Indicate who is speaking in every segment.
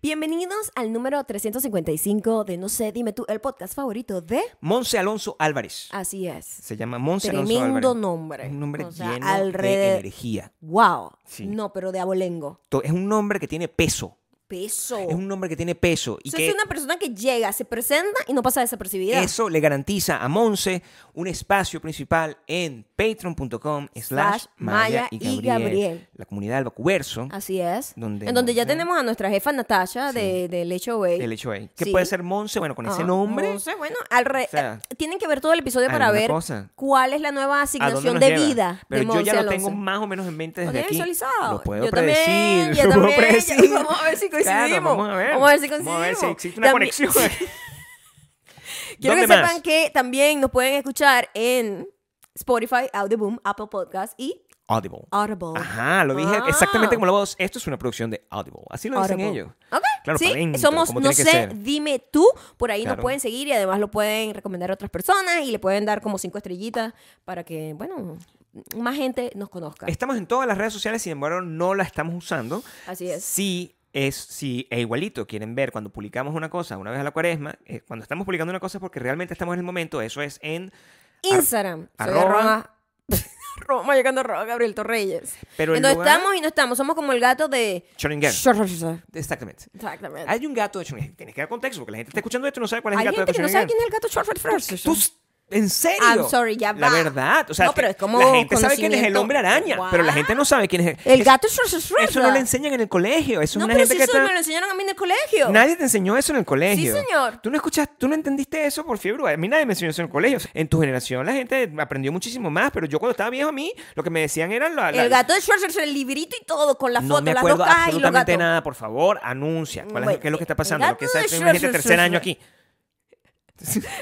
Speaker 1: Bienvenidos al número 355 de No sé, dime tú, el podcast favorito de...
Speaker 2: Monse Alonso Álvarez.
Speaker 1: Así es.
Speaker 2: Se llama Monse Alonso Álvarez.
Speaker 1: Ah, Tremendo nombre.
Speaker 2: Es un nombre
Speaker 1: O sea,
Speaker 2: lleno de
Speaker 1: alrededor-
Speaker 2: energía.
Speaker 1: Wow.
Speaker 2: Sí.
Speaker 1: No, pero de abolengo.
Speaker 2: To- Es un nombre que tiene peso.
Speaker 1: Peso.
Speaker 2: Es un nombre que tiene peso. Y
Speaker 1: O sea,
Speaker 2: que
Speaker 1: Oh. es una persona que llega, se presenta y no pasa desapercibida.
Speaker 2: eso le garantiza a Monse un espacio principal en patreon.com slash Maya y Gabriel, La comunidad del Vacuverso.
Speaker 1: Así es.
Speaker 2: Donde
Speaker 1: en donde ya
Speaker 2: Monse-
Speaker 1: tenemos a nuestra jefa Natasha de, del Hecho Way.
Speaker 2: El hecho ahí. Que
Speaker 1: Sí.
Speaker 2: puede ser Monse, bueno, con ese
Speaker 1: Ah,
Speaker 2: nombre.
Speaker 1: Monse, bueno, al re-
Speaker 2: O sea,
Speaker 1: eh, tienen que ver todo el episodio para
Speaker 2: alguna
Speaker 1: ver
Speaker 2: cosa.
Speaker 1: cuál es la nueva
Speaker 2: ¿a dónde
Speaker 1: asignación
Speaker 2: nos
Speaker 1: de
Speaker 2: lleva?
Speaker 1: vida
Speaker 2: Pero
Speaker 1: de
Speaker 2: yo ya
Speaker 1: Monse
Speaker 2: lo tengo
Speaker 1: Alonso.
Speaker 2: más o menos en mente
Speaker 1: Lo
Speaker 2: desde
Speaker 1: tienes
Speaker 2: aquí.
Speaker 1: visualizado.
Speaker 2: Lo puedo
Speaker 1: yo
Speaker 2: predecir.
Speaker 1: También, yo
Speaker 2: lo puedo
Speaker 1: también, ya-
Speaker 2: predecir.
Speaker 1: vamos a ver si
Speaker 2: Claro,
Speaker 1: coincidimos.
Speaker 2: vamos a ver.
Speaker 1: si coincidimos.
Speaker 2: Vamos a ver si existe una
Speaker 1: También-
Speaker 2: conexión.
Speaker 1: Quiero que
Speaker 2: ¿Dónde más?
Speaker 1: sepan que también nos pueden escuchar en Spotify, Audioboom, Apple Podcast y
Speaker 2: Audible.
Speaker 1: Audible.
Speaker 2: Ajá, lo dije
Speaker 1: Ah.
Speaker 2: exactamente como la voz. Esto es una producción de Audible. Así lo dicen
Speaker 1: Audible.
Speaker 2: ellos.
Speaker 1: Ok,
Speaker 2: Claro,
Speaker 1: sí,
Speaker 2: para adentro,
Speaker 1: somos,
Speaker 2: como
Speaker 1: no
Speaker 2: tiene que
Speaker 1: sé,
Speaker 2: ser.
Speaker 1: dime tú, por ahí nos
Speaker 2: Claro.
Speaker 1: pueden seguir y además lo pueden recomendar a otras personas y le pueden dar como cinco estrellitas para que, bueno, más gente nos conozca.
Speaker 2: Estamos en todas las redes sociales, sin embargo, no la estamos usando.
Speaker 1: Así es.
Speaker 2: Sí, es, sí, e igualito. Quieren ver cuando publicamos una cosa una vez a la cuaresma, eh, cuando estamos publicando una cosa es porque realmente estamos en el momento. Eso es en.
Speaker 1: Instagram. Soy
Speaker 2: arroba-
Speaker 1: arroba- Roma llegando arroba Gabriel Torreyes.
Speaker 2: Pero el
Speaker 1: Entonces
Speaker 2: lugar-
Speaker 1: estamos y no estamos, somos como el gato de...
Speaker 2: Schrödinger.
Speaker 1: Exactamente.
Speaker 2: Exactamente. Hay un gato de Schrödinger. Tienes que dar contexto porque la gente está escuchando esto y no sabe cuál es
Speaker 1: Hay
Speaker 2: el gato
Speaker 1: gente que
Speaker 2: de
Speaker 1: no sabe
Speaker 2: Schrödinger.
Speaker 1: quién es el gato Schrödinger.
Speaker 2: ¿Tú s- Pues, ¿En serio?
Speaker 1: I'm sorry, ya
Speaker 2: La
Speaker 1: va.
Speaker 2: verdad. O sea,
Speaker 1: No, pero es como
Speaker 2: la gente sabe quién es el
Speaker 1: conocimiento.
Speaker 2: hombre araña, pero la
Speaker 1: Guau.
Speaker 2: gente no sabe quién es
Speaker 1: El
Speaker 2: es-
Speaker 1: gato Schrödinger.
Speaker 2: Eso no le enseñan en el colegio. Eso es
Speaker 1: No,
Speaker 2: una
Speaker 1: pero
Speaker 2: gente
Speaker 1: sí,
Speaker 2: que
Speaker 1: eso
Speaker 2: está...
Speaker 1: me lo enseñaron a mí en el colegio.
Speaker 2: Nadie te enseñó eso en el colegio.
Speaker 1: señor.
Speaker 2: Tú no escuchaste, tú no entendiste eso por fiebre. A mí nadie me enseñó eso en el colegio. En tu generación la gente aprendió muchísimo más, pero yo cuando estaba viejo a mí, lo que me decían eran la, la-
Speaker 1: El gato de Schwarzenegger, el librito y todo, con la
Speaker 2: no
Speaker 1: foto,
Speaker 2: me
Speaker 1: las
Speaker 2: acuerdo
Speaker 1: dos cajas y los
Speaker 2: absolutamente
Speaker 1: gatos.
Speaker 2: nada. Por favor, anuncia. ¿Cuál es-
Speaker 1: Bueno,
Speaker 2: ¿Qué es lo que está
Speaker 1: el
Speaker 2: pasando? Lo que
Speaker 1: gato de
Speaker 2: está- tengo gente tercer
Speaker 1: Schwarzenegger.
Speaker 2: año aquí.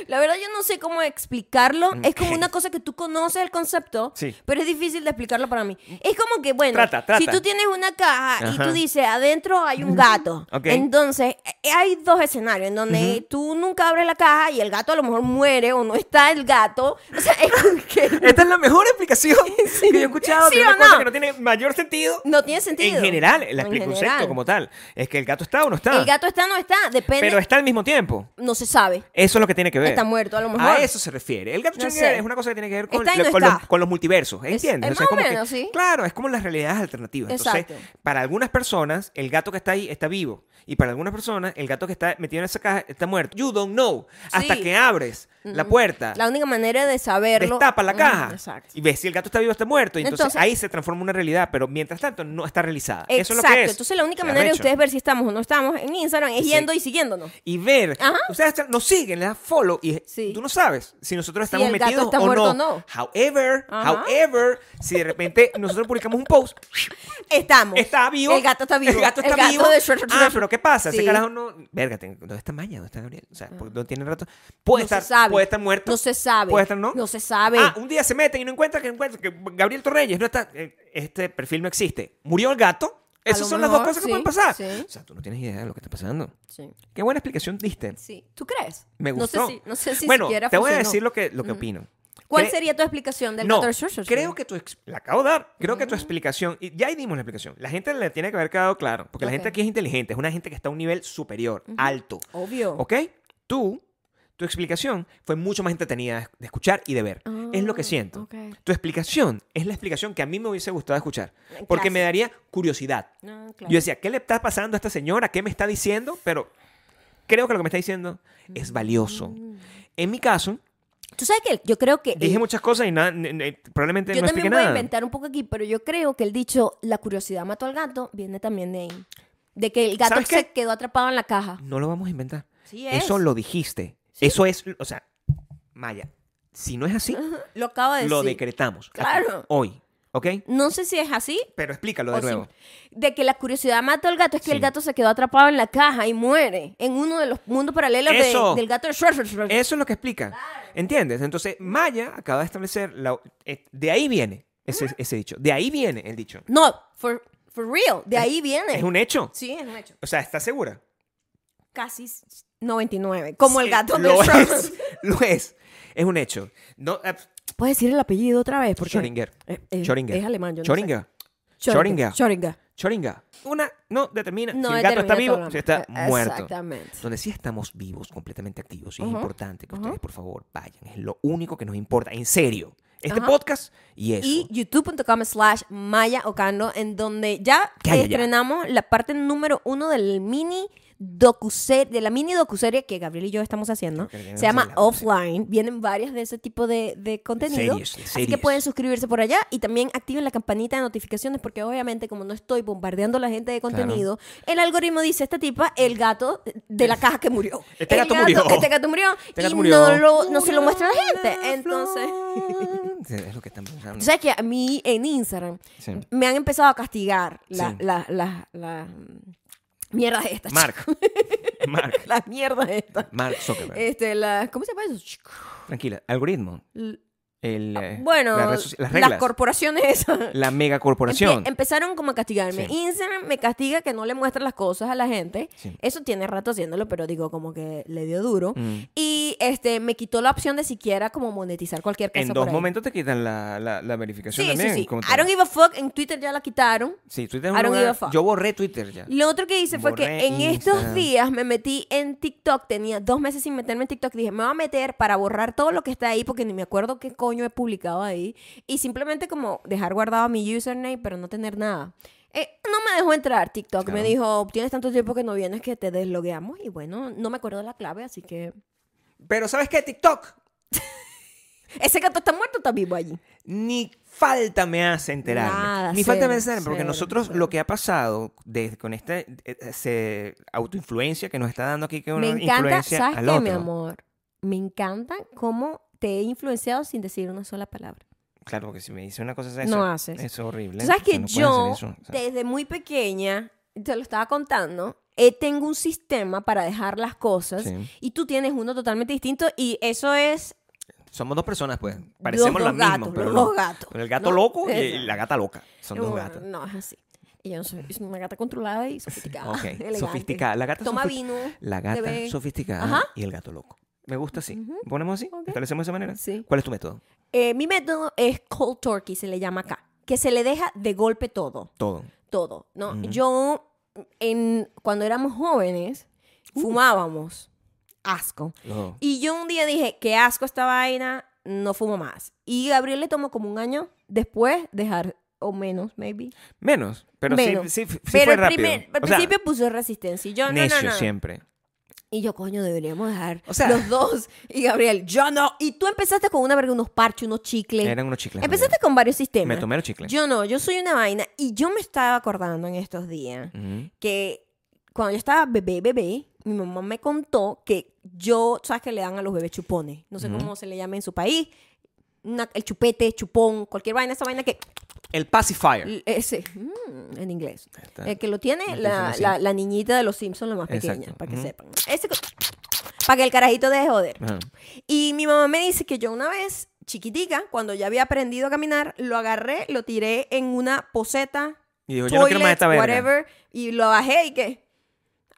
Speaker 1: La verdad yo no sé cómo explicarlo. Es como
Speaker 2: Ok.
Speaker 1: una cosa que tú conoces el concepto,
Speaker 2: Sí.
Speaker 1: pero es difícil de explicarlo para mí. Es como que, bueno,
Speaker 2: Trata, trata.
Speaker 1: si tú tienes una caja y
Speaker 2: Ajá.
Speaker 1: tú dices, adentro hay un gato,
Speaker 2: Ok.
Speaker 1: entonces eh, hay dos escenarios en donde tú nunca abres la caja y el gato a lo mejor muere o no está el gato. O sea, es como que
Speaker 2: Esta es la mejor explicación que yo he escuchado
Speaker 1: ¿Sí o
Speaker 2: de una cosa
Speaker 1: no?
Speaker 2: que no tiene mayor sentido.
Speaker 1: no tiene sentido.
Speaker 2: En general, el
Speaker 1: En
Speaker 2: expli-
Speaker 1: general.
Speaker 2: concepto como tal. Es que el gato está o no está.
Speaker 1: El gato está o no está, depende,
Speaker 2: pero está al mismo tiempo.
Speaker 1: no se sabe.
Speaker 2: Eso es lo que tiene que ver.
Speaker 1: Está muerto, a lo mejor.
Speaker 2: A eso se refiere. El gato
Speaker 1: No
Speaker 2: Schrödinger
Speaker 1: sé.
Speaker 2: es una cosa que tiene que ver con,
Speaker 1: Está y no
Speaker 2: con
Speaker 1: está.
Speaker 2: los, con los multiversos. ¿Entiendes?
Speaker 1: es más o
Speaker 2: como que-
Speaker 1: menos, sí.
Speaker 2: Claro, es como las realidades alternativas. Entonces,
Speaker 1: Exacto.
Speaker 2: para algunas personas, el gato que está ahí está vivo. Y para algunas personas, el gato que está metido en esa caja está muerto. You don't know. Hasta
Speaker 1: Sí. Mm.
Speaker 2: que abres la puerta,
Speaker 1: La única manera de saberlo...
Speaker 2: destapa la
Speaker 1: Mm,
Speaker 2: caja
Speaker 1: Exacto.
Speaker 2: y ves si el gato está vivo o está muerto. Y entonces,
Speaker 1: Entonces-
Speaker 2: ahí se transforma en una realidad, pero mientras tanto no está realizada. Eso es lo
Speaker 1: Exacto.
Speaker 2: que es.
Speaker 1: Entonces la única
Speaker 2: Se
Speaker 1: manera de
Speaker 2: arrecho.
Speaker 1: ustedes ver si estamos o no estamos en Instagram es
Speaker 2: Sí.
Speaker 1: yendo y siguiéndonos.
Speaker 2: y ver.
Speaker 1: Ajá.
Speaker 2: Ustedes están- nos siguen, le dan follow y
Speaker 1: Sí.
Speaker 2: tú no sabes si nosotros estamos
Speaker 1: el gato
Speaker 2: metidos
Speaker 1: está
Speaker 2: o
Speaker 1: muerto
Speaker 2: no.
Speaker 1: o no.
Speaker 2: However,
Speaker 1: Ajá.
Speaker 2: however, si de repente nosotros publicamos un post,
Speaker 1: Estamos.
Speaker 2: está vivo.
Speaker 1: El gato está vivo.
Speaker 2: El gato está vivo.
Speaker 1: de Shrek-
Speaker 2: ah, pero ¿qué pasa?
Speaker 1: Sí. Ah.
Speaker 2: Ese carajo no. Verga, ten- ¿dónde está Maya? ¿Dónde está Gabriel? O sea, porque no tiene rato. Puede
Speaker 1: No se
Speaker 2: estar,
Speaker 1: sabe.
Speaker 2: puede estar muerto.
Speaker 1: No se sabe.
Speaker 2: Puede estar no.
Speaker 1: No se sabe.
Speaker 2: Ah, un día se meten y no encuentran que, encuentran que Gabriel Torreyes no está. eh, Este perfil no existe. Murió el gato.
Speaker 1: A
Speaker 2: Esas
Speaker 1: lo
Speaker 2: son las dos
Speaker 1: mejor,
Speaker 2: cosas que
Speaker 1: sí,
Speaker 2: pueden pasar.
Speaker 1: sí.
Speaker 2: O sea, tú no tienes idea de lo que está pasando.
Speaker 1: Sí.
Speaker 2: Qué buena explicación diste.
Speaker 1: Sí. ¿Tú crees?
Speaker 2: Me gustó.
Speaker 1: No sé si, no sé si
Speaker 2: bueno,
Speaker 1: siquiera
Speaker 2: te voy a
Speaker 1: funcionó.
Speaker 2: decir lo que, lo que opino.
Speaker 1: ¿Cuál
Speaker 2: Cre-
Speaker 1: sería tu explicación del
Speaker 2: no,
Speaker 1: gato de Shrek?
Speaker 2: creo que tu... ex- La acabo de dar. Creo
Speaker 1: Mm.
Speaker 2: que tu explicación... Y ya ahí dimos la explicación. La gente le tiene que haber quedado claro. Porque la gente
Speaker 1: Ok.
Speaker 2: aquí es inteligente. Es una gente que está a un nivel superior, alto.
Speaker 1: Obvio.
Speaker 2: ¿Ok? Tú, tu explicación fue mucho más entretenida de escuchar y de ver.
Speaker 1: Ah,
Speaker 2: es lo que siento.
Speaker 1: ok.
Speaker 2: Tu explicación es la explicación que a mí me hubiese gustado escuchar.
Speaker 1: Claro.
Speaker 2: Porque me daría curiosidad.
Speaker 1: No, claro.
Speaker 2: Yo decía, ¿qué le está pasando a esta señora? ¿Qué me está diciendo? Pero creo que lo que me está diciendo es valioso.
Speaker 1: Mm.
Speaker 2: En mi caso,
Speaker 1: Tú sabes que yo creo que...
Speaker 2: dije muchas cosas y nada, n- n- probablemente
Speaker 1: yo
Speaker 2: no expliqué
Speaker 1: también voy a
Speaker 2: nada.
Speaker 1: inventar un poco aquí, pero yo creo que el dicho la curiosidad mató al gato viene también de ahí. De que el gato
Speaker 2: ¿Sabes
Speaker 1: se
Speaker 2: qué?
Speaker 1: quedó atrapado en la caja.
Speaker 2: No lo vamos a inventar.
Speaker 1: Sí es.
Speaker 2: Eso lo dijiste. Eso es, o sea, Maya, si no es así,
Speaker 1: Lo acabo de decir.
Speaker 2: lo decretamos. aquí,
Speaker 1: Claro.
Speaker 2: hoy, ¿ok?
Speaker 1: No sé si es así,
Speaker 2: Pero explícalo de
Speaker 1: O
Speaker 2: nuevo.
Speaker 1: si- de que la curiosidad mató al gato es que el
Speaker 2: Sí.
Speaker 1: gato se quedó atrapado en la caja y muere en uno de los mundos paralelos de-
Speaker 2: Eso.
Speaker 1: del gato de Schrödinger.
Speaker 2: Eso es lo que explica. ¿Entiendes? Entonces, Maya acaba de establecer, la, eh, de ahí viene ese, ese dicho. De ahí viene el dicho.
Speaker 1: No, for, for real, de ahí viene.
Speaker 2: Es un hecho.
Speaker 1: Sí, es un hecho.
Speaker 2: O sea, ¿estás segura?
Speaker 1: Casi s- 99, como el
Speaker 2: Sí,
Speaker 1: gato de
Speaker 2: lo es,
Speaker 1: Schrödinger.
Speaker 2: lo es. Es un hecho. No, eh,
Speaker 1: ¿Puedes decir el apellido otra vez? Porque
Speaker 2: Schrödinger.
Speaker 1: Eh, eh,
Speaker 2: Schrödinger.
Speaker 1: es alemán, yo no sé.
Speaker 2: Schrödinger.
Speaker 1: Schrödinger.
Speaker 2: Schrödinger.
Speaker 1: Schrödinger.
Speaker 2: Choringa. Una no determina
Speaker 1: No
Speaker 2: si el gato está
Speaker 1: determina todo
Speaker 2: vivo,
Speaker 1: lo-
Speaker 2: si está muerto.
Speaker 1: Exactamente.
Speaker 2: Donde sí estamos vivos, completamente activos. Y es
Speaker 1: Ujú,
Speaker 2: importante que
Speaker 1: ujú.
Speaker 2: ustedes, por favor, vayan. Es lo único que nos importa. En serio. Este
Speaker 1: Ajá.
Speaker 2: podcast y eso.
Speaker 1: Y youtube.com slash Maya Ocando, en donde ya
Speaker 2: Ya, ya, ya.
Speaker 1: estrenamos la parte número uno del mini docuserie, de la mini docuserie que Gabriel y yo estamos haciendo.
Speaker 2: Creo que
Speaker 1: Se
Speaker 2: tenemos
Speaker 1: llama
Speaker 2: en la-
Speaker 1: Offline. Vienen varias de ese tipo de, de contenido.
Speaker 2: Series, de
Speaker 1: Así que
Speaker 2: series.
Speaker 1: pueden suscribirse por allá y también activen la campanita de notificaciones porque obviamente como no estoy bombardeando a la gente de contenido, el algoritmo dice, esta tipa, el gato de la caja que murió.
Speaker 2: Este
Speaker 1: El
Speaker 2: gato murió.
Speaker 1: Este gato murió.
Speaker 2: Este
Speaker 1: y
Speaker 2: gato murió.
Speaker 1: No, lo- no se lo muestra a la gente.
Speaker 2: Murió
Speaker 1: Entonces...
Speaker 2: Sí, Es lo que están pensando.
Speaker 1: Tú sabes que a mí en Instagram
Speaker 2: Mm. Sí.
Speaker 1: me han empezado a castigar la-
Speaker 2: Sí.
Speaker 1: la- la- las mierdas estas.
Speaker 2: Mark. Mark.
Speaker 1: chicos. Las mierdas estas.
Speaker 2: Mark Zuckerberg.
Speaker 1: Este, las- ¿Cómo se llama eso? Chico.
Speaker 2: Tranquila. Algoritmo.
Speaker 1: L-
Speaker 2: El, eh,
Speaker 1: Bueno,
Speaker 2: la red
Speaker 1: las,
Speaker 2: soci- las reglas.
Speaker 1: corporaciones esas.
Speaker 2: la
Speaker 1: Empe-
Speaker 2: megacorporación.
Speaker 1: empezaron como a castigarme.
Speaker 2: Sí.
Speaker 1: Instagram me castiga que no le muestra las cosas a la gente.
Speaker 2: Sí.
Speaker 1: Eso tiene rato haciéndolo, pero digo, como que le dio duro.
Speaker 2: Mm.
Speaker 1: Y este, me quitó la opción de siquiera como monetizar cualquier cosa.
Speaker 2: En
Speaker 1: por
Speaker 2: dos
Speaker 1: ahí.
Speaker 2: momentos te quitan la, la, la verificación
Speaker 1: Sí,
Speaker 2: también.
Speaker 1: sí, sí.
Speaker 2: como te-
Speaker 1: I don't give a fuck. En Twitter ya la quitaron.
Speaker 2: Sí, Twitter es un
Speaker 1: I don't
Speaker 2: lugar-
Speaker 1: give a fuck.
Speaker 2: Yo borré Twitter ya.
Speaker 1: Lo otro que hice fue
Speaker 2: Borré
Speaker 1: que en
Speaker 2: Instagram.
Speaker 1: estos días me metí en TikTok. Tenía dos meses sin meterme en TikTok. Dije, me voy a meter para borrar todo lo que está ahí porque ni me acuerdo qué coño he publicado ahí. Y simplemente como dejar guardado mi username pero no tener nada. Eh, no me dejó entrar TikTok. Me
Speaker 2: Claro.
Speaker 1: dijo, tienes tanto tiempo que no vienes que te deslogueamos. Y bueno, no me acuerdo la clave, así que...
Speaker 2: Pero ¿sabes qué? TikTok.
Speaker 1: Ese gato está muerto, o está vivo allí.
Speaker 2: Ni falta me hace enterarme.
Speaker 1: Nada,
Speaker 2: Ni falta
Speaker 1: cero,
Speaker 2: me hace enterarme. Porque
Speaker 1: cero,
Speaker 2: nosotros
Speaker 1: cero.
Speaker 2: lo que ha pasado desde con esta eh, eh, autoinfluencia que nos está dando aquí, que es
Speaker 1: Me
Speaker 2: una
Speaker 1: encanta,
Speaker 2: influencia
Speaker 1: ¿sabes
Speaker 2: al
Speaker 1: qué,
Speaker 2: otro.
Speaker 1: mi amor? Me encanta cómo te he influenciado sin decir una sola palabra.
Speaker 2: Claro, porque si me dice una cosa es
Speaker 1: No haces.
Speaker 2: Es horrible.
Speaker 1: Tú sabes que
Speaker 2: no pueden
Speaker 1: yo,
Speaker 2: hacer eso, o sea,
Speaker 1: desde muy pequeña, te lo estaba contando, eh, tengo un sistema para dejar las cosas
Speaker 2: Sí.
Speaker 1: y tú tienes uno totalmente distinto y eso es
Speaker 2: Somos dos personas, pues. Parecemos
Speaker 1: dos
Speaker 2: las mismas,
Speaker 1: gatos,
Speaker 2: pero
Speaker 1: los
Speaker 2: no.
Speaker 1: dos gatos,
Speaker 2: El gato
Speaker 1: ¿no?
Speaker 2: loco y- y
Speaker 1: Exacto.
Speaker 2: la gata loca. Son dos
Speaker 1: Bueno,
Speaker 2: gatos.
Speaker 1: No, es así. Y yo soy, soy una gata controlada y sofisticada.
Speaker 2: Ok,
Speaker 1: elegante.
Speaker 2: sofisticada. La gata
Speaker 1: Toma
Speaker 2: sofistic-
Speaker 1: vino.
Speaker 2: La gata
Speaker 1: bebe.
Speaker 2: sofisticada
Speaker 1: Ajá.
Speaker 2: y el gato loco. Me gusta así. ¿Ponemos así? ¿Establecemos de esa manera?
Speaker 1: Sí.
Speaker 2: ¿Cuál es tu método?
Speaker 1: Eh, mi método es cold turkey, se le llama acá. Que se le deja de golpe todo.
Speaker 2: Todo.
Speaker 1: Todo. ¿no?
Speaker 2: Ujú.
Speaker 1: Yo, en, cuando éramos jóvenes,
Speaker 2: Uh.
Speaker 1: fumábamos. Asco.
Speaker 2: Los dos.
Speaker 1: Y yo un día dije, qué asco esta vaina, no fumo más. Y Gabriel le tomó como un año después dejar, o menos, maybe.
Speaker 2: Menos, pero
Speaker 1: Menos.
Speaker 2: sí, sí, sí
Speaker 1: Pero
Speaker 2: fue
Speaker 1: al,
Speaker 2: rápido.
Speaker 1: primer- al
Speaker 2: O sea,
Speaker 1: principio puso resistencia. Y yo, no,
Speaker 2: necio
Speaker 1: no, no.
Speaker 2: siempre.
Speaker 1: Y yo, coño, deberíamos dejar
Speaker 2: O sea-
Speaker 1: los dos. Y Gabriel, yo no. Y tú empezaste con una verga, unos parches, unos chicles.
Speaker 2: Eran unos chicles.
Speaker 1: Empezaste con varios
Speaker 2: ¿no?
Speaker 1: sistemas.
Speaker 2: Me tomé los chicles.
Speaker 1: Yo no, yo soy una vaina. Y yo me estaba acordando en estos días
Speaker 2: Ujú.
Speaker 1: que cuando yo estaba bebé, bebé, mi mamá me contó que yo, ¿sabes que le dan a los bebés chupones? No sé
Speaker 2: Ujú.
Speaker 1: cómo se le llama en su país. Una- el chupete, chupón, cualquier vaina, esa vaina que...
Speaker 2: El pacifier.
Speaker 1: Ese, mm, en inglés.
Speaker 2: Ahí está.
Speaker 1: El que lo tiene,
Speaker 2: Me
Speaker 1: la,
Speaker 2: dicen los
Speaker 1: la, la niñita de los Simpsons, la más pequeña,
Speaker 2: Exacto.
Speaker 1: para que
Speaker 2: Ujú.
Speaker 1: sepan. Ese, para que el carajito deje de joder.
Speaker 2: Ajá.
Speaker 1: Y mi mamá me dice que yo una vez, chiquitica, cuando ya había aprendido a caminar, lo agarré, lo tiré en una poseta,
Speaker 2: Y dijo, yo no quiero
Speaker 1: toilet,
Speaker 2: más esta verga.
Speaker 1: whatever, y lo bajé y que,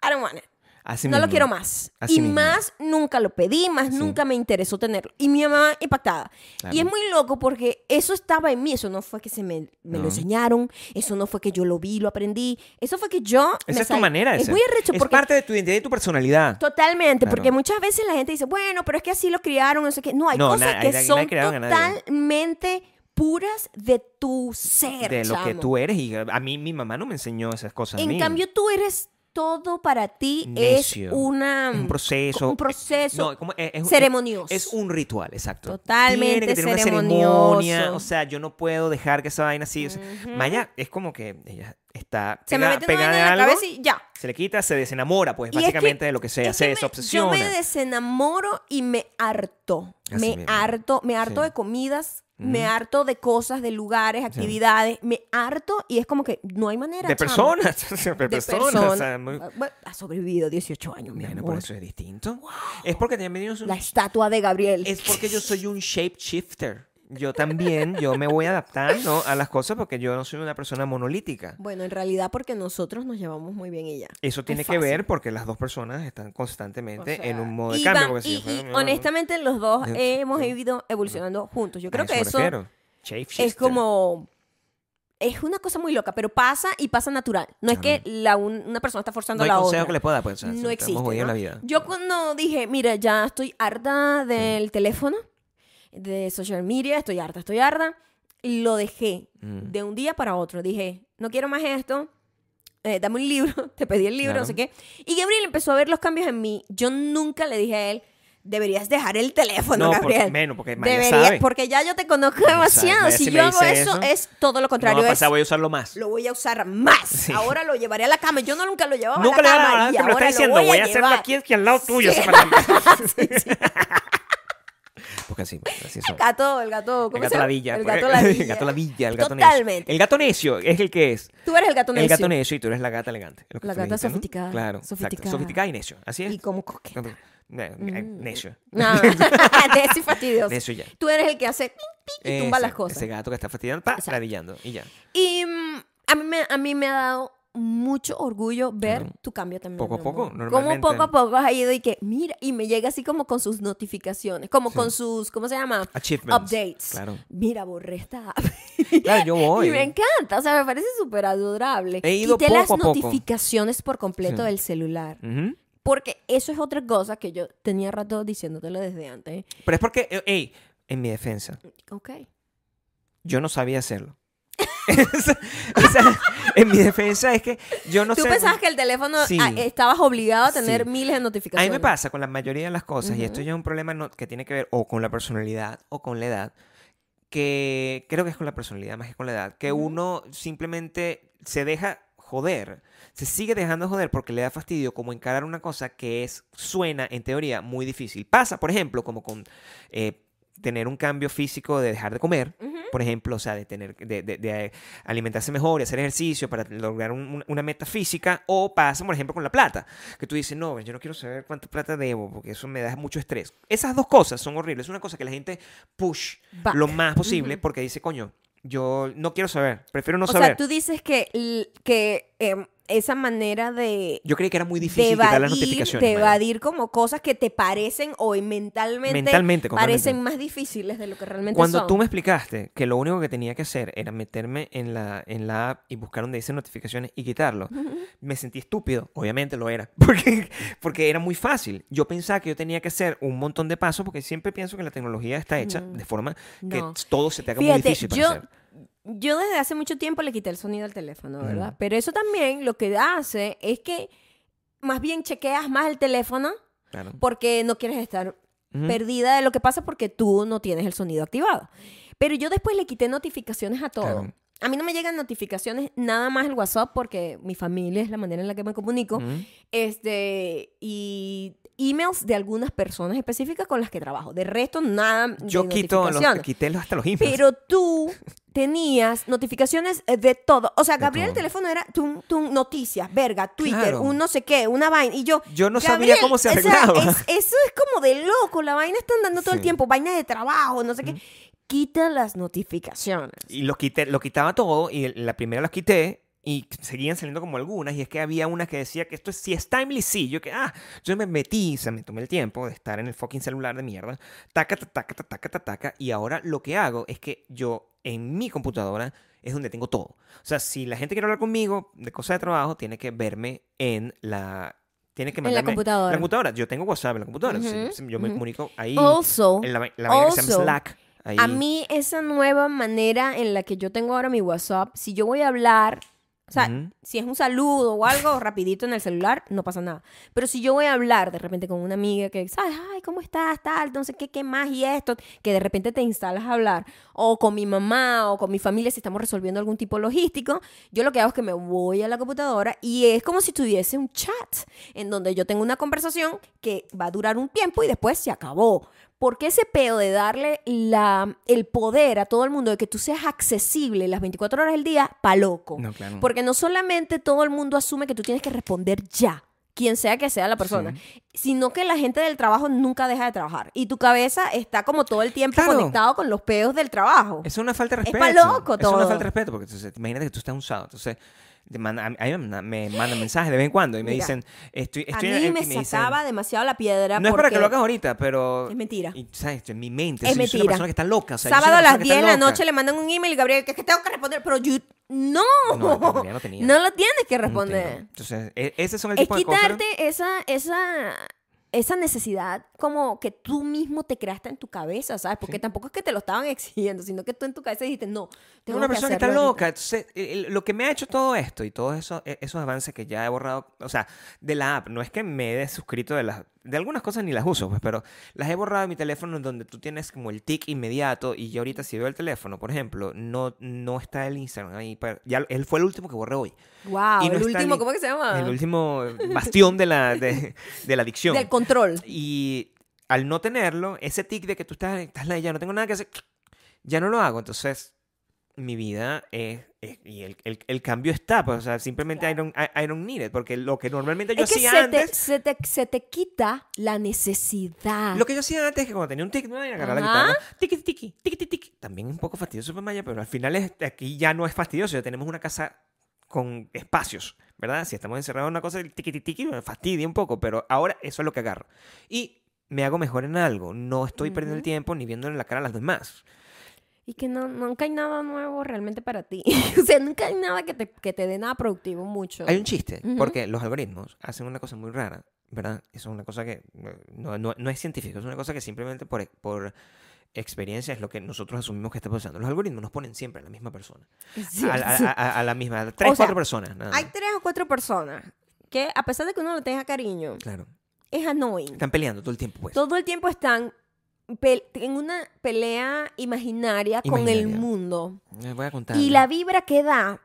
Speaker 1: I don't want it.
Speaker 2: Así
Speaker 1: no lo
Speaker 2: mismo.
Speaker 1: quiero más.
Speaker 2: Así
Speaker 1: y
Speaker 2: mismo.
Speaker 1: más nunca lo pedí, más
Speaker 2: Sí.
Speaker 1: nunca me interesó tenerlo. Y mi mamá impactada.
Speaker 2: Claro.
Speaker 1: Y es muy loco porque eso estaba en mí, eso no fue que se me, me
Speaker 2: No.
Speaker 1: lo enseñaron, eso no fue que yo lo vi, lo aprendí, eso fue que yo...
Speaker 2: Esa
Speaker 1: me
Speaker 2: es tu
Speaker 1: sal-
Speaker 2: manera de
Speaker 1: Es
Speaker 2: ser.
Speaker 1: muy arrecho
Speaker 2: Es
Speaker 1: porque
Speaker 2: parte de tu identidad y tu personalidad.
Speaker 1: Totalmente,
Speaker 2: Claro.
Speaker 1: porque muchas veces la gente dice, bueno, pero es que así lo criaron, no sé qué. No, hay
Speaker 2: No,
Speaker 1: cosas
Speaker 2: na-
Speaker 1: que
Speaker 2: ahí nadie-
Speaker 1: son
Speaker 2: nadie criaron a nadie.
Speaker 1: totalmente puras de tu ser.
Speaker 2: de lo que
Speaker 1: chamo.
Speaker 2: tú eres. Y a mí, mi mamá no me enseñó esas cosas. a
Speaker 1: En
Speaker 2: mí.
Speaker 1: cambio, tú eres todo para ti,
Speaker 2: Necio.
Speaker 1: es una,
Speaker 2: Es un proceso.
Speaker 1: un proceso
Speaker 2: No, como- eh, es- es-
Speaker 1: ceremonioso.
Speaker 2: Es un ritual, exacto.
Speaker 1: Totalmente
Speaker 2: Tiene que tener una
Speaker 1: ceremonioso.
Speaker 2: ceremonia. O sea, yo no puedo dejar que esa vaina así. o sea,
Speaker 1: Ujú.
Speaker 2: Maya es como que ella está
Speaker 1: se me
Speaker 2: pega-
Speaker 1: mete una
Speaker 2: pegada
Speaker 1: vaina en la
Speaker 2: a algo.
Speaker 1: cabeza y ya.
Speaker 2: Se le quita, se desenamora, pues,
Speaker 1: Y es que-
Speaker 2: básicamente de lo que sea.
Speaker 1: Es que
Speaker 2: Se
Speaker 1: me-
Speaker 2: desobsesiona.
Speaker 1: Yo me desenamoro y me harto.
Speaker 2: Así
Speaker 1: me
Speaker 2: mismo.
Speaker 1: harto, me harto
Speaker 2: Sí.
Speaker 1: de comidas,
Speaker 2: Ujú.
Speaker 1: me harto de cosas, de lugares, actividades, me harto y es como que no hay manera.
Speaker 2: de
Speaker 1: chamo.
Speaker 2: personas. de personas. o sea,
Speaker 1: persona.
Speaker 2: muy-
Speaker 1: Bueno, Ha sobrevivido 18 años, mi
Speaker 2: Bueno,
Speaker 1: amor.
Speaker 2: por eso es distinto. Es porque también yo soy un
Speaker 1: Ah, La estatua de Gabriel.
Speaker 2: Es porque yo soy un shapeshifter. Yo también, yo me voy adaptando a las cosas porque yo no soy una persona monolítica.
Speaker 1: Bueno, en realidad porque nosotros nos llevamos muy bien y ya.
Speaker 2: Eso tiene
Speaker 1: Es
Speaker 2: que
Speaker 1: fácil.
Speaker 2: ver porque las dos personas están constantemente
Speaker 1: O sea,
Speaker 2: en un modo
Speaker 1: y
Speaker 2: de cambio.
Speaker 1: van-
Speaker 2: porque si
Speaker 1: y-
Speaker 2: fuera-
Speaker 1: y honestamente los dos
Speaker 2: Sí,
Speaker 1: hemos
Speaker 2: sí.
Speaker 1: ido evolucionando juntos. Yo creo
Speaker 2: A
Speaker 1: que
Speaker 2: me
Speaker 1: eso
Speaker 2: refiero.
Speaker 1: es
Speaker 2: Shapeshifter.
Speaker 1: como es una cosa muy loca, pero pasa y pasa natural. No es que la un- una persona está forzando
Speaker 2: No hay
Speaker 1: a la
Speaker 2: consejo
Speaker 1: otra.
Speaker 2: que le pueda, pues. o sea,
Speaker 1: no
Speaker 2: estamos
Speaker 1: existe.
Speaker 2: jodidos en
Speaker 1: ¿no?
Speaker 2: la vida.
Speaker 1: Yo cuando dije, mira, ya estoy harta
Speaker 2: Mm.
Speaker 1: del teléfono, de social media, estoy harta, estoy harta, lo dejé
Speaker 2: Mm.
Speaker 1: de un día para otro. Dije, no quiero más esto, eh, dame un libro, te pedí el libro, no sé qué. Y Gabriel empezó a ver los cambios en mí. Yo nunca le dije a él, deberías dejar el teléfono,
Speaker 2: No, porque-
Speaker 1: Gabriel.
Speaker 2: menos, porque Maya
Speaker 1: Debería-
Speaker 2: sabe.
Speaker 1: porque ya yo te conozco
Speaker 2: sabe,
Speaker 1: demasiado.
Speaker 2: Maya
Speaker 1: Si
Speaker 2: si me
Speaker 1: yo hago
Speaker 2: dice
Speaker 1: eso,
Speaker 2: eso,
Speaker 1: es todo lo
Speaker 2: No
Speaker 1: contrario.
Speaker 2: va a
Speaker 1: es-
Speaker 2: pasar, voy a usarlo más.
Speaker 1: lo voy a usar más. Ahora lo llevaré a la cama. Yo no nunca lo llevaba
Speaker 2: Nunca
Speaker 1: a
Speaker 2: le
Speaker 1: la
Speaker 2: da
Speaker 1: cama.
Speaker 2: la
Speaker 1: y
Speaker 2: gana, me lo
Speaker 1: ahora
Speaker 2: está diciendo.
Speaker 1: lo
Speaker 2: Voy,
Speaker 1: voy,
Speaker 2: a hacerlo
Speaker 1: llevar.
Speaker 2: aquí, aquí al lado tuyo.
Speaker 1: Sí.
Speaker 2: esa palabra. Porque así, pues, así son.
Speaker 1: El gato, el gato. ¿cómo se
Speaker 2: El gato
Speaker 1: llama?
Speaker 2: ladilla.
Speaker 1: El
Speaker 2: porque-
Speaker 1: gato ladilla.
Speaker 2: El gato ladilla, el gato
Speaker 1: Totalmente.
Speaker 2: necio. El gato necio es el que es.
Speaker 1: Tú eres el gato necio.
Speaker 2: El gato necio y tú eres la gata elegante. lo que
Speaker 1: La
Speaker 2: tú
Speaker 1: gata
Speaker 2: dijiste, ¿no?
Speaker 1: sofisticada,
Speaker 2: Claro. exacto,
Speaker 1: sofisticada.
Speaker 2: Sofisticada y necio. Así es.
Speaker 1: Y como coqueta.
Speaker 2: Ne- ne-
Speaker 1: Mm,
Speaker 2: Necio.
Speaker 1: No, necio y fastidioso.
Speaker 2: Necio ya.
Speaker 1: Tú eres el que hace ping, ping y tumba
Speaker 2: Ese-
Speaker 1: las cosas.
Speaker 2: Ese gato que está fastidiando, pa, ladillando. Y ya.
Speaker 1: Y mm, a, mí me, a mí me ha dado mucho orgullo ver
Speaker 2: Claro.
Speaker 1: tu cambio también.
Speaker 2: Mm. Poco a
Speaker 1: mi
Speaker 2: poco,
Speaker 1: amor. Como
Speaker 2: normalmente.
Speaker 1: poco a poco has ido y que, mira, y me llega así como con sus notificaciones, como con sus, ¿cómo se llama?
Speaker 2: Achievements.
Speaker 1: Updates.
Speaker 2: Claro.
Speaker 1: Mira, borré esta app.
Speaker 2: Claro, yo voy.
Speaker 1: Y me encanta, o sea, me parece súper adorable.
Speaker 2: He ido
Speaker 1: Quité
Speaker 2: poco
Speaker 1: las
Speaker 2: a poco.
Speaker 1: notificaciones por completo
Speaker 2: Sí.
Speaker 1: del celular.
Speaker 2: Ujú.
Speaker 1: Porque eso es otra cosa que yo tenía rato diciéndotelo desde antes.
Speaker 2: Pero es porque, eh, ey, en mi defensa,
Speaker 1: Ok.
Speaker 2: yo no sabía hacerlo. Esa- esa- en mi defensa es que yo no
Speaker 1: Tú
Speaker 2: sé.
Speaker 1: pensabas que el teléfono
Speaker 2: Sí.
Speaker 1: ah, estabas obligado a tener
Speaker 2: Sí.
Speaker 1: miles de
Speaker 2: A
Speaker 1: notificaciones.
Speaker 2: mí me pasa con la mayoría de las cosas, y esto ya es un problema no- que tiene que ver o con la personalidad o con la edad, que creo que es con la personalidad más que con la edad, que
Speaker 1: Ujú.
Speaker 2: uno simplemente se deja joder, se sigue dejando joder porque le da fastidio como encarar una cosa que es, suena en teoría muy difícil. Pasa, por ejemplo, como con eh, tener un cambio físico de dejar de comer,
Speaker 1: Ujú.
Speaker 2: por ejemplo, o sea, de tener de, de- de alimentarse mejor y hacer ejercicio para lograr un- un- una meta física, o pasa, por ejemplo, con la plata, que tú dices, no, yo no quiero saber cuánta plata debo, porque eso me da mucho estrés. Esas dos cosas son horribles, es una cosa que la gente push
Speaker 1: Back.
Speaker 2: lo más posible
Speaker 1: Ujú.
Speaker 2: porque dice, coño, yo no quiero saber, prefiero no
Speaker 1: o
Speaker 2: saber.
Speaker 1: sea, tú dices que, l- que em, esa manera de,
Speaker 2: Yo creí que era muy
Speaker 1: de
Speaker 2: difícil quitar
Speaker 1: evadir,
Speaker 2: las notificaciones.
Speaker 1: de
Speaker 2: Maya.
Speaker 1: evadir como cosas que te parecen hoy mentalmente,
Speaker 2: Mentalmente, completamente.
Speaker 1: parecen más difíciles de lo que realmente
Speaker 2: Cuando
Speaker 1: son.
Speaker 2: tú me explicaste que lo único que tenía que hacer era meterme en la, en la app y buscar donde dice notificaciones y quitarlo, me sentí estúpido. Obviamente lo era, porque, porque era muy fácil. Yo pensaba que yo tenía que hacer un montón de pasos, porque siempre pienso que la tecnología está hecha de forma que
Speaker 1: No.
Speaker 2: todo se te haga muy
Speaker 1: Fíjate,
Speaker 2: difícil para
Speaker 1: yo,
Speaker 2: hacer.
Speaker 1: yo desde hace mucho tiempo le quité el sonido al teléfono, ¿verdad? Pero eso también lo que hace es que más bien chequeas más el teléfono
Speaker 2: Claro.
Speaker 1: porque no quieres estar
Speaker 2: Ujú.
Speaker 1: perdida de lo que pasa porque tú no tienes el sonido activado. Pero yo después le quité notificaciones a todo.
Speaker 2: Claro.
Speaker 1: A mí no me llegan notificaciones nada más el WhatsApp porque mi familia es la manera en la que me comunico.
Speaker 2: Ujú.
Speaker 1: Este, y emails de algunas personas específicas con las que trabajo. De resto, nada. de
Speaker 2: Yo quito los,
Speaker 1: notificaciones.
Speaker 2: quité los- hasta los emails.
Speaker 1: Pero tú tenías notificaciones eh, de todo. O sea,
Speaker 2: De
Speaker 1: Gabriel, el
Speaker 2: todo.
Speaker 1: teléfono era tum, tum, noticias, verga, Twitter,
Speaker 2: Claro.
Speaker 1: un no sé qué, una vaina. Y yo.
Speaker 2: Yo no
Speaker 1: Gabriel,
Speaker 2: sabía cómo se
Speaker 1: o sea,
Speaker 2: arreglaba.
Speaker 1: es- eso es como de loco. La vaina están dando todo el
Speaker 2: Sí.
Speaker 1: tiempo, vaina de trabajo, no sé qué. Quita las notificaciones.
Speaker 2: Y los quité, lo quitaba todo y la primera los quité y seguían saliendo como algunas y es que había unas que decía que esto es, si es timely, sí. Yo que, ah, yo me metí, o sea, me tomé el tiempo de estar en el fucking celular de mierda, taca, ta, taca, ta, taca, ta, taca, y ahora lo que hago es que yo en mi computadora es donde tengo todo. O sea, si la gente quiere hablar conmigo de cosas de trabajo, tiene que verme en la... Tiene que
Speaker 1: En la
Speaker 2: mandarme-
Speaker 1: computadora.
Speaker 2: La computadora. Yo tengo WhatsApp en la computadora. si-
Speaker 1: Ujú,
Speaker 2: si yo me
Speaker 1: ujú.
Speaker 2: comunico ahí.
Speaker 1: Also,
Speaker 2: en la, va- la vaina que se llama
Speaker 1: also,
Speaker 2: Slack. Ahí.
Speaker 1: a mí esa nueva manera en la que yo tengo ahora mi WhatsApp, si yo voy a hablar, o sea,
Speaker 2: Ujú.
Speaker 1: si es un saludo o algo rapidito en el celular, no pasa nada. Pero si yo voy a hablar de repente con una amiga que, ¿sabes? Ay, ¿cómo estás? Tal, no sé qué, qué más y esto, que de repente te instalas a hablar, o con mi mamá o con mi familia si estamos resolviendo algún tipo logístico, yo lo que hago es que me voy a la computadora y es como si tuviese un chat en donde yo tengo una conversación que va a durar un tiempo y después se acabó. Porque ese peo de darle la, el poder a todo el mundo de que tú seas accesible las 24 horas del día, pa' loco.
Speaker 2: No, claro.
Speaker 1: Porque no solamente todo el mundo asume que tú tienes que responder ya, quien sea que sea la persona, sino que la gente del trabajo nunca deja de trabajar. Y tu cabeza está como todo el tiempo
Speaker 2: Claro.
Speaker 1: conectado con los peos del trabajo.
Speaker 2: Es una falta de
Speaker 1: Es
Speaker 2: respeto.
Speaker 1: pa' loco
Speaker 2: Es una
Speaker 1: todo.
Speaker 2: falta de respeto, porque entonces, imagínate que tú estás usado. Entonces, te manda- a mí me manda- me mandan mensajes de vez en cuando y me
Speaker 1: Mira,
Speaker 2: dicen, estoy,
Speaker 1: a
Speaker 2: estoy en-
Speaker 1: mí
Speaker 2: y
Speaker 1: me
Speaker 2: dicen,
Speaker 1: sacaba demasiado la piedra.
Speaker 2: No es para que
Speaker 1: porque
Speaker 2: lo hagas ahorita, pero.
Speaker 1: Es mentira.
Speaker 2: Y, ¿sabes? En mi mente.
Speaker 1: Es
Speaker 2: soy- soy una
Speaker 1: mentira.
Speaker 2: persona que está loca. o sea, yo soy
Speaker 1: Sábado
Speaker 2: una
Speaker 1: a las
Speaker 2: persona que
Speaker 1: 10
Speaker 2: está
Speaker 1: de la
Speaker 2: loca.
Speaker 1: noche le mandan un email, Gabriel, que es que tengo que responder, pero yo no.
Speaker 2: No, pero ya lo tenía.
Speaker 1: No lo tienes que
Speaker 2: No tengo.
Speaker 1: responder.
Speaker 2: Entonces, e- esos son el
Speaker 1: Es
Speaker 2: tipo de cosas.
Speaker 1: quitarte esa, esa, esa necesidad como que tú mismo te creaste en tu cabeza, ¿sabes? Porque tampoco es que te lo estaban exigiendo, sino que tú en tu cabeza dijiste, no,
Speaker 2: Es
Speaker 1: tengo
Speaker 2: una
Speaker 1: que
Speaker 2: persona que está
Speaker 1: hacerlo ahorita".
Speaker 2: loca. Entonces, el- el- lo que me ha hecho todo esto y todos esos, e- esos avances que ya he borrado, o sea, de la app, no es que me he desuscrito de las. De algunas cosas ni las uso, pues, pero las he borrado de mi teléfono donde tú tienes como el tic inmediato y yo ahorita si veo el teléfono, por ejemplo, no, no está el Instagram ahí. pero ya él fue el último que borré hoy.
Speaker 1: Wow,
Speaker 2: Y
Speaker 1: el
Speaker 2: no está
Speaker 1: último,
Speaker 2: ni-
Speaker 1: ¿cómo que se llama?
Speaker 2: El último bastión de la, de, de la adicción.
Speaker 1: Del control.
Speaker 2: Y al no tenerlo, ese tic de que tú estás, estás la ya no tengo nada que hacer, ya no lo hago. Entonces, mi vida es. es- y el, el- el cambio está, pues, o sea, simplemente I, don't, I- I don't need it, porque lo que normalmente yo
Speaker 1: es que
Speaker 2: hacía
Speaker 1: se te,
Speaker 2: antes.
Speaker 1: se, te, se te quita la necesidad.
Speaker 2: Lo que yo hacía antes es que cuando tenía un tic, no, agarrar la
Speaker 1: Ajá.
Speaker 2: guitarra, tiki, tiki, tiki, tiki. También un poco fastidioso para Maya, pero al final es- aquí ya no es fastidioso, ya tenemos una casa con espacios, ¿verdad? Si estamos encerrados en una cosa, el tiki, tiki, me fastidia un poco, pero ahora eso es lo que agarro. Y me hago mejor en algo, no estoy perdiendo el
Speaker 1: Ujú.
Speaker 2: tiempo ni viéndole la cara a las demás.
Speaker 1: Y que no, nunca hay nada nuevo realmente para ti. o sea, nunca hay nada que te, que te dé nada productivo mucho.
Speaker 2: Hay un chiste,
Speaker 1: Ujú.
Speaker 2: porque los algoritmos hacen una cosa muy rara, ¿verdad? Eso es una cosa que eh, no, no- no es científico, es una cosa que simplemente por, por experiencia es lo que nosotros asumimos que está pasando. Los algoritmos nos ponen siempre a la misma persona.
Speaker 1: Sí,
Speaker 2: a, la-
Speaker 1: sí.
Speaker 2: a- a- a la misma, a tres,
Speaker 1: O sea,
Speaker 2: cuatro personas. nada
Speaker 1: Hay
Speaker 2: más.
Speaker 1: tres o cuatro personas que, a pesar de que uno le tenga cariño,
Speaker 2: Claro.
Speaker 1: es annoying.
Speaker 2: Están peleando todo el tiempo, pues.
Speaker 1: Todo el tiempo están pe- en una pelea imaginaria, con el
Speaker 2: Imaginaria.
Speaker 1: mundo.
Speaker 2: Les voy a contar.
Speaker 1: Y la vibra que da,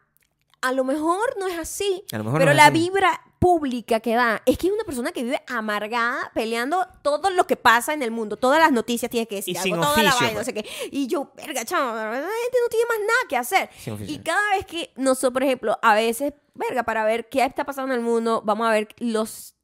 Speaker 1: a lo mejor no es así,
Speaker 2: A lo mejor
Speaker 1: pero
Speaker 2: no es
Speaker 1: la
Speaker 2: así.
Speaker 1: vibra pública que da es que es una persona que vive amargada peleando todo lo que pasa en el mundo, todas las noticias tiene que decir
Speaker 2: Y
Speaker 1: algo,
Speaker 2: sin
Speaker 1: toda la
Speaker 2: oficio,
Speaker 1: vaina, no
Speaker 2: pues.
Speaker 1: sé qué. Y yo, verga, chamo, la gente no tiene más nada que hacer.
Speaker 2: Sí,
Speaker 1: Y
Speaker 2: oficial.
Speaker 1: cada vez que nosotros, por ejemplo, a veces, verga, para ver qué está pasando en el mundo, vamos a ver los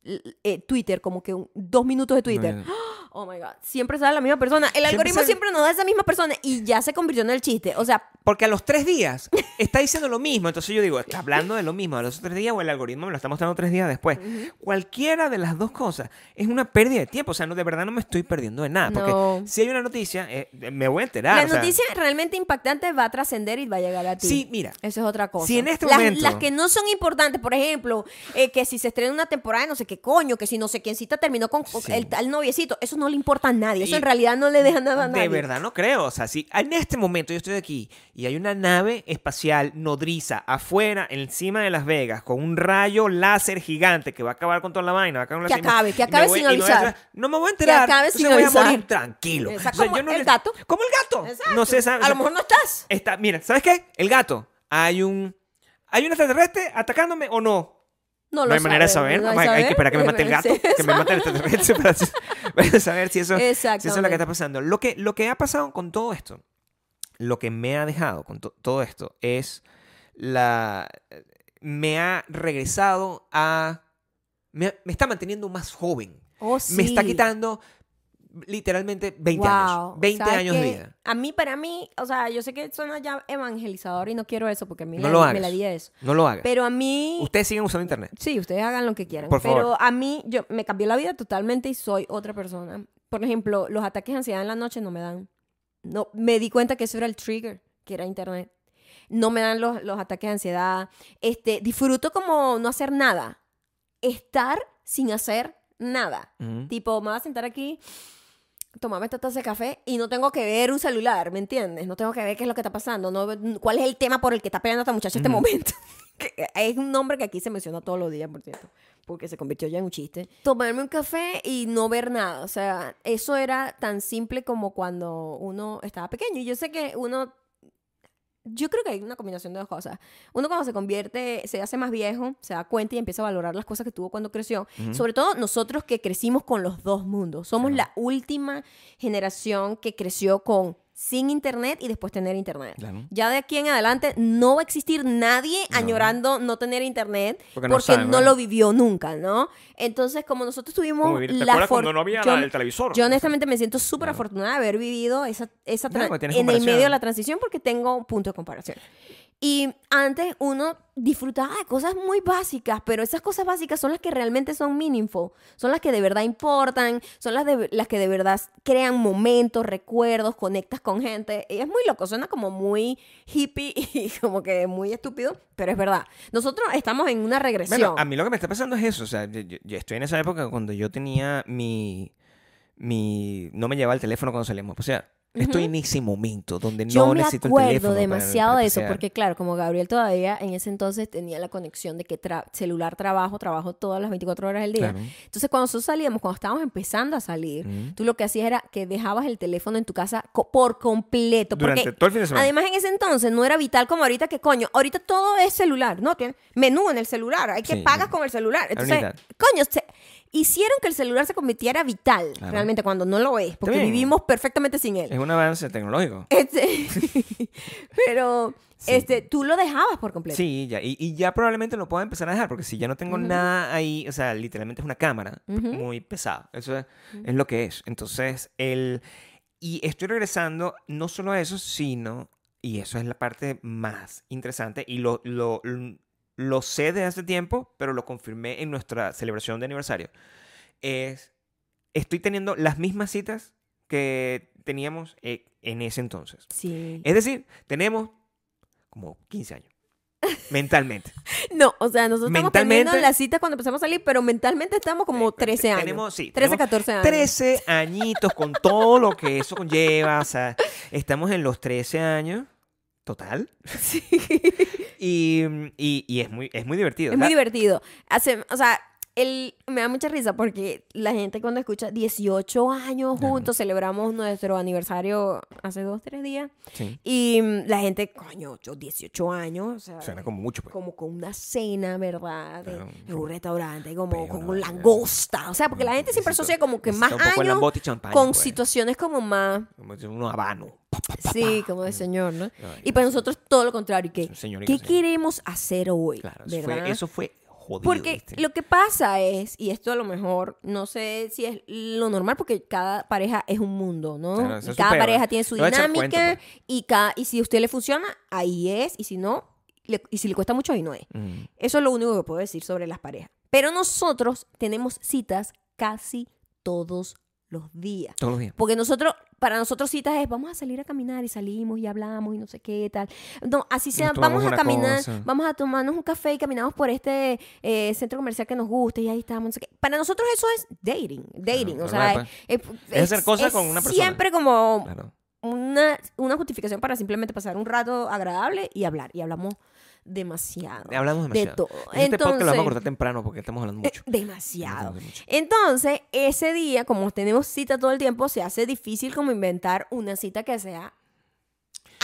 Speaker 1: eh, Twitter, como que un- dos minutos de Twitter.
Speaker 2: No, no,
Speaker 1: Oh my God, siempre sale la misma persona. El algoritmo
Speaker 2: sale-
Speaker 1: siempre nos da esa misma persona y ya se convirtió en el chiste. O sea,
Speaker 2: Porque a los tres días está diciendo lo mismo. Entonces yo digo, está hablando de lo mismo a los tres días o el algoritmo me lo está mostrando tres días después. Cualquiera de las dos cosas es una pérdida de tiempo. O sea, no, de verdad no me estoy perdiendo de nada.
Speaker 1: No.
Speaker 2: Porque si hay una noticia, eh, me voy a enterar.
Speaker 1: la
Speaker 2: o sea,
Speaker 1: noticia realmente impactante va a trascender y va a llegar a ti.
Speaker 2: Sí, mira.
Speaker 1: Eso es otra cosa.
Speaker 2: Si en este
Speaker 1: las,
Speaker 2: momento-
Speaker 1: Las que no son importantes, por ejemplo, eh, que si se estrena una temporada de no sé qué coño, que si no sé quiéncita terminó con con
Speaker 2: Sí.
Speaker 1: el tal noviecito, eso no le importa a nadie. Eso
Speaker 2: Y
Speaker 1: en realidad no le deja nada a nadie.
Speaker 2: De verdad no creo. O sea, si en este momento yo estoy aquí y hay una nave espacial nodriza afuera, encima de Las Vegas, con un rayo láser gigante que va a acabar con toda la vaina, va a acabar con
Speaker 1: Que
Speaker 2: la cima,
Speaker 1: acabe, que
Speaker 2: y me
Speaker 1: acabe
Speaker 2: voy-
Speaker 1: sin
Speaker 2: y me voy a
Speaker 1: avisar.
Speaker 2: enterar. no me voy a enterar.
Speaker 1: acabe
Speaker 2: entonces
Speaker 1: sin
Speaker 2: voy
Speaker 1: avisar.
Speaker 2: a morir tranquilo.
Speaker 1: Exacto, como
Speaker 2: yo no
Speaker 1: el
Speaker 2: le-
Speaker 1: gato.
Speaker 2: Como el gato.
Speaker 1: Exacto.
Speaker 2: No sé, ¿sabes?
Speaker 1: A lo mejor no estás.
Speaker 2: Está, mira, ¿sabes qué? El gato. Hay un. ¿Hay un extraterrestre atacándome o no?
Speaker 1: No, lo
Speaker 2: No hay manera de
Speaker 1: sabemos,
Speaker 2: saber.
Speaker 1: no
Speaker 2: Hay, hay que esperar que me
Speaker 1: saber.
Speaker 2: mate el gato, que me mate el extraterrestre para, para saber si eso, si eso es lo que está pasando. Lo que, lo que ha pasado con todo esto, lo que me ha dejado con to- todo esto es la... Me ha regresado a... Me, me está manteniendo más joven.
Speaker 1: Oh, sí.
Speaker 2: Me está quitando literalmente 20 años.
Speaker 1: Wow,
Speaker 2: 20
Speaker 1: ¿sabes
Speaker 2: años de
Speaker 1: qué?
Speaker 2: vida.
Speaker 1: A mí, para mí, o sea, yo sé que suena ya evangelizador y no quiero eso porque a mí
Speaker 2: No
Speaker 1: la-
Speaker 2: lo
Speaker 1: me
Speaker 2: hagas.
Speaker 1: la di eso.
Speaker 2: No lo hagas.
Speaker 1: Pero a mí,
Speaker 2: Ustedes siguen usando internet.
Speaker 1: sí, ustedes hagan lo que quieran.
Speaker 2: Por favor.
Speaker 1: Pero a mí, yo me cambió la vida totalmente y soy otra persona. Por ejemplo, los ataques de ansiedad en la noche no me dan. No, me di cuenta que eso era el trigger, que era internet. No me dan los, los ataques de ansiedad. Este, disfruto como no hacer nada. Estar sin hacer nada.
Speaker 2: Ujú.
Speaker 1: Tipo, me voy a sentar aquí, tomarme esta taza de café y no tengo que ver un celular, ¿me entiendes? No tengo que ver qué es lo que está pasando, no, cuál es el tema por el que está peleando esta muchacha en este
Speaker 2: Ujú.
Speaker 1: momento. Que eh, es un nombre que aquí se menciona todos los días, por cierto, porque se convirtió ya en un chiste. Tomarme un café y no ver nada, o sea, eso era tan simple como cuando uno estaba pequeño. Y yo sé que uno... Yo creo que hay una combinación de dos cosas. Uno cuando se convierte, se hace más viejo, se da cuenta y empieza a valorar las cosas que tuvo cuando creció.
Speaker 2: Ujú.
Speaker 1: Sobre todo nosotros que crecimos con los dos mundos. Somos
Speaker 2: Claro.
Speaker 1: la última generación que creció con sin internet y después tener internet.
Speaker 2: Claro.
Speaker 1: Ya de aquí en adelante no va a existir nadie añorando no tener internet porque
Speaker 2: Porque no
Speaker 1: no,
Speaker 2: sabe, ¿verdad?
Speaker 1: lo vivió nunca, ¿no? Entonces, como nosotros
Speaker 2: Como
Speaker 1: tuvimos
Speaker 2: vivir- ¿Te
Speaker 1: la
Speaker 2: acuerdas
Speaker 1: for-
Speaker 2: cuando no había
Speaker 1: yo-
Speaker 2: la- el televisor?
Speaker 1: Yo honestamente me siento súper afortunada de haber vivido esa, esa
Speaker 2: Claro,
Speaker 1: tra-
Speaker 2: porque tienes
Speaker 1: en el
Speaker 2: comparación.
Speaker 1: medio de la transición porque tengo un punto de comparación. Y antes uno disfrutaba de cosas muy básicas, pero esas cosas básicas son las que realmente son meaningful, son las que de verdad importan, son las, de- las que de verdad crean momentos, recuerdos, conectas con gente. Y es muy loco, suena como muy hippie y como que muy estúpido, pero es verdad. Nosotros estamos en una regresión.
Speaker 2: Bueno, a mí lo que me está pasando es eso. O sea, yo, yo- yo estoy en esa época cuando yo tenía mi. mi no me llevaba el teléfono cuando salíamos a pasear. Estoy en ese momento donde
Speaker 1: Yo
Speaker 2: no
Speaker 1: me
Speaker 2: necesito el
Speaker 1: acuerdo
Speaker 2: teléfono. para-
Speaker 1: demasiado
Speaker 2: para
Speaker 1: de eso,
Speaker 2: pasear.
Speaker 1: porque claro, como Gabriel todavía en ese entonces tenía la conexión de que tra- celular trabajo, trabajo todas las 24 horas del día.
Speaker 2: Claro. Mm.
Speaker 1: Entonces cuando nosotros salíamos, cuando estábamos empezando a salir,
Speaker 2: Ujú.
Speaker 1: tú lo que hacías era que dejabas el teléfono en tu casa co- por completo.
Speaker 2: Durante
Speaker 1: porque
Speaker 2: todo el fin de semana.
Speaker 1: Además en ese entonces no era vital como ahorita que coño, ahorita todo es celular, ¿no? Tienes menú en el celular, hay que
Speaker 2: Sí,
Speaker 1: pagas
Speaker 2: no.
Speaker 1: con el celular.
Speaker 2: don't
Speaker 1: Entonces,
Speaker 2: need that.
Speaker 1: coño, se- hicieron que el celular se convirtiera vital
Speaker 2: Claro.
Speaker 1: realmente cuando no lo es, porque
Speaker 2: bien.
Speaker 1: vivimos perfectamente sin él.
Speaker 2: Es un avance tecnológico.
Speaker 1: Este, pero
Speaker 2: Sí.
Speaker 1: este, tú lo dejabas por completo.
Speaker 2: Sí, ya. Y, y ya probablemente lo pueda empezar a dejar, porque si ya no tengo nada ahí, o sea, literalmente es una cámara p-
Speaker 1: Ujú.
Speaker 2: muy pesada. Eso es, es lo que es. Entonces, el. Y estoy regresando no solo a eso, sino. Y eso es la parte más interesante. Y lo, lo, lo sé desde hace tiempo, pero lo confirmé en nuestra celebración de aniversario. Es. Estoy teniendo las mismas citas que teníamos eh, en ese entonces.
Speaker 1: Sí.
Speaker 2: Es decir, tenemos como 15 años. Mentalmente.
Speaker 1: No, o sea, nosotros estamos teniendo
Speaker 2: Mentalmente-
Speaker 1: la cita cuando empezamos a salir, pero mentalmente estamos como
Speaker 2: Eh,
Speaker 1: 13 años.
Speaker 2: Tenemos, sí,
Speaker 1: 13,
Speaker 2: tenemos
Speaker 1: 14 años.
Speaker 2: 13 añitos con todo lo que eso conlleva. O sea, estamos en los 13 años total.
Speaker 1: Sí.
Speaker 2: Y, y- y es, muy, es muy divertido.
Speaker 1: Es muy
Speaker 2: ¿verdad?
Speaker 1: divertido. Hace, o sea, el, me da mucha risa porque la gente cuando escucha 18 años
Speaker 2: Claro.
Speaker 1: juntos, celebramos nuestro aniversario hace dos, tres días.
Speaker 2: Sí.
Speaker 1: Y mm, la gente, coño, yo 18 años. O sea,
Speaker 2: Suena como mucho, pues.
Speaker 1: como con una cena, ¿verdad? De-
Speaker 2: Claro,
Speaker 1: en un restaurante, como
Speaker 2: pero
Speaker 1: con
Speaker 2: no,
Speaker 1: un
Speaker 2: ya.
Speaker 1: langosta. O sea, porque la gente siempre
Speaker 2: Necesito-
Speaker 1: asocia como que más
Speaker 2: necesito un poco de
Speaker 1: años
Speaker 2: lambote y champaña,
Speaker 1: con
Speaker 2: pues.
Speaker 1: situaciones como más...
Speaker 2: Como si Un habano. Pa, pa, pa,
Speaker 1: Sí,
Speaker 2: pa. Mm.
Speaker 1: como de señor, ¿no?
Speaker 2: Ay,
Speaker 1: Y para nosotros todo lo contrario. ¿Qué,
Speaker 2: Señor y
Speaker 1: ¿qué
Speaker 2: señor.
Speaker 1: queremos hacer hoy?
Speaker 2: Claro, eso
Speaker 1: ¿verdad?
Speaker 2: fue, eso fue jodido.
Speaker 1: Porque
Speaker 2: ¿viste?
Speaker 1: lo que pasa es, y esto a lo mejor, no sé si es lo normal, porque cada pareja es un mundo, ¿no?
Speaker 2: Claro, eso
Speaker 1: Y
Speaker 2: es
Speaker 1: cada
Speaker 2: súper-
Speaker 1: pareja tiene su
Speaker 2: le voy a echar
Speaker 1: dinámica
Speaker 2: cuento, pues.
Speaker 1: y, cada, y si a usted le funciona, ahí es, y si no, le- y si le cuesta mucho, ahí no es.
Speaker 2: Mm.
Speaker 1: Eso es lo único que puedo decir sobre las parejas. Pero nosotros tenemos citas casi todos los días.
Speaker 2: Todos los días.
Speaker 1: Porque nosotros, para nosotros citas es, vamos a salir a caminar y salimos y hablamos y no sé qué tal. No, así sea, vamos
Speaker 2: tomamos
Speaker 1: a
Speaker 2: una
Speaker 1: caminar,
Speaker 2: cosa.
Speaker 1: vamos a tomarnos un café y caminamos por este eh, centro comercial que nos gusta y ahí estamos. no sé qué. Para nosotros eso es dating, dating.
Speaker 2: Claro,
Speaker 1: o sea,
Speaker 2: normal, pues.
Speaker 1: es,
Speaker 2: Es hacer cosas con una persona.
Speaker 1: Siempre como
Speaker 2: Claro.
Speaker 1: una, una justificación para simplemente pasar un rato agradable y hablar. Y hablamos demasiado.
Speaker 2: Hablamos
Speaker 1: de
Speaker 2: demasiado.
Speaker 1: todo.
Speaker 2: Este podcast lo vamos a
Speaker 1: Entonces-
Speaker 2: cortar temprano porque estamos hablando
Speaker 1: Eh,
Speaker 2: mucho.
Speaker 1: Demasiado.
Speaker 2: Hablamos mucho.
Speaker 1: Entonces, ese día, como tenemos cita todo el tiempo, se hace difícil como inventar una cita que sea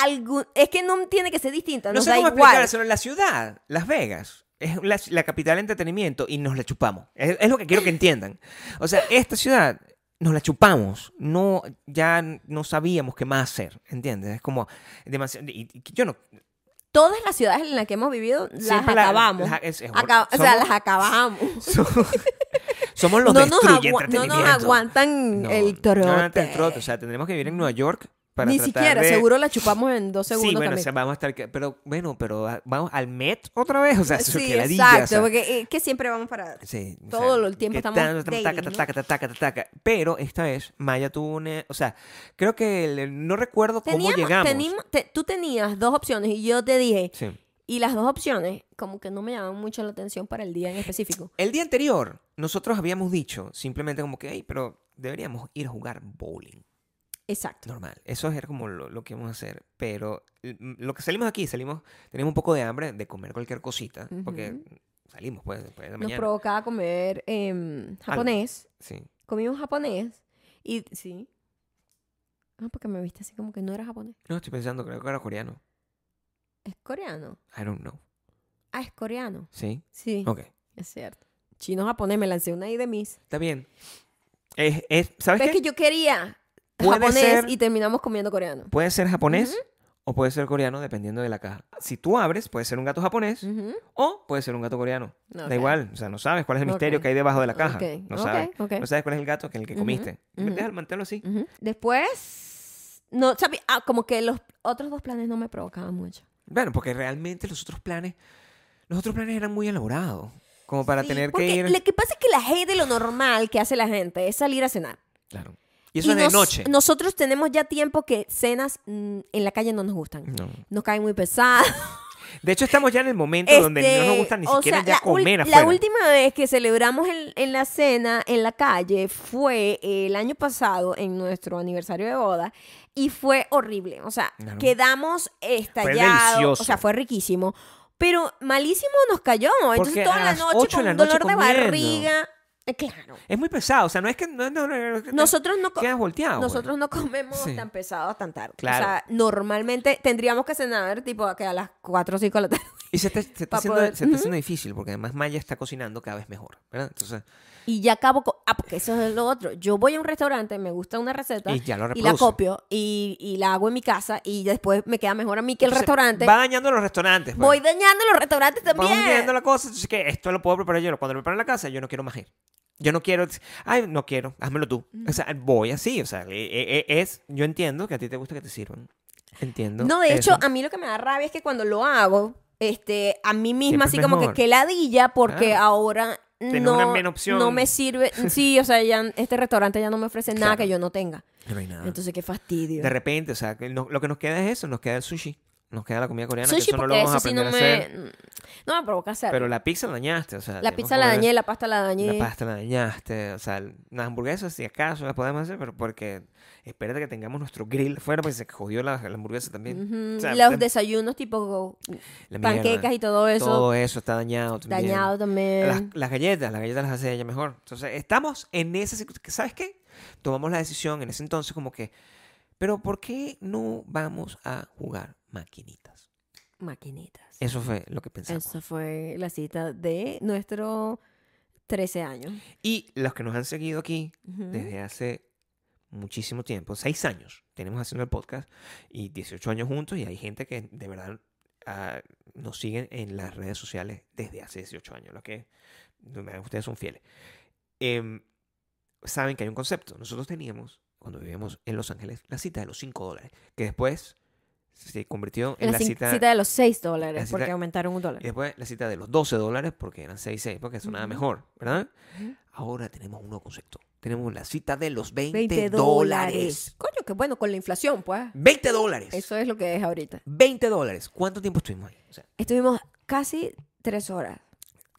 Speaker 1: algún... Es que no tiene que ser distinta,
Speaker 2: No
Speaker 1: nos
Speaker 2: sé
Speaker 1: da
Speaker 2: cómo
Speaker 1: igual.
Speaker 2: explicar, pero la ciudad, Las Vegas, es la, la capital de entretenimiento y nos la chupamos. Es, es lo que quiero que entiendan. O sea, esta ciudad nos la chupamos. No, ya no sabíamos qué más hacer, ¿entiendes? Es como demasiado... y- y yo no...
Speaker 1: Todas las ciudades en las que hemos vivido las
Speaker 2: siempre la-
Speaker 1: acabamos.
Speaker 2: la- es- es-
Speaker 1: Acab- o sea,
Speaker 2: somos-
Speaker 1: las acabamos.
Speaker 2: somos- Somos los
Speaker 1: No nos,
Speaker 2: destruye
Speaker 1: agua- no nos
Speaker 2: entretenimiento.
Speaker 1: aguantan
Speaker 2: No,
Speaker 1: el
Speaker 2: no
Speaker 1: trote.
Speaker 2: aguanta el trote. O sea, tendremos que vivir en Nueva York para
Speaker 1: Ni
Speaker 2: tratar
Speaker 1: siquiera,
Speaker 2: de-
Speaker 1: seguro la chupamos en dos segundos
Speaker 2: Sí, bueno, o
Speaker 1: también.
Speaker 2: sea, vamos a estar... que- Pero, bueno, pero ah, vamos al Met otra vez. O sea, eso
Speaker 1: sí,
Speaker 2: que ladilla, o
Speaker 1: exacto,
Speaker 2: sea.
Speaker 1: porque eh, es que siempre vamos para...
Speaker 2: Sí, o
Speaker 1: Todo el tiempo
Speaker 2: que
Speaker 1: estamos
Speaker 2: tan- taca,
Speaker 1: dating,
Speaker 2: ta,
Speaker 1: ¿no?
Speaker 2: taca, ta, taca, ta, taca. Pero esta vez Maya tuvo una... O sea, creo que le- no recuerdo
Speaker 1: Teníamos-
Speaker 2: cómo llegamos.
Speaker 1: tenim- te- tú tenías dos opciones y yo te dije,
Speaker 2: Sí.
Speaker 1: Y las dos opciones, como que no me llaman mucho la atención para el día en específico.
Speaker 2: El día anterior, nosotros habíamos dicho simplemente como que, hey, pero deberíamos ir a jugar bowling.
Speaker 1: Exacto.
Speaker 2: Normal. Eso era como lo, lo que íbamos a hacer. Pero l- m- lo que salimos aquí, salimos... Tenemos un poco de hambre de comer cualquier cosita. Porque salimos, pues, después de la
Speaker 1: Nos
Speaker 2: mañana.
Speaker 1: provocaba comer em, japonés.
Speaker 2: sí.
Speaker 1: Comimos japonés. Y sí. Ah, porque me viste así como que no era japonés.
Speaker 2: No, estoy pensando, creo que era coreano.
Speaker 1: Es coreano.
Speaker 2: I don't know.
Speaker 1: Ah, es coreano.
Speaker 2: ¿Sí?
Speaker 1: Sí,
Speaker 2: Ok.
Speaker 1: es cierto. Chino japonés, me lancé una ahí de mis.
Speaker 2: Está bien. Es, es- ¿Sabes
Speaker 1: Pero
Speaker 2: qué?
Speaker 1: es que yo quería
Speaker 2: Puede
Speaker 1: japonés
Speaker 2: ser-
Speaker 1: y terminamos comiendo coreano.
Speaker 2: Puede ser japonés o puede ser coreano, dependiendo de la caja. Si tú abres, puede ser un gato japonés
Speaker 1: Ujú.
Speaker 2: o puede ser un gato coreano.
Speaker 1: Ok.
Speaker 2: Da igual, o sea, no sabes cuál es el misterio
Speaker 1: Ok.
Speaker 2: que hay debajo de la caja.
Speaker 1: Ok,
Speaker 2: No
Speaker 1: ok,
Speaker 2: sabes.
Speaker 1: ok.
Speaker 2: No sabes cuál es el gato que el que
Speaker 1: Ujú,
Speaker 2: comiste.
Speaker 1: ujú.
Speaker 2: Deja el mantelo así.
Speaker 1: Ujú. Después, no, sabía, ah, como que los otros dos planes no me provocaban mucho.
Speaker 2: Bueno, porque realmente los otros planes, los otros planes eran muy elaborados. Como para
Speaker 1: Sí,
Speaker 2: tener que
Speaker 1: porque
Speaker 2: ir.
Speaker 1: Lo que pasa es que la gente, lo normal que hace la gente es salir a cenar.
Speaker 2: Claro. Y eso es
Speaker 1: nos-
Speaker 2: de noche.
Speaker 1: Nosotros tenemos ya tiempo que cenas mm, en la calle no nos gustan.
Speaker 2: No.
Speaker 1: Nos caen muy pesadas.
Speaker 2: De hecho, estamos ya en el momento donde no nos
Speaker 1: Este,
Speaker 2: gusta ni
Speaker 1: o
Speaker 2: siquiera
Speaker 1: sea,
Speaker 2: ya
Speaker 1: la ul-
Speaker 2: comer
Speaker 1: La
Speaker 2: afuera.
Speaker 1: última vez que celebramos en, en la cena en la calle fue el año pasado, en nuestro aniversario de boda, y fue horrible. O sea,
Speaker 2: Claro.
Speaker 1: quedamos estallados.
Speaker 2: delicioso.
Speaker 1: O sea, fue riquísimo. Pero malísimo nos cayó. Entonces toda
Speaker 2: a
Speaker 1: la
Speaker 2: las
Speaker 1: noche
Speaker 2: ocho
Speaker 1: con
Speaker 2: de la
Speaker 1: un
Speaker 2: noche
Speaker 1: dolor de
Speaker 2: comiendo.
Speaker 1: barriga. Eh, Claro.
Speaker 2: Es muy pesado. O sea, no es que. No, no, no, no,
Speaker 1: Nosotros no, co-
Speaker 2: quedas volteado. güey.
Speaker 1: nosotros no comemos
Speaker 2: Sí.
Speaker 1: tan pesado tan tarde.
Speaker 2: Claro.
Speaker 1: O sea, normalmente tendríamos que cenar tipo que a las 4 o 5 de la tarde.
Speaker 2: Y se está, se está
Speaker 1: Pa'
Speaker 2: haciendo,
Speaker 1: poder-
Speaker 2: se está haciendo difícil porque además Maya está cocinando cada vez mejor, ¿verdad? Entonces,
Speaker 1: Y ya acabo con... Ah, porque eso es lo otro. Yo voy a un restaurante, me gusta una receta.
Speaker 2: Y ya lo
Speaker 1: la
Speaker 2: reproduce.
Speaker 1: copio y, y la hago en mi casa y después me queda mejor a mí que el
Speaker 2: entonces,
Speaker 1: restaurante.
Speaker 2: Va dañando los restaurantes.
Speaker 1: Voy
Speaker 2: pues.
Speaker 1: dañando los restaurantes
Speaker 2: Vamos dañando
Speaker 1: también.
Speaker 2: la cosa. Entonces, que esto lo puedo preparar yo. Cuando lo preparo en la casa, yo no quiero más ir. Yo no quiero. Ay, no quiero. Házmelo tú.
Speaker 1: Mm.
Speaker 2: O sea, voy así. O sea, e- e- e- es. Yo entiendo que a ti te gusta que te sirvan. Entiendo.
Speaker 1: No, de
Speaker 2: eso.
Speaker 1: hecho, a mí lo que me da rabia es que cuando lo hago, este, a mí misma
Speaker 2: Siempre
Speaker 1: así
Speaker 2: es
Speaker 1: como que
Speaker 2: mejor.
Speaker 1: que heladilla porque
Speaker 2: Claro.
Speaker 1: ahora
Speaker 2: Tener
Speaker 1: no,
Speaker 2: una menos opción.
Speaker 1: no me sirve. Sí, o sea, ya este restaurante ya no me ofrece nada
Speaker 2: Claro.
Speaker 1: que yo no tenga.
Speaker 2: No hay nada.
Speaker 1: Entonces, qué fastidio.
Speaker 2: De repente, o sea, que no- lo que nos queda es eso. Nos queda el sushi. Nos queda la comida coreana. que
Speaker 1: Sushi
Speaker 2: eso no
Speaker 1: porque
Speaker 2: lo vamos a
Speaker 1: eso sí no
Speaker 2: aprender
Speaker 1: me, mm,
Speaker 2: a hacer.
Speaker 1: no me provoca hacer.
Speaker 2: Pero la pizza la dañaste. O sea,
Speaker 1: la
Speaker 2: tenemos
Speaker 1: pizza
Speaker 2: que
Speaker 1: la
Speaker 2: volver-
Speaker 1: dañé, la pasta la dañé.
Speaker 2: La pasta la dañaste, o sea, las hamburguesas si acaso las podemos hacer, pero porque espérate que tengamos nuestro grill fuera porque se jodió la, la hamburguesa también.
Speaker 1: Ujú,
Speaker 2: O sea,
Speaker 1: los
Speaker 2: la-
Speaker 1: desayunos tipo
Speaker 2: la mierda.
Speaker 1: panquecas y todo eso
Speaker 2: Todo eso está dañado también.
Speaker 1: dañado también.
Speaker 2: Las, las galletas, las galletas las hace ella mejor. Entonces, estamos en esa situ- que ¿sabes qué? Tomamos la decisión en ese entonces como que, pero ¿por qué no vamos a jugar maquinitas?
Speaker 1: Maquinitas.
Speaker 2: Eso fue lo que pensamos.
Speaker 1: Esa fue la cita de nuestro 13 años.
Speaker 2: Y los que nos han seguido aquí
Speaker 1: Ujú.
Speaker 2: desde hace muchísimo tiempo, seis años tenemos haciendo el podcast y 18 años juntos y hay gente que de verdad ah, nos siguen en las redes sociales desde hace 18 años, los que me- ustedes son fieles. Em, saben que hay un concepto, nosotros teníamos cuando vivíamos en Los Ángeles la cita de los 5 dólares, que después se convirtió en
Speaker 1: la
Speaker 2: la,
Speaker 1: cin-
Speaker 2: cita...
Speaker 1: de los 6
Speaker 2: la
Speaker 1: dólares
Speaker 2: cita-
Speaker 1: porque aumentaron un
Speaker 2: Y
Speaker 1: dólar.
Speaker 2: después la cita de los 12 dólares porque eran 6 6, porque sonaba
Speaker 1: Ujú.
Speaker 2: mejor, ¿verdad?
Speaker 1: Ujú.
Speaker 2: Ahora tenemos un nuevo concepto. Tenemos la cita de los 20,
Speaker 1: 20 dólares.
Speaker 2: dólares.
Speaker 1: Coño, qué bueno, con la inflación, pues.
Speaker 2: 20 dólares.
Speaker 1: Eso es lo que es ahorita.
Speaker 2: 20 dólares. ¿Cuánto tiempo estuvimos ahí? O sea,
Speaker 1: Estuvimos casi 3 horas.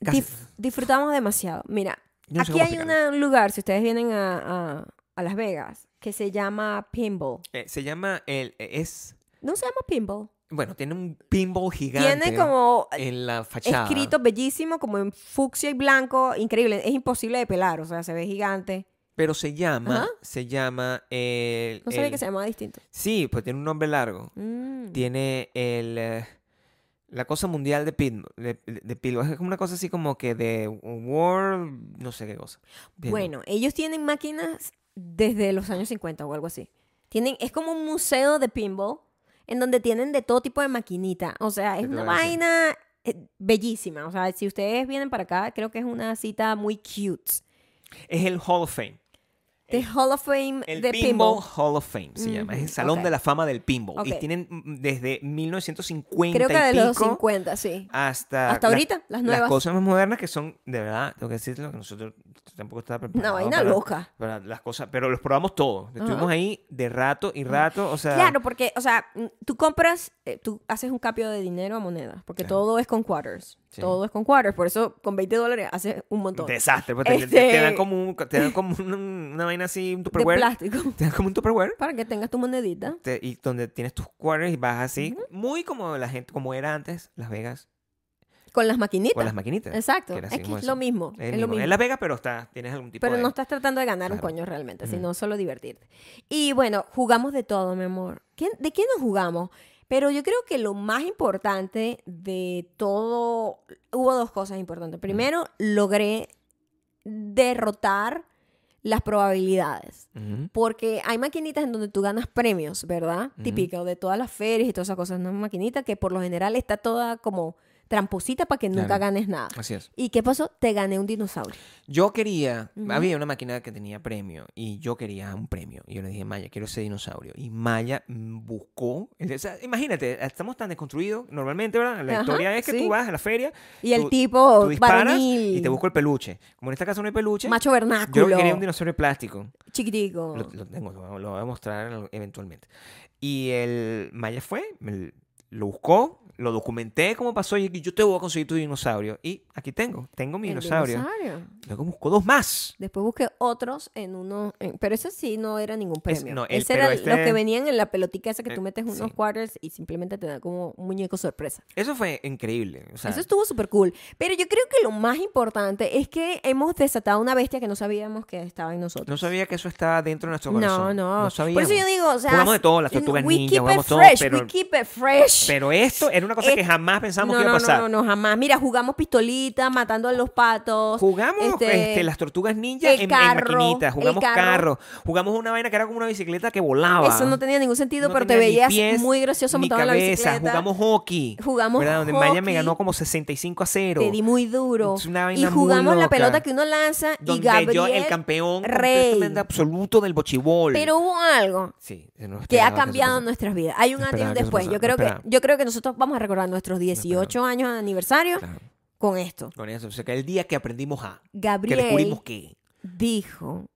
Speaker 2: Casi.
Speaker 1: Dif- disfrutamos demasiado. Mira,
Speaker 2: yo no
Speaker 1: aquí
Speaker 2: sé cómo
Speaker 1: hay
Speaker 2: explicarlo.
Speaker 1: una- un lugar, si ustedes vienen a, a- a Las Vegas, que se llama Pinball.
Speaker 2: Eh, se llama el eh, es
Speaker 1: ¿No se llama Pinball?
Speaker 2: bueno, tiene un pinball gigante.
Speaker 1: Tiene como eh,
Speaker 2: en la fachada.
Speaker 1: escrito bellísimo, como en fucsia y blanco, increíble. Es imposible de pelar, o sea, se ve gigante.
Speaker 2: Pero se llama,
Speaker 1: Ajá.
Speaker 2: se llama el
Speaker 1: No sabía
Speaker 2: el-
Speaker 1: que se llamaba distinto.
Speaker 2: Sí, pues tiene un nombre largo.
Speaker 1: Mm.
Speaker 2: Tiene el eh, la cosa mundial de pinball, de, de- de pinball. es como una cosa así como que de world, no sé qué cosa. Pinball.
Speaker 1: Bueno, ellos tienen máquinas desde los años 50 o algo así. Tienen, es como un museo de pinball en donde tienen de todo tipo de maquinita. O sea, es
Speaker 2: ¿Qué te
Speaker 1: una
Speaker 2: voy a decir?
Speaker 1: vaina eh, bellísima. O sea, si ustedes vienen para acá, creo que es una cita muy cute.
Speaker 2: es el Hall of Fame.
Speaker 1: The Hall of Fame
Speaker 2: El
Speaker 1: de
Speaker 2: Pinball
Speaker 1: pinball.
Speaker 2: Hall of Fame se llama. Es el
Speaker 1: Ujú,
Speaker 2: Salón
Speaker 1: ok.
Speaker 2: de la Fama del Pinball.
Speaker 1: Ok.
Speaker 2: Y tienen mm, desde 1950
Speaker 1: Creo que de
Speaker 2: y pico Ah,
Speaker 1: los 50, sí.
Speaker 2: hasta...
Speaker 1: Hasta
Speaker 2: las-
Speaker 1: ahorita, las nuevas.
Speaker 2: Las cosas más modernas que son, de verdad, tengo que decirte lo que nosotros tampoco estaba preparado.
Speaker 1: Una vaina
Speaker 2: para-
Speaker 1: loca.
Speaker 2: para las cosas, pero los probamos todos. Estuvimos ahí de rato y rato, o sea...
Speaker 1: Claro, porque, o sea, mm, tú compras, eh, tú haces un cambio de dinero a moneda, porque
Speaker 2: Claro.
Speaker 1: todo es con quarters.
Speaker 2: Sí.
Speaker 1: Todo es con quarters, por eso con 20 dólares haces un montón.
Speaker 2: un
Speaker 1: De,
Speaker 2: Desastre, pues, te- te,
Speaker 1: Este-
Speaker 2: dan como, un- te dan como un- una vaina así, un Tupperware.
Speaker 1: plástico,
Speaker 2: Te dan como un Tupperware.
Speaker 1: para que tengas tu monedita.
Speaker 2: te- y donde tienes tus quarters y vas así, muy como la gente, como era antes Las Vegas,
Speaker 1: Con las maquinitas.
Speaker 2: con las maquinitas.
Speaker 1: Exacto.
Speaker 2: que era así
Speaker 1: Es que
Speaker 2: como
Speaker 1: es
Speaker 2: eso.
Speaker 1: lo mismo.
Speaker 2: Es,
Speaker 1: es lo mismo.
Speaker 2: Las Vegas, pero está, tienes algún tipo
Speaker 1: Pero
Speaker 2: de...
Speaker 1: no estás tratando de ganar un
Speaker 2: Claro.
Speaker 1: coño realmente,
Speaker 2: Ujú.
Speaker 1: sino solo divertirte. Y bueno, jugamos de todo, mi amor. ¿Quién- ¿De qué nos jugamos? Pero yo creo que lo más importante de todo, hubo dos cosas importantes. Primero, logré derrotar las probabilidades.
Speaker 2: Ujú.
Speaker 1: Porque hay maquinitas en donde tú ganas premios, ¿verdad?
Speaker 2: Ujú.
Speaker 1: Típico de todas las ferias y todas esas cosas. Una maquinita que por lo general está toda como tramposita para que nunca
Speaker 2: Claro.
Speaker 1: ganes nada.
Speaker 2: Así es.
Speaker 1: ¿Y qué pasó? Te gané un dinosaurio.
Speaker 2: Yo quería,
Speaker 1: Ujú.
Speaker 2: había una máquina que tenía premio y yo quería un premio. Y yo le dije, Maya, quiero ese dinosaurio. Y Maya mm, buscó, o sea, imagínate, estamos tan desconstruidos normalmente, ¿verdad? La
Speaker 1: Ajá,
Speaker 2: historia es que
Speaker 1: sí.
Speaker 2: tú vas a la feria,
Speaker 1: Y el
Speaker 2: Tú-
Speaker 1: tipo
Speaker 2: tú disparas
Speaker 1: varonil,
Speaker 2: y te busco el peluche. Como en esta casa no hay peluche,
Speaker 1: macho
Speaker 2: yo
Speaker 1: vernáculo,
Speaker 2: quería un dinosaurio de plástico.
Speaker 1: chiquitico.
Speaker 2: Lo, lo tengo, lo, lo voy a mostrar eventualmente. Y el Maya fue, me- lo buscó, lo documenté cómo pasó y yo te voy a conseguir tu dinosaurio. Y aquí tengo, tengo mi
Speaker 1: El
Speaker 2: dinosaurio. Luego buscó dos más.
Speaker 1: Después busqué otros en uno, en- pero ese sí no era ningún
Speaker 2: Es-
Speaker 1: premio.
Speaker 2: no, el-
Speaker 1: ese
Speaker 2: pero
Speaker 1: era
Speaker 2: este-
Speaker 1: los que venían en la pelotica esa que tú
Speaker 2: Eh,
Speaker 1: metes unos
Speaker 2: sí.
Speaker 1: quarters y simplemente te da como un muñeco sorpresa.
Speaker 2: Eso fue increíble. O sea,
Speaker 1: Eso estuvo súper cool. Pero yo creo que lo más importante es que hemos desatado una bestia que no sabíamos que estaba en nosotros.
Speaker 2: no sabía que eso estaba dentro de nuestro
Speaker 1: No,
Speaker 2: corazón.
Speaker 1: no.
Speaker 2: sabía.
Speaker 1: Por eso yo digo, o sea,
Speaker 2: Jugamos de todo, las
Speaker 1: en-
Speaker 2: tortugas
Speaker 1: we
Speaker 2: ninja,
Speaker 1: keep it
Speaker 2: jugamos todo,
Speaker 1: fresh,
Speaker 2: pero-
Speaker 1: we keep it fresh.
Speaker 2: Pero esto era una cosa que
Speaker 1: Es-
Speaker 2: jamás pensamos
Speaker 1: no,
Speaker 2: que iba a
Speaker 1: no,
Speaker 2: pasar.
Speaker 1: No, no, no, jamás. Mira, jugamos pistolita, matando a los patos.
Speaker 2: Jugamos
Speaker 1: Este,
Speaker 2: este, las tortugas ninja
Speaker 1: el
Speaker 2: en, en
Speaker 1: carro,
Speaker 2: maquinitas,
Speaker 1: el
Speaker 2: jugamos
Speaker 1: carro.
Speaker 2: carro. jugamos una vaina que era como una bicicleta que volaba.
Speaker 1: Eso no tenía ningún sentido,
Speaker 2: No
Speaker 1: pero te
Speaker 2: tenía ni
Speaker 1: veías
Speaker 2: pies,
Speaker 1: muy gracioso
Speaker 2: ni
Speaker 1: montado en la
Speaker 2: cabeza.
Speaker 1: bicicleta.
Speaker 2: Jugamos hockey.
Speaker 1: Jugamos
Speaker 2: ¿verdad? Donde Maya
Speaker 1: hockey.
Speaker 2: me ganó como 65 a 0.
Speaker 1: Te di muy duro.
Speaker 2: Es una vaina
Speaker 1: Y
Speaker 2: muy
Speaker 1: jugamos la
Speaker 2: loca.
Speaker 1: pelota que uno lanza y
Speaker 2: donde
Speaker 1: Gabriel.
Speaker 2: yo, el campeón
Speaker 1: rey.
Speaker 2: completamente absoluto del bochibol.
Speaker 1: Pero hubo algo
Speaker 2: Sí, no
Speaker 1: que
Speaker 2: esperaba
Speaker 1: ha
Speaker 2: eso
Speaker 1: cambiado
Speaker 2: pasara.
Speaker 1: nuestras vidas. Hay un
Speaker 2: No
Speaker 1: antes y un
Speaker 2: esperaba que eso
Speaker 1: después. Yo
Speaker 2: pasara,
Speaker 1: creo
Speaker 2: no
Speaker 1: que
Speaker 2: esperaba.
Speaker 1: yo creo que nosotros vamos a recordar nuestros 18
Speaker 2: esperaba.
Speaker 1: años de aniversario
Speaker 2: Claro,
Speaker 1: con esto.
Speaker 2: con eso. O sea, que el día que aprendimos a. Que
Speaker 1: Gabriel
Speaker 2: descubrimos que.
Speaker 1: dijo,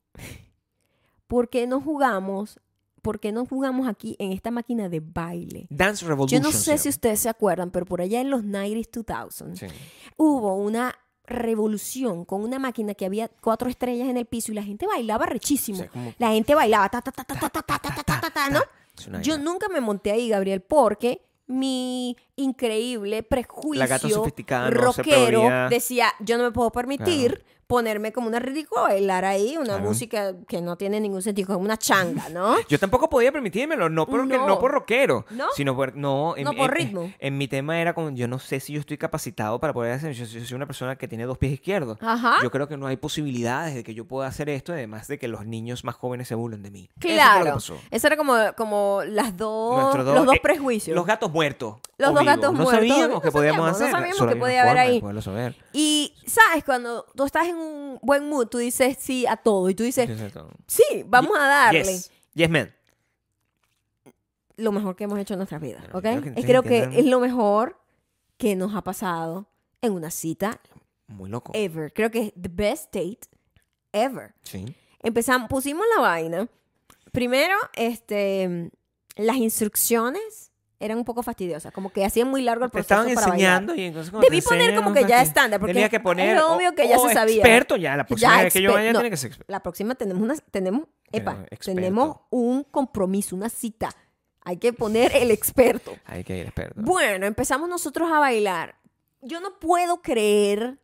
Speaker 1: "¿Por qué no jugamos? ¿Por qué no jugamos aquí en esta máquina de baile?"
Speaker 2: Dance
Speaker 1: Yo
Speaker 2: Revolution.
Speaker 1: no sé si
Speaker 2: se
Speaker 1: ustedes se acuerdan, pero por allá en los 90s 2000
Speaker 2: llama.
Speaker 1: hubo una revolución con una máquina que había cuatro estrellas en el piso y la gente bailaba
Speaker 2: O
Speaker 1: rechísimo.
Speaker 2: sea, como-
Speaker 1: La gente bailaba ta ta ta ta ta ta ta ta ta, ta, ta, ¿no?
Speaker 2: Es una
Speaker 1: Yo
Speaker 2: vaina.
Speaker 1: nunca me monté ahí, Gabriel, porque mi increíble prejuicio
Speaker 2: La gata sofisticada no se
Speaker 1: rockero
Speaker 2: prohibía.
Speaker 1: decía, yo no me puedo permitir ponerme como una ridícula a bailar ahí una
Speaker 2: Claro.
Speaker 1: música que no tiene ningún sentido, como una changa, ¿no?
Speaker 2: Yo tampoco podía permitírmelo, no por,
Speaker 1: No.
Speaker 2: no por rockero,
Speaker 1: ¿No?
Speaker 2: sino por... No,
Speaker 1: No, por ritmo.
Speaker 2: En, mi tema era como, yo no sé si yo estoy capacitado para poder hacer, yo, yo soy una persona que tiene dos pies izquierdos.
Speaker 1: Ajá.
Speaker 2: Yo creo que no hay posibilidades de que yo pueda hacer esto, además de que los niños más jóvenes se burlen de mí. Eso fue lo que
Speaker 1: Claro. Eso,
Speaker 2: pasó.
Speaker 1: era como, como las dos,
Speaker 2: Nuestros dos-
Speaker 1: los dos
Speaker 2: eh,
Speaker 1: prejuicios.
Speaker 2: Los gatos muertos.
Speaker 1: Los
Speaker 2: o
Speaker 1: dos
Speaker 2: vivos.
Speaker 1: gatos
Speaker 2: no
Speaker 1: muertos, no
Speaker 2: Sabíamos que podíamos
Speaker 1: sabíamos, no
Speaker 2: hacer.
Speaker 1: sabíamos
Speaker 2: Solo
Speaker 1: que
Speaker 2: hay una
Speaker 1: podía haber
Speaker 2: forma de
Speaker 1: ahí.
Speaker 2: poderlo saber.
Speaker 1: Y sabes, cuando tú estás en un buen mood, tú dices sí a todo y tú dices,
Speaker 2: Exacto.
Speaker 1: sí, vamos a darle
Speaker 2: Yes. Yes, man.
Speaker 1: lo mejor que hemos hecho en nuestras vidas,
Speaker 2: Bueno,
Speaker 1: ¿ok?
Speaker 2: creo
Speaker 1: es
Speaker 2: que ustedes
Speaker 1: creo que
Speaker 2: entiendan.
Speaker 1: es lo mejor que nos ha pasado en una cita
Speaker 2: Muy loco.
Speaker 1: ever. Creo que es the best date ever.
Speaker 2: Sí.
Speaker 1: Empezamos, pusimos la vaina. Primero, este, las instrucciones eran un poco fastidiosas, como que hacían muy largo el
Speaker 2: Te
Speaker 1: proceso
Speaker 2: estaban
Speaker 1: para bailar.
Speaker 2: enseñando y entonces cuando te
Speaker 1: Debí poner
Speaker 2: enseñan,
Speaker 1: como
Speaker 2: no
Speaker 1: que
Speaker 2: sabes
Speaker 1: ya
Speaker 2: qué.
Speaker 1: estándar, porque
Speaker 2: Tenía que
Speaker 1: es
Speaker 2: poner o-
Speaker 1: obvio que ya
Speaker 2: o
Speaker 1: se sabía.
Speaker 2: experto ya, la próxima
Speaker 1: Ya
Speaker 2: vez que yo
Speaker 1: exper-
Speaker 2: vaya
Speaker 1: no.
Speaker 2: tiene que ser experto.
Speaker 1: La próxima tenemos una, tenemos, epa,
Speaker 2: Tenemos experto.
Speaker 1: tenemos un compromiso, una cita. Hay que poner el experto.
Speaker 2: Hay que ir experto.
Speaker 1: Bueno, empezamos nosotros a bailar. Yo no puedo creer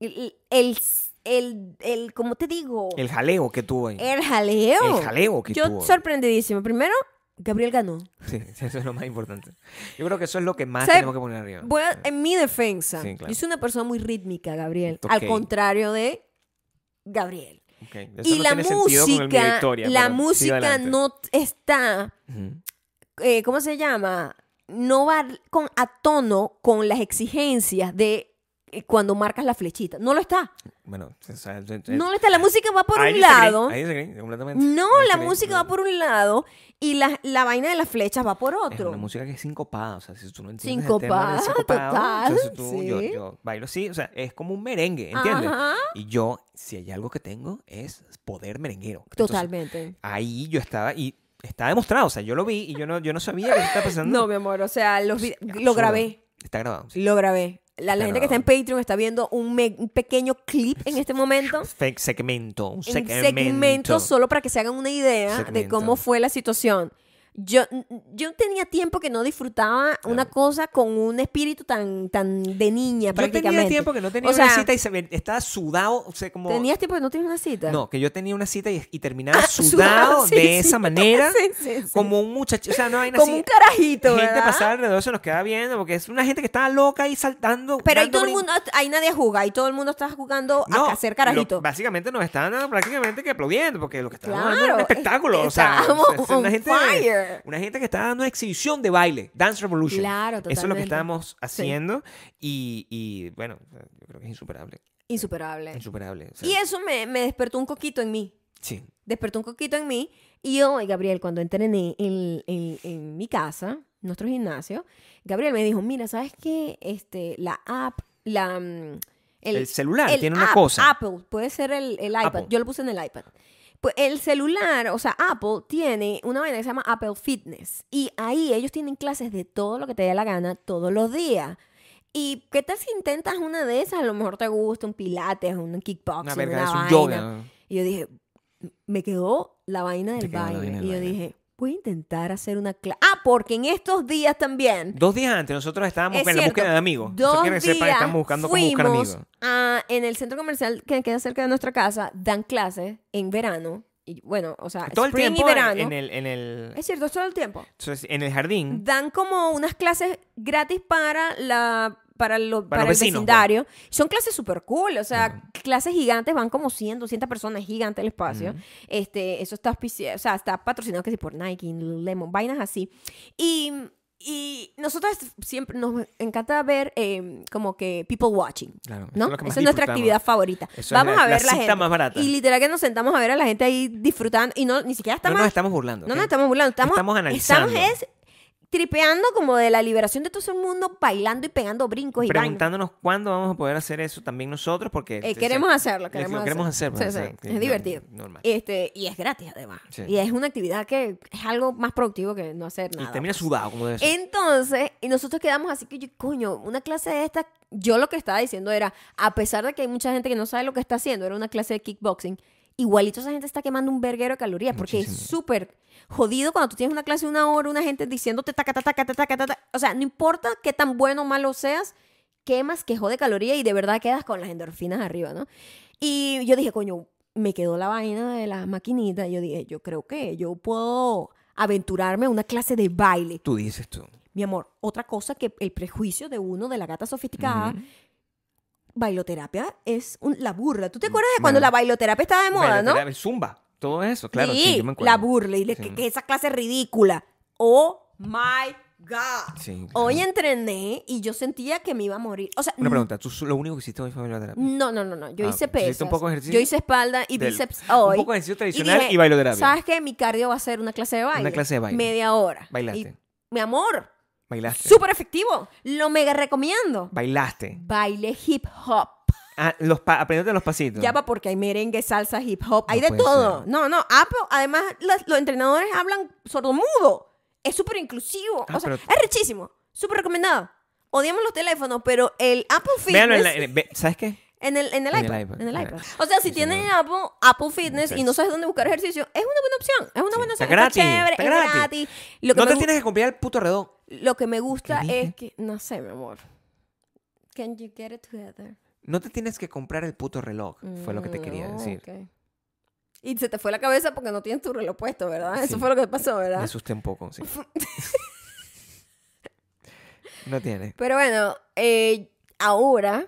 Speaker 1: el, el, el, el- ¿cómo te digo?
Speaker 2: El jaleo que tuvo ahí.
Speaker 1: El jaleo.
Speaker 2: El jaleo que
Speaker 1: Yo
Speaker 2: tuvo.
Speaker 1: sorprendidísimo. Primero, Gabriel ganó.
Speaker 2: Sí, eso es lo más importante. Yo creo que eso es lo que más
Speaker 1: ¿Sabe?
Speaker 2: tenemos que poner arriba.
Speaker 1: Voy a- en mi defensa,
Speaker 2: Ah. Sí, claro.
Speaker 1: yo soy una persona muy rítmica, Gabriel.
Speaker 2: Ok.
Speaker 1: Al contrario de Gabriel.
Speaker 2: Ok, eso
Speaker 1: y
Speaker 2: no
Speaker 1: la
Speaker 2: tiene sentido con el mío de
Speaker 1: música,
Speaker 2: Victoria,
Speaker 1: la
Speaker 2: pero sigue
Speaker 1: música
Speaker 2: adelante.
Speaker 1: no t- está
Speaker 2: Ujú.
Speaker 1: eh, ¿cómo se llama? No va con, a tono con las exigencias de eh, cuando marcas la flechita. No lo está.
Speaker 2: Bueno, o sea, es- es-
Speaker 1: No lo está. La música va por
Speaker 2: ahí
Speaker 1: un
Speaker 2: disagree,
Speaker 1: lado.
Speaker 2: ahí disagree, completamente.
Speaker 1: No,
Speaker 2: Ahí
Speaker 1: la
Speaker 2: disagree,
Speaker 1: música
Speaker 2: no.
Speaker 1: va por un lado y la, la vaina de las flechas va por
Speaker 2: Es una
Speaker 1: otro.
Speaker 2: música que es sincopada, o sea, si tú no entiendes el tema
Speaker 1: Sincopada,
Speaker 2: del sincopado,
Speaker 1: total,
Speaker 2: entonces tú, yo,
Speaker 1: sí.
Speaker 2: yo bailo así, o sea, es como un merengue, ¿entiendes?
Speaker 1: Ajá.
Speaker 2: Y yo, si hay algo que tengo, es poder merenguero. Entonces,
Speaker 1: Totalmente.
Speaker 2: ahí yo estaba y está demostrado, o sea, yo lo vi y yo no, yo no sabía que eso estaba pasando.
Speaker 1: No, mi amor, o sea, los vi-
Speaker 2: Absurdo.
Speaker 1: lo grabé.
Speaker 2: Está grabado. sí.
Speaker 1: Lo grabé. La, la
Speaker 2: Está
Speaker 1: gente que está en Patreon está viendo un, me- un pequeño clip en este momento.
Speaker 2: Fake segmento, un
Speaker 1: en
Speaker 2: segmento.
Speaker 1: segmentos solo para que se hagan una idea de
Speaker 2: Segmento.
Speaker 1: cómo fue la situación. Yo, yo tenía tiempo que no disfrutaba una cosa con un espíritu tan, tan de niña
Speaker 2: Yo
Speaker 1: prácticamente.
Speaker 2: tenía tiempo que no tenía
Speaker 1: O
Speaker 2: una
Speaker 1: sea,
Speaker 2: cita y se me- estaba sudado, o sea, como...
Speaker 1: ¿Tenías tiempo que no tienes una cita?
Speaker 2: No, que yo tenía una cita y, y terminaba
Speaker 1: Ah, sudado,
Speaker 2: sudado
Speaker 1: sí,
Speaker 2: de
Speaker 1: sí.
Speaker 2: esa manera,
Speaker 1: Sí, sí, sí.
Speaker 2: como un muchacho, o sea, no hay
Speaker 1: Como un carajito,
Speaker 2: gente
Speaker 1: ¿verdad?
Speaker 2: pasaba alrededor se nos quedaba viendo porque es una gente que estaba loca ahí saltando
Speaker 1: Pero ahí
Speaker 2: dando
Speaker 1: todo el
Speaker 2: brin-
Speaker 1: mundo, ah, ahí nadie juega, ahí todo el mundo está jugando
Speaker 2: No,
Speaker 1: a hacer
Speaker 2: lo-
Speaker 1: carajito.
Speaker 2: básicamente nos estaban dando prácticamente que aplaudiendo porque lo que estaban
Speaker 1: Claro,
Speaker 2: dando era un espectáculo o sea
Speaker 1: estábamos
Speaker 2: es una
Speaker 1: on
Speaker 2: gente
Speaker 1: fire.
Speaker 2: una gente que estaba dando una exhibición de baile Dance Revolution
Speaker 1: Claro,
Speaker 2: eso es lo que
Speaker 1: totalmente.
Speaker 2: estábamos haciendo y, y, bueno yo creo que es insuperable
Speaker 1: Insuperable.
Speaker 2: insuperable o sea,
Speaker 1: Y eso me, me despertó un coquito en mí.
Speaker 2: sí
Speaker 1: Despertó un coquito en mí. Y hoy, Gabriel, cuando entrené en, en, en mi casa, nuestro gimnasio, Gabriel me dijo, mira, ¿sabes qué? Este, la app, la... mm,
Speaker 2: el, celular
Speaker 1: el
Speaker 2: tiene una
Speaker 1: app-
Speaker 2: cosa
Speaker 1: Apple, puede ser el, el iPad.
Speaker 2: Apple.
Speaker 1: Yo lo puse en el iPad. Pues el celular, o sea, Apple tiene una vaina que se llama Apple Fitness. Y ahí ellos tienen clases de todo lo que te dé la gana todos los días. ¿Y qué tal si intentas una de esas? A lo mejor te gusta un pilates, un kickboxing,
Speaker 2: una
Speaker 1: una,
Speaker 2: verga es un
Speaker 1: vaina.
Speaker 2: yoga
Speaker 1: Y yo dije, me quedó la vaina
Speaker 2: Te
Speaker 1: del
Speaker 2: quedó la
Speaker 1: baile.
Speaker 2: vaina del
Speaker 1: y yo
Speaker 2: baile.
Speaker 1: dije, voy a intentar hacer una clase. Ah, porque en estos días también.
Speaker 2: dos días antes nosotros estábamos
Speaker 1: Es
Speaker 2: en la
Speaker 1: cierto,
Speaker 2: búsqueda de amigos Eso
Speaker 1: Dos
Speaker 2: quiero que sepan,
Speaker 1: días
Speaker 2: estamos buscando cómo buscar
Speaker 1: fuimos
Speaker 2: amigos
Speaker 1: a- en el centro comercial que queda cerca de nuestra casa, dan clases en verano. Y, bueno, o sea,
Speaker 2: todo el
Speaker 1: spring
Speaker 2: tiempo
Speaker 1: y
Speaker 2: en-
Speaker 1: verano.
Speaker 2: en el en el
Speaker 1: Es cierto, es todo el tiempo.
Speaker 2: entonces, en el jardín
Speaker 1: Dan como unas clases gratis para la para, lo- para
Speaker 2: Para los
Speaker 1: el
Speaker 2: vecinos, pues.
Speaker 1: vecindario. Son clases súper cool, o sea, clases gigantes, van como 100, 200 personas, es gigante el espacio. este Eso está auspici- o sea, está patrocinado que sí por Nike, Lemon, vainas así. Y, y nosotros siempre nos encanta ver eh, como que people watching.
Speaker 2: Claro, eso
Speaker 1: ¿no?
Speaker 2: es lo que más
Speaker 1: Esa es nuestra
Speaker 2: disfrutamos.
Speaker 1: actividad favorita.
Speaker 2: Eso es
Speaker 1: Vamos
Speaker 2: la-
Speaker 1: a ver
Speaker 2: la
Speaker 1: la,
Speaker 2: cita
Speaker 1: gente.
Speaker 2: más barata.
Speaker 1: Y literal que nos sentamos a ver a la gente ahí disfrutando y no ni siquiera
Speaker 2: no
Speaker 1: estamos
Speaker 2: nos estamos burlando.
Speaker 1: no
Speaker 2: ¿ok?
Speaker 1: nos estamos burlando, estamos,
Speaker 2: Estamos analizando.
Speaker 1: Estamos es tripeando como de la liberación de todo ese mundo, bailando y pegando brincos y vainas.
Speaker 2: Preguntándonos cuándo vamos a poder hacer eso también nosotros, porque.
Speaker 1: Eh, queremos hacerlo, queremos,
Speaker 2: lo queremos hacer.
Speaker 1: Sí,
Speaker 2: pues,
Speaker 1: sí,
Speaker 2: o sea, que
Speaker 1: Es divertido.
Speaker 2: Normal. Y,
Speaker 1: Este, y es gratis además.
Speaker 2: Sí.
Speaker 1: Y es una actividad que es algo más productivo que no hacer nada. pues.
Speaker 2: termina sudado, como debe ser.
Speaker 1: Entonces, y nosotros quedamos así que, yo, coño, una clase de esta, yo lo que estaba diciendo era, a pesar de que hay mucha gente que no sabe lo que está haciendo, era una clase de kickboxing, igualito esa gente está quemando un verguero de calorías, porque es
Speaker 2: Muchísimo.
Speaker 1: súper jodido cuando tú tienes una clase de una hora, una gente diciéndote taca, taca, taca, taca, taca, o sea, no importa qué tan bueno o malo seas, quemas, quejo de calorías y de verdad quedas con las endorfinas arriba, ¿no? Y yo dije, coño, me quedó la vaina de las maquinitas, yo dije, yo creo que yo puedo aventurarme a una clase de baile
Speaker 2: Tú dices tú.
Speaker 1: mi amor, otra cosa que el prejuicio de uno de la gata sofisticada, bailoterapia es un- la burla. ¿Tú te acuerdas de cuando
Speaker 2: Mm, Bueno.
Speaker 1: la bailoterapia estaba de moda,
Speaker 2: Bueno,
Speaker 1: no?
Speaker 2: era El zumba, todo eso, claro. Sí, yo me acuerdo.
Speaker 1: la burla y de que,
Speaker 2: Sí.
Speaker 1: que esa clase ridícula. Oh my God.
Speaker 2: Sí, claro.
Speaker 1: Hoy entrené y yo sentía que me iba a morir. O sea,
Speaker 2: Una pregunta, tú lo único que hiciste hoy fue bailoterapia.
Speaker 1: no, no, no, no. Yo
Speaker 2: Ah,
Speaker 1: hice
Speaker 2: ok.
Speaker 1: pesas.
Speaker 2: ¿Hiciste un poco de ejercicio?
Speaker 1: Yo hice espalda y
Speaker 2: Del-
Speaker 1: bíceps
Speaker 2: un
Speaker 1: hoy.
Speaker 2: poco de ejercicio tradicional y bailoterapia.
Speaker 1: ¿Sabes qué? Mi cardio va a ser una clase de baile.
Speaker 2: Una clase de baile.
Speaker 1: Media hora.
Speaker 2: Bailaste.
Speaker 1: Y- mi amor,
Speaker 2: Bailaste.
Speaker 1: súper efectivo. Lo mega recomiendo.
Speaker 2: Bailaste.
Speaker 1: Baile hip hop.
Speaker 2: Ah, los pa- aprendiéndote los pasitos.
Speaker 1: Ya va porque hay merengue, salsa, hip hop, hay
Speaker 2: No
Speaker 1: de
Speaker 2: puede
Speaker 1: todo.
Speaker 2: ser.
Speaker 1: No, no, Apple, además las- los entrenadores hablan sordomudo. Es súper inclusivo.
Speaker 2: Ah,
Speaker 1: o sea,
Speaker 2: pero-
Speaker 1: es richísimo. Súper recomendado. Odiamos los teléfonos, pero el Apple Fitness
Speaker 2: Véanlo en
Speaker 1: en,
Speaker 2: la- en- ve- ¿Sabes qué?
Speaker 1: el, en el
Speaker 2: en el
Speaker 1: iPad,
Speaker 2: iPad,
Speaker 1: en el
Speaker 2: ah,
Speaker 1: iPad. O sea, si
Speaker 2: sí,
Speaker 1: tienen
Speaker 2: señor.
Speaker 1: Apple, Apple Fitness y no sabes dónde buscar ejercicio, es una buena opción. Es una buena
Speaker 2: está
Speaker 1: opción.
Speaker 2: gratis,
Speaker 1: chévere,
Speaker 2: está
Speaker 1: es
Speaker 2: gratis.
Speaker 1: gratis. Lo que,
Speaker 2: no
Speaker 1: me,
Speaker 2: te
Speaker 1: gu-
Speaker 2: tienes que comprar el puto redón.
Speaker 1: lo que me gusta
Speaker 2: ¿Qué dije?
Speaker 1: es que. No sé, mi amor. Can you get it together?
Speaker 2: No te tienes que comprar el puto reloj, fue lo que te quería
Speaker 1: Mm,
Speaker 2: decir.
Speaker 1: ok. Y se te fue la cabeza porque no tienes tu reloj puesto, ¿verdad? Eso
Speaker 2: Sí.
Speaker 1: fue lo que pasó,
Speaker 2: Me
Speaker 1: ¿verdad?
Speaker 2: asusté un poco, sí. no tiene.
Speaker 1: Pero bueno, eh, ahora,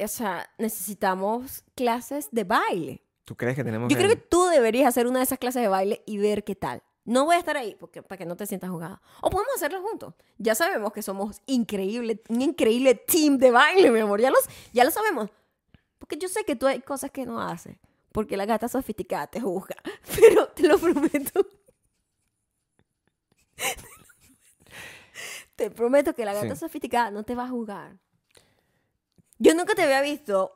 Speaker 1: o sea, necesitamos clases de baile.
Speaker 2: ¿Tú crees que tenemos
Speaker 1: Yo creo que tú deberías hacer una de esas clases de baile y ver qué tal. No voy a estar ahí porque, para que no te sientas jugada. O podemos hacerlo juntos. Ya sabemos que somos increíble, un increíble team de baile, mi amor. Ya, los, ya lo sabemos. Porque yo sé que tú hay cosas que no haces. Porque la gata sofisticada te juzga. Pero te lo prometo. Te prometo que la gata
Speaker 2: Sí.
Speaker 1: sofisticada no te va a jugar. Yo nunca te había visto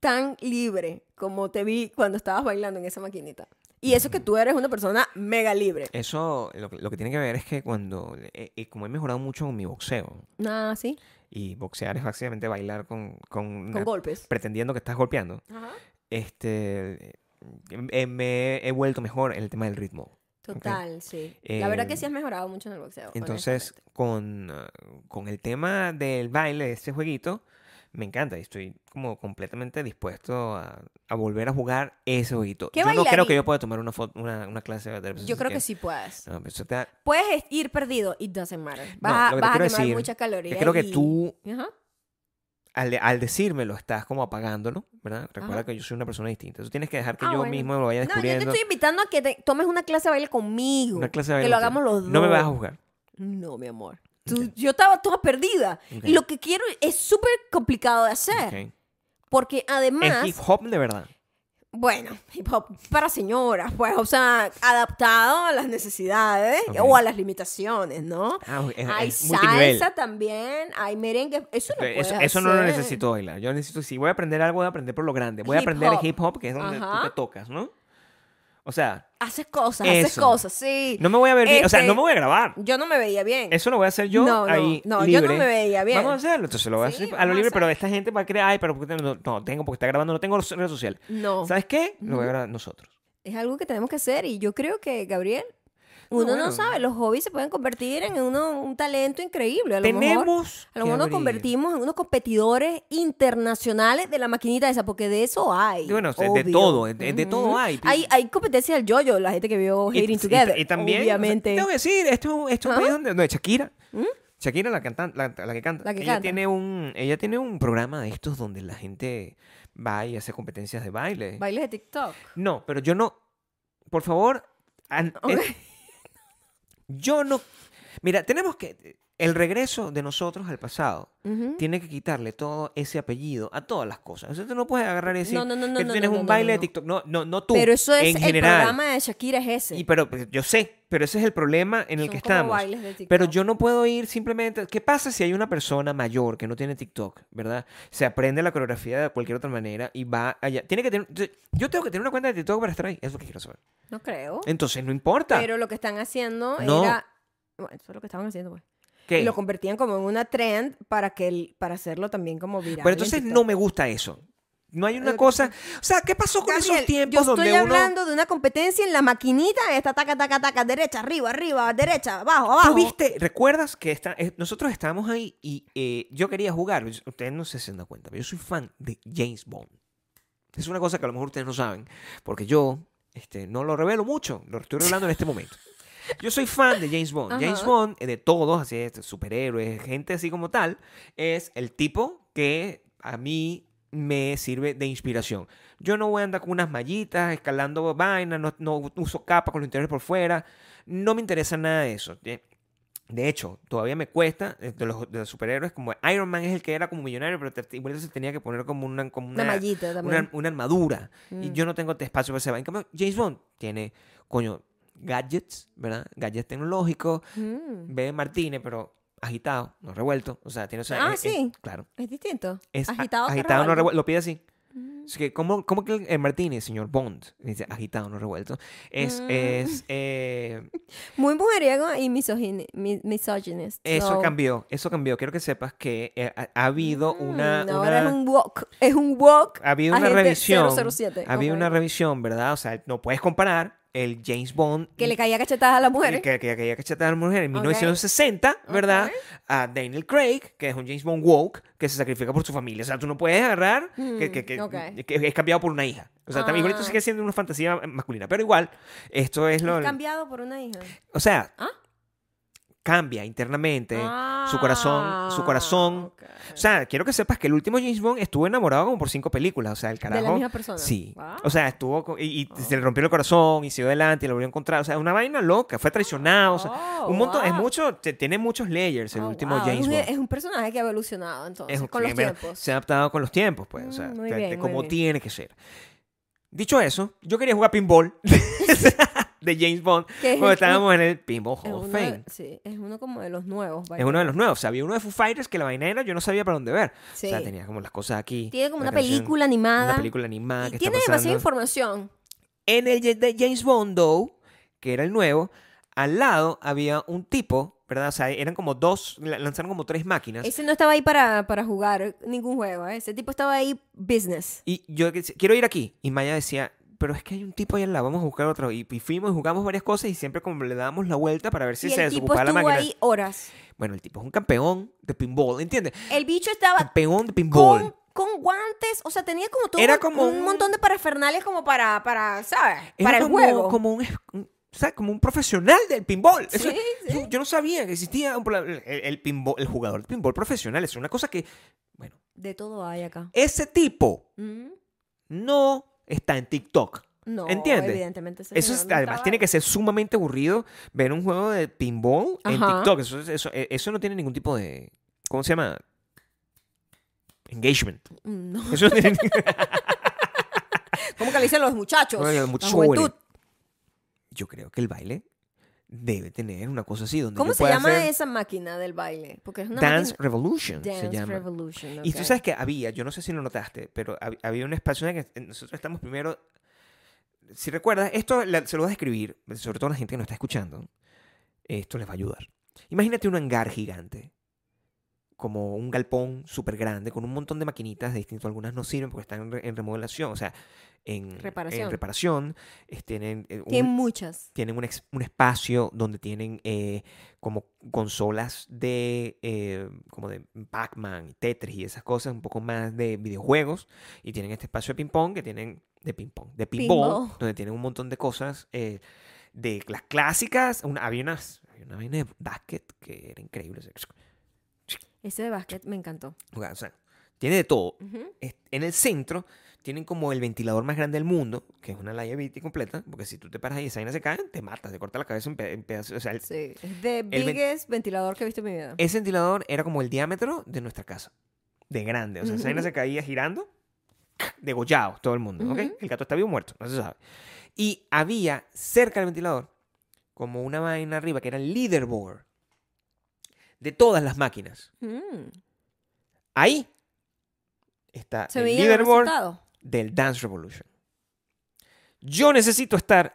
Speaker 1: tan libre como te vi cuando estabas bailando en esa maquinita. Y eso que tú eres una persona mega libre.
Speaker 2: Eh, Eso lo, que- lo que tiene que ver es que cuando. eh, eh, como he mejorado mucho con mi boxeo,
Speaker 1: Ah, sí,
Speaker 2: y boxear es básicamente bailar con. con
Speaker 1: con
Speaker 2: una-
Speaker 1: golpes.
Speaker 2: pretendiendo que estás golpeando,
Speaker 1: Ajá.
Speaker 2: este. eh, eh, me he vuelto mejor en el tema del ritmo.
Speaker 1: Total, sí.
Speaker 2: Eh,
Speaker 1: la verdad que sí has mejorado mucho en el boxeo.
Speaker 2: Entonces, con, ah, con el tema del baile, de ese jueguito, me encanta y estoy como completamente dispuesto a, a volver a jugar ese jueguito.
Speaker 1: ¿Qué
Speaker 2: yo no creo que
Speaker 1: bailarín?
Speaker 2: yo pueda tomar una, fo- una, una clase de
Speaker 1: honestamente.
Speaker 2: terapia.
Speaker 1: Yo creo que
Speaker 2: sexual.
Speaker 1: sí puedes.
Speaker 2: No, pero eso te da-
Speaker 1: Puedes ir perdido, it doesn't matter.
Speaker 2: Ah. No,
Speaker 1: Vas, a-
Speaker 2: lo
Speaker 1: vas a
Speaker 2: que te quiero
Speaker 1: quemar
Speaker 2: decir
Speaker 1: muchas
Speaker 2: que
Speaker 1: calorías.
Speaker 2: creo que
Speaker 1: y-
Speaker 2: tú
Speaker 1: Ajá.
Speaker 2: al, de- al decírmelo estás como apagándolo, ¿verdad? Recuerda
Speaker 1: Ajá.
Speaker 2: que yo soy una persona distinta. Tú tienes que dejar que
Speaker 1: Ah,
Speaker 2: yo
Speaker 1: bueno.
Speaker 2: mismo lo vaya
Speaker 1: No, yo te
Speaker 2: descubriendo.
Speaker 1: estoy invitando a que te tomes una clase de baile conmigo.
Speaker 2: Una clase de
Speaker 1: que
Speaker 2: baile
Speaker 1: lo
Speaker 2: contigo.
Speaker 1: hagamos los dos.
Speaker 2: No me vas a juzgar.
Speaker 1: No, mi amor. Tú- Yo estaba toda perdida.
Speaker 2: Ok.
Speaker 1: Y lo que quiero es súper complicado de hacer.
Speaker 2: ok.
Speaker 1: Porque además,
Speaker 2: Es hip hop de verdad.
Speaker 1: bueno, hip hop para señoras, pues, o sea, adaptado a las necesidades
Speaker 2: Ok.
Speaker 1: o a las limitaciones, ¿no?
Speaker 2: Ah, ok, es,
Speaker 1: hay
Speaker 2: es multinivel.
Speaker 1: salsa también, hay merengue. Eso no
Speaker 2: Eso,
Speaker 1: puedes
Speaker 2: eso no lo
Speaker 1: hacer.
Speaker 2: necesito bailar. Yo necesito, si voy a aprender algo, voy a aprender por lo grande. Voy a
Speaker 1: Hip
Speaker 2: aprender
Speaker 1: hop.
Speaker 2: el hip hop, que es donde tú
Speaker 1: Ajá.
Speaker 2: te tocas, ¿no? O sea,
Speaker 1: Haces cosas, haces
Speaker 2: Eso.
Speaker 1: cosas, sí.
Speaker 2: no me voy a ver bien. O sea,
Speaker 1: Este,
Speaker 2: no me voy a grabar.
Speaker 1: Yo no me veía bien.
Speaker 2: Eso lo voy a hacer yo
Speaker 1: No, no,
Speaker 2: ahí.
Speaker 1: no, yo
Speaker 2: libre.
Speaker 1: no me veía bien.
Speaker 2: Vamos a hacerlo. Entonces lo voy
Speaker 1: Sí,
Speaker 2: a hacer a
Speaker 1: vamos
Speaker 2: lo
Speaker 1: a
Speaker 2: libre, pero
Speaker 1: hacer.
Speaker 2: esta gente va a creer, ay, pero porque no, no, tengo porque está grabando, no tengo redes sociales.
Speaker 1: No.
Speaker 2: ¿Sabes qué? Lo voy a grabar nosotros.
Speaker 1: es algo que tenemos que hacer y yo creo que, Gabriel,
Speaker 2: No,
Speaker 1: uno no,
Speaker 2: bueno.
Speaker 1: sabe, los hobbies se pueden convertir en uno, un talento increíble. A lo mejor,
Speaker 2: Tenemos.
Speaker 1: a lo mejor nos
Speaker 2: que abrir.
Speaker 1: convertimos en unos competidores internacionales de la maquinita esa, porque de eso hay.
Speaker 2: Y Bueno, o sea, de
Speaker 1: obvio.
Speaker 2: todo, de, de- de todo
Speaker 1: Ujú.
Speaker 2: hay.
Speaker 1: Hay, hay competencia del yo-yo, la gente que vio
Speaker 2: Y-
Speaker 1: Hating
Speaker 2: y-
Speaker 1: Together.
Speaker 2: Y, también, o sea,
Speaker 1: Obviamente.
Speaker 2: tengo que decir, esto, es un- esto es un
Speaker 1: Ajá. ¿Mm?
Speaker 2: país donde, donde Shakira, Shakira la, cantante, la, la que canta,
Speaker 1: La que
Speaker 2: ella,
Speaker 1: canta.
Speaker 2: Tiene un, ella tiene un programa de estos donde la gente va y hace competencias de baile.
Speaker 1: Bailes de TikTok.
Speaker 2: No, pero yo no, por favor, an-
Speaker 1: Ok.
Speaker 2: eh, yo no, mira, tenemos que, el regreso de nosotros al pasado.
Speaker 1: Ujú.
Speaker 2: Tiene que quitarle todo ese apellido a todas las cosas. O sea, tú no puedes agarrar y decir
Speaker 1: No, no, no, no,
Speaker 2: que tú
Speaker 1: no,
Speaker 2: tienes
Speaker 1: no,
Speaker 2: un
Speaker 1: no,
Speaker 2: baile
Speaker 1: no,
Speaker 2: de
Speaker 1: no.
Speaker 2: TikTok. No, no, no tú.
Speaker 1: Pero eso es,
Speaker 2: en
Speaker 1: el
Speaker 2: general.
Speaker 1: programa de Shakira es ese.
Speaker 2: Y pero pues, yo sé, pero ese es el problema en el
Speaker 1: Son
Speaker 2: que
Speaker 1: como
Speaker 2: estamos.
Speaker 1: bailes de TikTok.
Speaker 2: Pero yo no puedo ir simplemente. ¿Qué pasa si hay una persona mayor que no tiene TikTok, verdad? Se aprende la coreografía de cualquier otra manera y va allá. Tiene que tener. Yo tengo que tener una cuenta de TikTok para estar ahí. Es lo que quiero saber.
Speaker 1: No creo.
Speaker 2: Entonces no importa.
Speaker 1: Oh. Pero lo que están haciendo
Speaker 2: No.
Speaker 1: era... Bueno, eso es lo que estaban haciendo, pues.
Speaker 2: ¿Qué?
Speaker 1: Y lo convertían como en una trend para que el- para hacerlo también como viral.
Speaker 2: Pero entonces no me gusta eso. No hay
Speaker 1: lo
Speaker 2: una
Speaker 1: que
Speaker 2: cosa. O sea, ¿qué pasó con esos
Speaker 1: yo
Speaker 2: tiempos
Speaker 1: estoy
Speaker 2: donde uno.
Speaker 1: hablando de una competencia en la maquinita, esta taca, taca, taca, derecha, arriba, arriba, derecha, abajo, abajo.
Speaker 2: ¿Tú viste? ¿Recuerdas que está, eh, nosotros estábamos ahí y eh, yo quería jugar? Ustedes no se dan cuenta, pero yo soy fan de James Bond. Es una cosa que a lo mejor ustedes no saben, porque yo este, no lo revelo mucho, lo estoy revelando en este momento. Yo soy fan de James Bond. James
Speaker 1: Ajá.
Speaker 2: Bond, eh, de todos, así es, superhéroes, gente así como tal, es el tipo que a mí me sirve de inspiración. Yo no voy a andar con unas mallitas, escalando vainas, no, no uso capa con los interiores por fuera. No me interesa nada de eso. ¿sí? De hecho, todavía me cuesta eh, de los, de los superhéroes, como Iron Man es el que era como millonario, pero te- igual se tenía que poner como una, como
Speaker 1: Una
Speaker 2: una-
Speaker 1: mallita
Speaker 2: una,
Speaker 1: también.
Speaker 2: una armadura. Y
Speaker 1: Mm.
Speaker 2: yo no tengo espacio para ese vaina. En cambio, James Bond tiene, coño, gadgets, ¿verdad? Gadgets tecnológicos.
Speaker 1: Mm.
Speaker 2: Ve Martínez, pero agitado, no revuelto. O sea, tiene... o sea,
Speaker 1: Ah,
Speaker 2: es-
Speaker 1: sí.
Speaker 2: es- claro.
Speaker 1: Es distinto.
Speaker 2: Es a-
Speaker 1: agitado, que
Speaker 2: agitado
Speaker 1: revuelto.
Speaker 2: no revuelto. Lo pide así.
Speaker 1: Mm.
Speaker 2: Así que, ¿cómo, cómo que el, el Martínez, señor Bond? Dice, agitado, no revuelto. Es,
Speaker 1: Mm.
Speaker 2: es, eh,
Speaker 1: Muy mujeriego y misogini- mi- misogynist.
Speaker 2: eso
Speaker 1: So,
Speaker 2: cambió, eso cambió. Quiero que sepas que eh, ha, ha habido una, Ah,
Speaker 1: mm, Ahora
Speaker 2: una-
Speaker 1: es un walk. Es un walk.
Speaker 2: ha habido una
Speaker 1: agente
Speaker 2: revisión,
Speaker 1: 007,
Speaker 2: ha habido
Speaker 1: ok.
Speaker 2: una revisión, ¿verdad? O sea, no puedes comparar el James Bond
Speaker 1: Que le caía cachetadas a las mujeres.
Speaker 2: Que, que, que ya cachetearon a la mujer en
Speaker 1: Ok.
Speaker 2: 1960, ¿verdad?
Speaker 1: Ok.
Speaker 2: A Daniel Craig, que es un James Bond woke, que se sacrifica por su familia. O sea, tú no puedes agarrar que,
Speaker 1: Mm,
Speaker 2: que, que-
Speaker 1: ok.
Speaker 2: que es cambiado por una hija. O sea, también, igual esto
Speaker 1: Ah.
Speaker 2: sigue siendo una fantasía masculina. Pero igual, esto es lo...
Speaker 1: Es cambiado por una hija.
Speaker 2: O sea,
Speaker 1: ¿Ah?
Speaker 2: cambia internamente su corazón, su corazón.
Speaker 1: Ah, ok.
Speaker 2: O sea, quiero que sepas que el último James Bond estuvo enamorado como por cinco películas. O sea, el carajo...
Speaker 1: de la misma persona.
Speaker 2: Sí.
Speaker 1: Wow.
Speaker 2: O sea, estuvo. co- Y, y
Speaker 1: Wow.
Speaker 2: se le rompió el corazón y siguió adelante y lo volvió a encontrar. O sea, una vaina loca. Fue traicionado. O sea,
Speaker 1: Oh,
Speaker 2: un montón. Es
Speaker 1: wow.
Speaker 2: mucho. te- tiene muchos layers el
Speaker 1: Oh,
Speaker 2: último
Speaker 1: wow.
Speaker 2: James
Speaker 1: es un,
Speaker 2: Bond.
Speaker 1: Es un personaje que ha evolucionado entonces,
Speaker 2: Es un-
Speaker 1: con los
Speaker 2: en verdad,
Speaker 1: tiempos.
Speaker 2: Se ha adaptado con los tiempos, pues. O sea,
Speaker 1: Mm, muy
Speaker 2: de- de
Speaker 1: bien, muy
Speaker 2: como
Speaker 1: bien.
Speaker 2: tiene que ser. Dicho eso, yo quería jugar pinball de James Bond
Speaker 1: Que es
Speaker 2: cuando
Speaker 1: el-
Speaker 2: estábamos en el Pinball
Speaker 1: es
Speaker 2: Hall of
Speaker 1: uno de-
Speaker 2: Fame.
Speaker 1: sí, es uno como de los nuevos.
Speaker 2: Es
Speaker 1: vaya.
Speaker 2: uno de los nuevos. O sea, había uno de Foo Fighters que la vaina era, yo no sabía para dónde ver.
Speaker 1: Sí.
Speaker 2: O sea, tenía como las cosas aquí.
Speaker 1: tiene como una,
Speaker 2: canción,
Speaker 1: película animada.
Speaker 2: Una película animada
Speaker 1: y
Speaker 2: que está
Speaker 1: tiene
Speaker 2: pasando.
Speaker 1: demasiada información.
Speaker 2: En el de James Bond, though, que era el nuevo, al lado había un tipo, ¿verdad? O sea, eran como dos, la- lanzaron como tres máquinas.
Speaker 1: Ese no estaba ahí para, para jugar ningún juego. ¿eh? Ese tipo estaba ahí business.
Speaker 2: Y yo que- quiero ir aquí. Y Maya decía, pero es que hay un tipo ahí al lado, vamos a buscar otro. Y, y fuimos, jugamos varias cosas y siempre como le dábamos la vuelta para ver si
Speaker 1: y
Speaker 2: se
Speaker 1: el tipo
Speaker 2: desocupaba la
Speaker 1: estuvo
Speaker 2: máquina.
Speaker 1: ahí horas.
Speaker 2: Bueno, el tipo es un campeón de pinball, ¿entiendes?
Speaker 1: El bicho estaba
Speaker 2: Campeón de pinball.
Speaker 1: Ah, con, con guantes, o sea, tenía como todo
Speaker 2: Era
Speaker 1: un,
Speaker 2: como
Speaker 1: un
Speaker 2: un-
Speaker 1: montón de parafernales como para, para ¿sabes?
Speaker 2: Era
Speaker 1: para el
Speaker 2: como,
Speaker 1: juego.
Speaker 2: Como un, es- un- ¿sabes? como un profesional del pinball. Eso-
Speaker 1: Sí,
Speaker 2: eso- Yo no sabía que existía un pro- el, el pinball, el jugador de pinball profesional. Es una cosa que, bueno,
Speaker 1: De todo hay acá.
Speaker 2: ese tipo
Speaker 1: Mm,
Speaker 2: no está en TikTok.
Speaker 1: No,
Speaker 2: ¿Entiendes?
Speaker 1: evidentemente. ese
Speaker 2: Eso
Speaker 1: señor
Speaker 2: es-
Speaker 1: no
Speaker 2: además
Speaker 1: estaba
Speaker 2: tiene
Speaker 1: ahí.
Speaker 2: que ser sumamente aburrido ver un juego de pinball en
Speaker 1: Ajá.
Speaker 2: TikTok. Eso, es- eso, eh, eso no tiene ningún tipo de. ¿Cómo se llama? Engagement.
Speaker 1: Mm, No.
Speaker 2: Eso no tiene ningún
Speaker 1: ¿Cómo que le dicen los muchachos?
Speaker 2: Oye, los
Speaker 1: La
Speaker 2: muchachos
Speaker 1: juventud.
Speaker 2: jóvenes. Yo creo que el baile debe tener una cosa así. Donde
Speaker 1: ¿Cómo
Speaker 2: yo
Speaker 1: se
Speaker 2: pueda
Speaker 1: llama
Speaker 2: hacer
Speaker 1: esa máquina del baile? Porque es una
Speaker 2: Dance
Speaker 1: máquina-
Speaker 2: Revolution se
Speaker 1: Dance
Speaker 2: llama.
Speaker 1: Revolution.
Speaker 2: Y
Speaker 1: ok.
Speaker 2: tú sabes que había, yo no sé si lo notaste, pero hab- había un espacio en el que nosotros estamos primero. Si recuerdas, esto la- se lo voy a describir, sobre todo a la gente que nos está escuchando. Esto les va a ayudar. Imagínate un hangar gigante, como un galpón súper grande, con un montón de maquinitas de distinto. Algunas no sirven porque están en, re- en remodelación, o sea, en
Speaker 1: Reparación.
Speaker 2: En reparación es- tienen, eh, un-
Speaker 1: Que hay muchas.
Speaker 2: tienen un, ex- un espacio donde tienen eh, como consolas de eh, como de Pac-Man y Tetris y esas cosas, un poco más de videojuegos. Y tienen este espacio de ping-pong que tienen de ping-pong, de pinball,
Speaker 1: Pinball.
Speaker 2: donde tienen un montón de cosas eh, de las clásicas. Una- había, unas, había una vaina de basket que era increíble. o sea,
Speaker 1: Ese de básquet me encantó.
Speaker 2: o sea, tiene de todo.
Speaker 1: Ujú.
Speaker 2: Es- En el centro tienen como el ventilador más grande del mundo, que es una liability completa, porque si tú te paras ahí y esa vaina se cae, te matas, te corta la cabeza en, pe- en pedazos. O sea, el-
Speaker 1: Sí. Es the
Speaker 2: ven-
Speaker 1: biggest ventilador que he visto en mi vida.
Speaker 2: Ese ventilador era como el diámetro de nuestra casa. De grande. O sea, esa vaina se caía girando. Degollado todo el mundo. ¿ok?
Speaker 1: Ujú.
Speaker 2: El gato está vivo o muerto. No se sabe. Y había cerca del ventilador como una vaina arriba que era el leaderboard de todas las máquinas.
Speaker 1: Mm.
Speaker 2: Ahí está
Speaker 1: Se
Speaker 2: el
Speaker 1: veía el
Speaker 2: leaderboard
Speaker 1: resultado.
Speaker 2: del Dance Revolution. Yo necesito estar.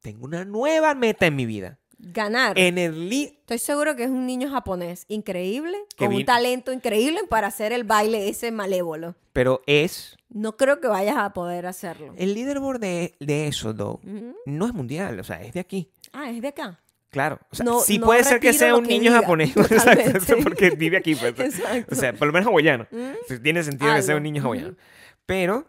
Speaker 2: Tengo una nueva meta en mi vida.
Speaker 1: Ganar.
Speaker 2: En el lead.
Speaker 1: Estoy seguro que es un niño japonés increíble,
Speaker 2: Que
Speaker 1: con
Speaker 2: vi-
Speaker 1: un talento increíble para hacer el baile ese malévolo.
Speaker 2: Pero es.
Speaker 1: No creo que vayas a poder hacerlo.
Speaker 2: El leaderboard de, de eso, though,
Speaker 1: Ujú.
Speaker 2: no es mundial, o sea, es de aquí.
Speaker 1: Ah, es de acá.
Speaker 2: Claro, o sea,
Speaker 1: No-
Speaker 2: sí
Speaker 1: no
Speaker 2: puede ser que
Speaker 1: retiro
Speaker 2: sea
Speaker 1: lo
Speaker 2: un
Speaker 1: que
Speaker 2: niño
Speaker 1: diga,
Speaker 2: japonés,
Speaker 1: totalmente.
Speaker 2: exacto, eso porque vive aquí, pues.
Speaker 1: Exacto.
Speaker 2: o sea, por lo menos hawaiano.
Speaker 1: Mm.
Speaker 2: Sí, Tiene sentido que sea
Speaker 1: Algo.
Speaker 2: un niño hawaiano. Pero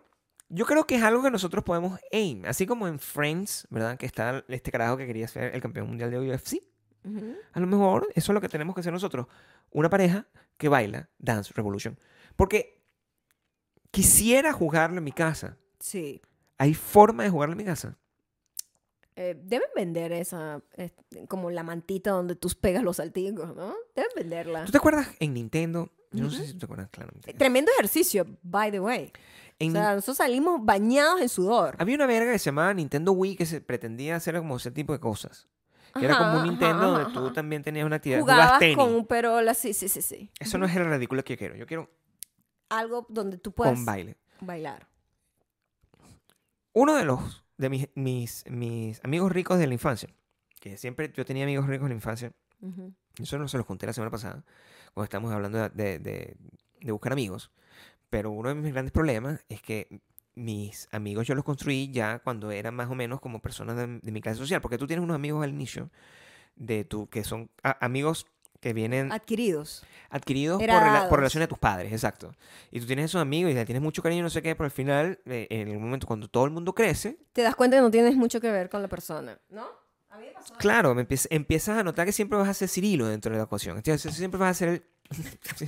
Speaker 2: yo creo que es algo que nosotros podemos aim, así como en Friends, ¿verdad? Que está este carajo que quería ser el campeón mundial de UFC.
Speaker 1: Ujú.
Speaker 2: A lo mejor eso es lo que tenemos que hacer nosotros. Una pareja que baila Dance Revolution. Porque quisiera jugarlo en mi casa.
Speaker 1: Sí.
Speaker 2: ¿Hay forma de jugarlo en mi casa?
Speaker 1: Eh, deben vender esa, eh, como la mantita donde tú pegas los saltigos, ¿no? Deben venderla.
Speaker 2: ¿Tú te acuerdas en Nintendo? Yo no sé si tú te acuerdas, claro.
Speaker 1: Eh,
Speaker 2: Nintendo.
Speaker 1: Tremendo ejercicio, by the way.
Speaker 2: En
Speaker 1: O sea, nosotros salimos bañados en sudor.
Speaker 2: Había una verga que se llamaba Nintendo Wii que se pretendía hacer como ese tipo de cosas. Que era
Speaker 1: Ajá,
Speaker 2: como un
Speaker 1: ajá,
Speaker 2: Nintendo donde
Speaker 1: ajá,
Speaker 2: tú
Speaker 1: ajá.
Speaker 2: también tenías una actividad. Jugabas
Speaker 1: Jugabas
Speaker 2: tenis.
Speaker 1: con un perola, sí, sí, sí, sí.
Speaker 2: Eso no es el ridículo que yo quiero. Yo quiero
Speaker 1: Algo donde tú puedas
Speaker 2: con baile.
Speaker 1: bailar.
Speaker 2: Uno de los, de mis, mis, mis amigos ricos de la infancia, que siempre yo tenía amigos ricos de la infancia,
Speaker 1: Ujú.
Speaker 2: eso no se los conté la semana pasada, cuando estábamos hablando de, de- de- de buscar amigos, pero uno de mis grandes problemas es que mis amigos yo los construí ya cuando eran más o menos como personas de, de mi clase social, porque tú tienes unos amigos al inicio de tu, que son a- amigos que vienen
Speaker 1: Adquiridos.
Speaker 2: adquiridos por,
Speaker 1: Heredados.
Speaker 2: rela- por relación a tus padres, exacto. Y tú tienes esos amigos y le tienes mucho cariño, no sé qué, pero al final, eh, en el momento cuando todo el mundo crece,
Speaker 1: Te das cuenta que no tienes mucho que ver con la persona, ¿no? A mí me pasó.
Speaker 2: claro, me empieza- empiezas a notar que siempre vas a ser Cirilo dentro de la ecuación, entonces siempre vas a ser el...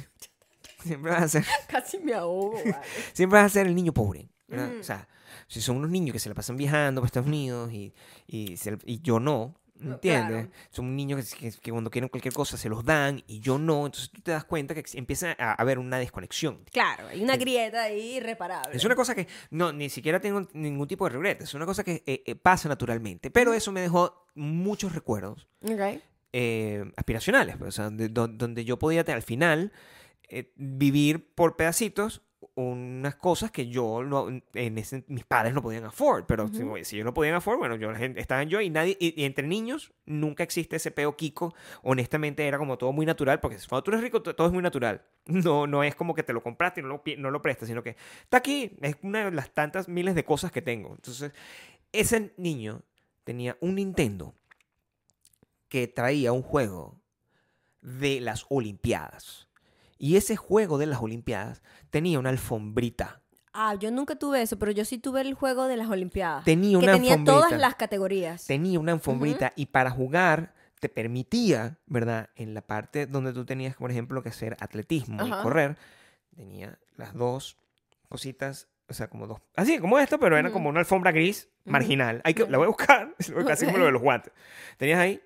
Speaker 2: siempre vas a ser
Speaker 1: Casi me ahogo. vale.
Speaker 2: siempre vas a ser el niño pobre. ¿verdad?
Speaker 1: Mm.
Speaker 2: O sea, si son unos niños que se la pasan viajando para Estados Unidos y, y, se- y yo no,
Speaker 1: No,
Speaker 2: ¿entiendes?
Speaker 1: claro.
Speaker 2: Son niños que, que- que cuando quieren cualquier cosa se los dan y yo no. Entonces tú te das cuenta que empieza a haber una desconexión.
Speaker 1: Claro, hay una grieta ahí irreparable.
Speaker 2: Es una cosa que no, ni siquiera tengo ningún tipo de regret. Es una cosa que eh, eh, pasa naturalmente. Pero eso me dejó muchos recuerdos
Speaker 1: Ok.
Speaker 2: eh, aspiracionales, pues, o sea, de- do- donde yo podía te- al final eh, vivir por pedacitos unas cosas que yo no- en ese- mis padres no podían afford pero si-
Speaker 1: Ujú.
Speaker 2: si, yo no podían afford bueno yo la gente- estaba yo y nadie y, y entre niños nunca existe ese peo Kiko honestamente era como todo muy natural porque cuando tú eres rico to- todo es muy natural no no es como que te lo compraste y no lo, pi- no lo prestas sino que está aquí es una de las tantas miles de cosas que tengo entonces ese niño tenía un Nintendo que traía un juego de las Olimpiadas y ese juego de las Olimpiadas tenía una alfombrita.
Speaker 1: Ah, yo nunca tuve eso, pero yo sí tuve el juego de las Olimpiadas.
Speaker 2: Tenía
Speaker 1: Ah, que
Speaker 2: una
Speaker 1: tenía
Speaker 2: alfombrita.
Speaker 1: todas las categorías.
Speaker 2: Tenía una alfombrita y para jugar te permitía, ¿verdad? En la parte donde tú tenías, por ejemplo, que hacer atletismo
Speaker 1: Ajá.
Speaker 2: y correr, tenía las dos cositas, o sea, como dos. Así como esto, pero era
Speaker 1: Ujú.
Speaker 2: como una alfombra gris
Speaker 1: Ujú.
Speaker 2: marginal. Hay que, la voy a buscar, la voy a buscar, así como lo de los guantes. Tenías ahí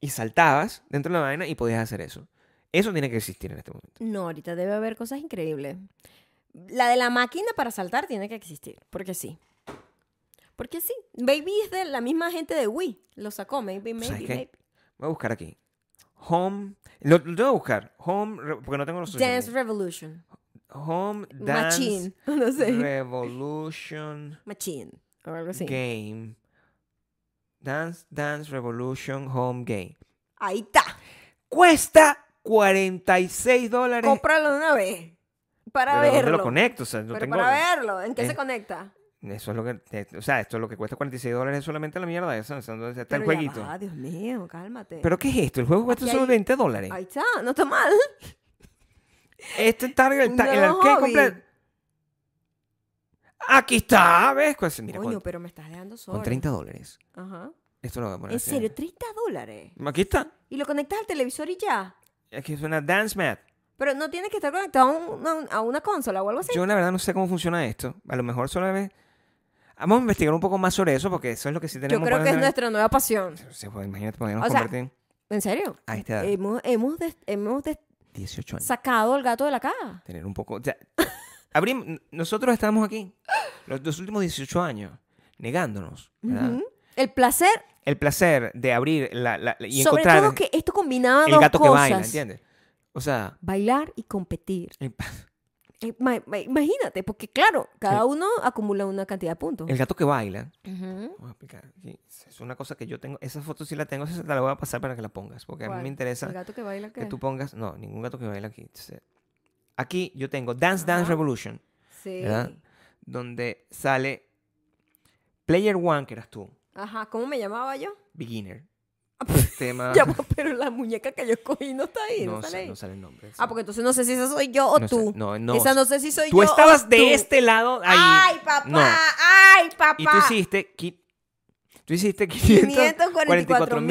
Speaker 2: y saltabas dentro de la vaina y podías hacer eso. Eso tiene que existir en este momento.
Speaker 1: No, ahorita debe haber cosas increíbles. La de la máquina para saltar tiene que existir, porque sí. Porque sí. Baby es de la misma gente de Wii. Lo sacó, maybe,
Speaker 2: ¿Tú
Speaker 1: maybe,
Speaker 2: sabes qué?
Speaker 1: maybe.
Speaker 2: Voy a buscar aquí. Home. Lo, lo tengo que buscar. Home. re- Porque no tengo los social
Speaker 1: Dance
Speaker 2: media.
Speaker 1: Revolution.
Speaker 2: Home Dance
Speaker 1: Machine. No sé.
Speaker 2: Revolution
Speaker 1: Machine. O algo así.
Speaker 2: Game. Dance Dance Revolution Home Game.
Speaker 1: Ahí está.
Speaker 2: Cuesta 46 dólares.
Speaker 1: Cómpralo de una vez. Para
Speaker 2: Pero ¿dónde
Speaker 1: verlo.
Speaker 2: lo conecto? O sea, no
Speaker 1: Pero
Speaker 2: tengo.
Speaker 1: para verlo. ¿En qué se
Speaker 2: Eh,
Speaker 1: conecta?
Speaker 2: Eso es lo que. eh, O sea, esto es lo que cuesta 46 dólares es solamente la mierda. Eso, o sea, ¿dónde está el
Speaker 1: Pero ya
Speaker 2: jueguito.
Speaker 1: va, Dios mío, cálmate.
Speaker 2: ¿Pero qué es esto? El juego cuesta
Speaker 1: Aquí
Speaker 2: solo
Speaker 1: hay-
Speaker 2: 20 dólares.
Speaker 1: Ahí está. No está mal.
Speaker 2: Este es Target, el,
Speaker 1: Un
Speaker 2: ta- el
Speaker 1: nuevo
Speaker 2: arcade
Speaker 1: hobby.
Speaker 2: completo. Aquí está, ¿ves? Pues mira,
Speaker 1: Coño,
Speaker 2: con,
Speaker 1: pero me estás dejando solo.
Speaker 2: con 30 dólares.
Speaker 1: Ajá.
Speaker 2: Esto lo voy a poner.
Speaker 1: ¿En
Speaker 2: así.
Speaker 1: serio? ¿30 dólares?
Speaker 2: Aquí está.
Speaker 1: Y lo conectas al televisor y ya.
Speaker 2: Aquí suena Dance Mat.
Speaker 1: Pero no tienes que estar conectado a, un- a un- a una consola o algo así.
Speaker 2: Yo la verdad no sé cómo funciona esto. A lo mejor solo es- Vamos a investigar un poco más sobre eso porque eso es lo que sí
Speaker 1: Yo,
Speaker 2: tenemos.
Speaker 1: creo
Speaker 2: para
Speaker 1: que es
Speaker 2: hacer.
Speaker 1: nuestra nueva pasión.
Speaker 2: Sí, pues, imagínate, podríamos
Speaker 1: O sea- eh,
Speaker 2: convertir
Speaker 1: ¿En serio?
Speaker 2: a esta edad.
Speaker 1: Hemos, hemos, des- hemos des-
Speaker 2: 18 años.
Speaker 1: sacado al gato de la caja.
Speaker 2: Tener un poco... o sea, abrim- nosotros estamos aquí los, los últimos 18 años negándonos. ¿verdad?
Speaker 1: Ujú. El placer,
Speaker 2: El placer de abrir la, la- la- y
Speaker 1: sobre
Speaker 2: encontrar...
Speaker 1: todo que esto combinaba
Speaker 2: el
Speaker 1: dos
Speaker 2: gato
Speaker 1: cosas.
Speaker 2: que baila, ¿entiendes? O sea,
Speaker 1: Bailar y competir.
Speaker 2: el,
Speaker 1: Eh, ma- ma- Imagínate, porque claro, cada uno acumula una cantidad de puntos.
Speaker 2: el gato que baila.
Speaker 1: Ujú.
Speaker 2: Voy a explicar aquí. Es una cosa que yo tengo. Esa foto sí la tengo, esa te la voy a pasar para que la pongas. Porque a mí
Speaker 1: ¿Cuál?
Speaker 2: me interesa
Speaker 1: El gato que baila
Speaker 2: que
Speaker 1: qué?
Speaker 2: tú pongas. No, ningún gato que baila aquí. Entonces, Aquí yo tengo Dance Dance
Speaker 1: Ajá.
Speaker 2: Revolution,
Speaker 1: Sí.
Speaker 2: ¿verdad? donde sale Player One, que eras tú,
Speaker 1: Ajá, ¿cómo me llamaba yo?
Speaker 2: beginner.
Speaker 1: Ah,
Speaker 2: Tema.
Speaker 1: Ya, pero la muñeca que yo escogí no está ahí, no,
Speaker 2: no,
Speaker 1: sale
Speaker 2: sa-
Speaker 1: ahí.
Speaker 2: no sale el nombre.
Speaker 1: Ah, porque entonces no sé si esa soy yo o
Speaker 2: No sé,
Speaker 1: tú.
Speaker 2: no, no,
Speaker 1: Esa no sé si soy
Speaker 2: tú
Speaker 1: yo.
Speaker 2: estabas
Speaker 1: o
Speaker 2: de
Speaker 1: tú.
Speaker 2: este lado ahí.
Speaker 1: ¡Ay, papá!
Speaker 2: No.
Speaker 1: ¡Ay, papá!
Speaker 2: Y tú hiciste. qui- Tú hiciste
Speaker 1: 544.450.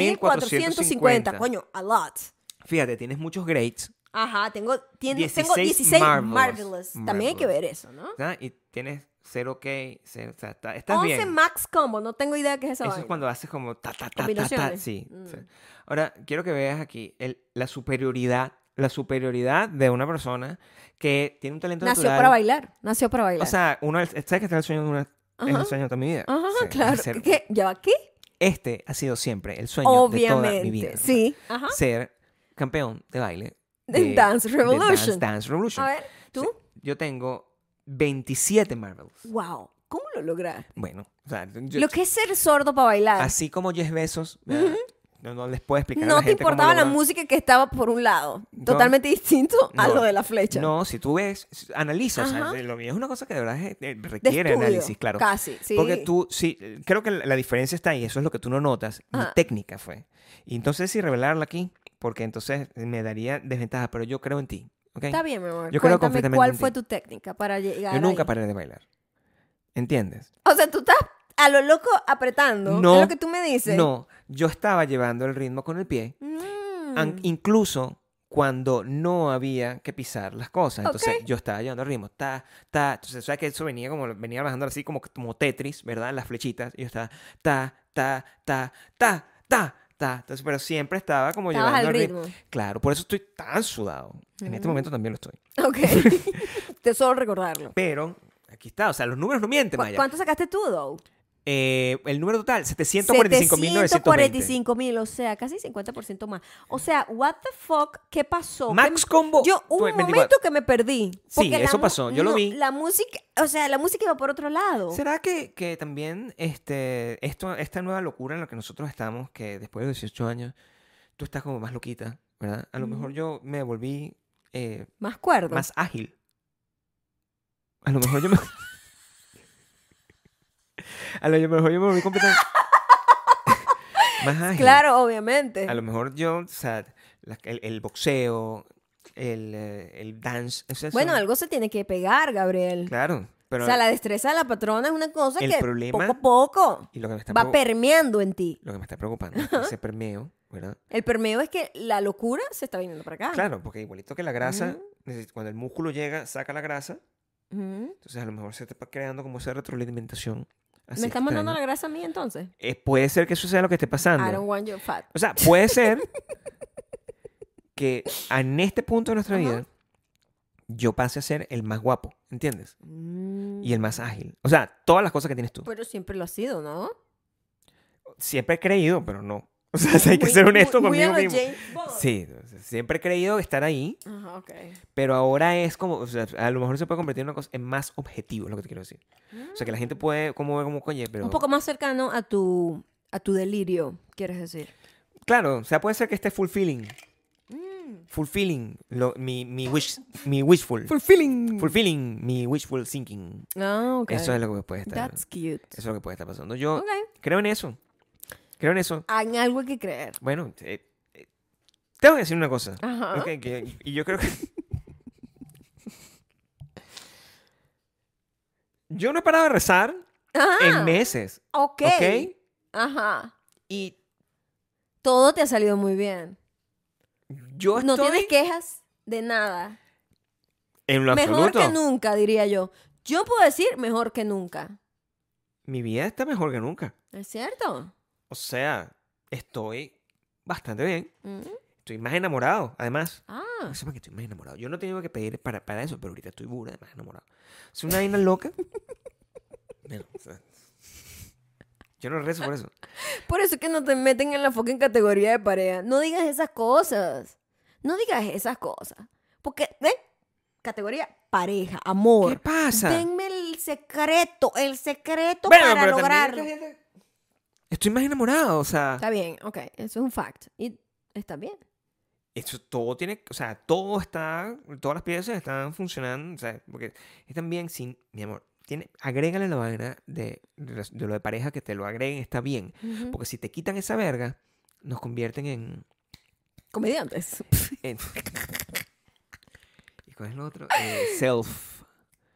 Speaker 2: 544.450.
Speaker 1: Coño, a lot.
Speaker 2: Fíjate, tienes muchos grades
Speaker 1: Ajá, tengo, tien- tengo
Speaker 2: 16
Speaker 1: 16 marvelous.
Speaker 2: marvelous.
Speaker 1: También hay que
Speaker 2: Marvelous.
Speaker 1: ver eso, ¿no?
Speaker 2: ¿verdad? y tienes 0K. cero- o sea, está- estás
Speaker 1: 11
Speaker 2: bien.
Speaker 1: max combo, no tengo idea de qué es esa
Speaker 2: Eso
Speaker 1: vaina.
Speaker 2: es cuando haces como ta, ta, ta, ta, ta.
Speaker 1: Combinaciones.
Speaker 2: Sí.
Speaker 1: Mm.
Speaker 2: sí. Ahora, quiero que veas aquí el- la superioridad. La superioridad de una persona que tiene un talento
Speaker 1: Nació
Speaker 2: natural.
Speaker 1: para bailar, nació para
Speaker 2: O
Speaker 1: bailar.
Speaker 2: sea, uno, ¿sabes que este es el sueño de una, es
Speaker 1: Ajá.
Speaker 2: el sueño de toda mi vida?
Speaker 1: Ajá,
Speaker 2: Sí,
Speaker 1: claro.
Speaker 2: ser-
Speaker 1: ¿Qué? ¿Ya va aquí?
Speaker 2: Este ha sido siempre el sueño de toda mi vida.
Speaker 1: Obviamente, sí. Ajá.
Speaker 2: Ser campeón de baile.
Speaker 1: De Dance
Speaker 2: de
Speaker 1: Revolution.
Speaker 2: Dance, Dance Revolution.
Speaker 1: A ver, tú.
Speaker 2: Yo tengo 27 Marvels.
Speaker 1: Wow, ¿cómo lo lograste?
Speaker 2: Bueno, o sea, yo-
Speaker 1: Lo que es ser sordo para bailar.
Speaker 2: así como 10 besos, ¿verdad? no, no les puedo explicar. a
Speaker 1: no
Speaker 2: la
Speaker 1: te
Speaker 2: gente cómo
Speaker 1: importaba la
Speaker 2: lograron.
Speaker 1: música que estaba por un lado,
Speaker 2: No.
Speaker 1: totalmente distinto a
Speaker 2: No.
Speaker 1: lo de la flecha.
Speaker 2: No, si tú ves, si- analiza, o sea,
Speaker 1: Ajá.
Speaker 2: lo mío es una cosa que de verdad es- eh,
Speaker 1: de
Speaker 2: requiere
Speaker 1: estudio,
Speaker 2: análisis, claro.
Speaker 1: Casi, sí.
Speaker 2: Porque tú, sí, eh, creo que la, la diferencia está ahí, eso es lo que tú no notas, mi
Speaker 1: Ajá.
Speaker 2: técnica fue. Y entonces si revelarla aquí, porque entonces me daría desventaja, pero yo creo en ti, ¿ok?
Speaker 1: Está bien, mi amor.
Speaker 2: Yo creo
Speaker 1: Cuéntame
Speaker 2: completamente
Speaker 1: cuál
Speaker 2: en
Speaker 1: fue
Speaker 2: ti.
Speaker 1: tu técnica para llegar
Speaker 2: Yo nunca
Speaker 1: ahí.
Speaker 2: paré de bailar, ¿entiendes?
Speaker 1: O sea, tú estás a lo loco apretando.
Speaker 2: No.
Speaker 1: Es lo que tú me dices.
Speaker 2: No, yo estaba llevando el ritmo con el pie,
Speaker 1: Mm.
Speaker 2: an- incluso cuando no había que pisar las cosas. Entonces yo estaba llevando el ritmo. Ta, ta. Entonces, ¿sabes que eso venía como venía bajando así como, como Tetris, ¿verdad? Las flechitas. Y yo estaba ta, ta, ta, ta, ta, ta. Entonces, pero siempre estaba como
Speaker 1: Estabas
Speaker 2: llevando
Speaker 1: al
Speaker 2: el ritmo.
Speaker 1: ritmo.
Speaker 2: Claro, por eso estoy tan sudado. En este
Speaker 1: Mm.
Speaker 2: momento también lo estoy.
Speaker 1: Ok. Te solo recordarlo.
Speaker 2: Pero aquí está. O sea, los números no mienten,
Speaker 1: ¿Cu-
Speaker 2: Maya.
Speaker 1: ¿Cuánto sacaste tú, though?
Speaker 2: Eh, el número total, 745.920.
Speaker 1: 745.000, o sea, casi 50% más. O sea, what the fuck, ¿qué pasó?
Speaker 2: Max
Speaker 1: ¿Qué-
Speaker 2: Combo. pues,
Speaker 1: Yo hubo
Speaker 2: fue
Speaker 1: un
Speaker 2: 24.
Speaker 1: momento que me perdí.
Speaker 2: Sí,
Speaker 1: porque la
Speaker 2: eso
Speaker 1: mu-
Speaker 2: pasó, yo lo
Speaker 1: no,
Speaker 2: vi.
Speaker 1: La música, o sea, la música iba por otro lado.
Speaker 2: ¿Será que, que también este, esto, esta nueva locura en la que nosotros estamos, que después de los 18 años, tú estás como más loquita, ¿verdad? A lo
Speaker 1: Ujú.
Speaker 2: mejor yo me volví eh,
Speaker 1: Más cuerdo.
Speaker 2: más ágil. A lo mejor yo me... A lo mejor yo me volví completamente... más ágil.
Speaker 1: Claro, obviamente.
Speaker 2: A lo mejor yo, o sea, la- el, el boxeo, el, eh, el dance... eso- eso-
Speaker 1: Bueno, algo se tiene que pegar, Gabriel.
Speaker 2: Claro, pero...
Speaker 1: o sea, la destreza de la patrona es una cosa
Speaker 2: El
Speaker 1: que
Speaker 2: problema-
Speaker 1: poco a poco
Speaker 2: y lo que me está
Speaker 1: va
Speaker 2: preocup-
Speaker 1: permeando en ti.
Speaker 2: Lo que me está preocupando es que ese permeo, ¿verdad?
Speaker 1: El permeo es que la locura se está viniendo para acá.
Speaker 2: Claro, porque igualito que la grasa,
Speaker 1: Mm.
Speaker 2: neces- cuando el músculo llega, saca la grasa,
Speaker 1: Ujú.
Speaker 2: entonces a lo mejor se está creando como esa retroalimentación. así
Speaker 1: ¿Me está mandando la
Speaker 2: extraña.
Speaker 1: grasa a mí entonces?
Speaker 2: Eh, puede ser que eso sea lo que esté
Speaker 1: I don't
Speaker 2: pasando.
Speaker 1: want your fat.
Speaker 2: O sea, puede ser que en este punto de nuestra
Speaker 1: Ajá.
Speaker 2: vida yo pase a ser el más guapo, ¿entiendes?
Speaker 1: Mm,
Speaker 2: Y el más ágil. O sea, todas las cosas que tienes tú.
Speaker 1: Pero siempre lo ha sido, ¿no?
Speaker 2: Siempre he creído, pero no. O sea, hay que
Speaker 1: Muy-
Speaker 2: ser honesto
Speaker 1: muy- muy a
Speaker 2: conmigo
Speaker 1: lo
Speaker 2: mismo.
Speaker 1: James Bond.
Speaker 2: Sí, o sea, siempre he creído estar ahí,
Speaker 1: Ajá, ok.
Speaker 2: Pero ahora es como, o sea, a lo mejor se puede convertir en una cosa en más objetivo, es lo que te quiero decir. O sea, que la gente puede como ver como, oye, pero...
Speaker 1: Un poco más cercano a tu, a tu delirio, quieres decir.
Speaker 2: Claro, o sea, puede ser que esté fulfilling. Fulfilling, lo- mi, mi wish, mi wishful.
Speaker 1: Fulfilling.
Speaker 2: Fulfilling, mi wishful thinking.
Speaker 1: Ah, ok.
Speaker 2: Eso es lo que puede estar.
Speaker 1: That's cute.
Speaker 2: Eso es lo que puede estar pasando. Yo
Speaker 1: Ok.
Speaker 2: creo en eso. Creo en eso.
Speaker 1: Hay algo hay que creer.
Speaker 2: Bueno, eh, eh, tengo que decir una cosa.
Speaker 1: Ajá.
Speaker 2: Ok, que- y yo creo que... Yo no he parado de rezar en meses.
Speaker 1: Ah, Ok.
Speaker 2: ¿Ok?
Speaker 1: Ajá.
Speaker 2: Y
Speaker 1: Todo te ha salido muy bien.
Speaker 2: yo estoy
Speaker 1: No tienes quejas de nada.
Speaker 2: en lo
Speaker 1: Mejor
Speaker 2: absoluto.
Speaker 1: que nunca, diría yo. Yo puedo decir mejor que nunca.
Speaker 2: Mi vida está mejor que nunca.
Speaker 1: ¿Es cierto?
Speaker 2: O sea, estoy bastante bien.
Speaker 1: Mm.
Speaker 2: Estoy más enamorado, además.
Speaker 1: Ah.
Speaker 2: No sé por qué estoy más enamorado. Yo no tenía que pedir para, para eso, pero ahorita estoy burda de más enamorado. Es una vaina loca. Bueno, o sea, yo no rezo por eso.
Speaker 1: Por eso es que no te meten en la fucking categoría de pareja. No digas esas cosas. No digas esas cosas. Porque, ¿ven? Categoría pareja,
Speaker 2: ¿Qué
Speaker 1: amor.
Speaker 2: pasa?
Speaker 1: Denme el secreto, el secreto
Speaker 2: Bueno,
Speaker 1: para
Speaker 2: pero también
Speaker 1: lograrlo.
Speaker 2: esta gente- Estoy más enamorado, o sea,
Speaker 1: Está bien, ok. Eso es un fact. Y está bien.
Speaker 2: esto todo tiene, o sea, todo está, todas las piezas están funcionando, o sea, porque es también sin, mi amor, tiene, agrégale la vaina de, de las- de lo de pareja que te lo agreguen, está bien,
Speaker 1: Ujú.
Speaker 2: porque si te quitan esa verga, nos convierten en,
Speaker 1: Comediantes.
Speaker 2: en- ¿y cuál es lo otro? Eh, self,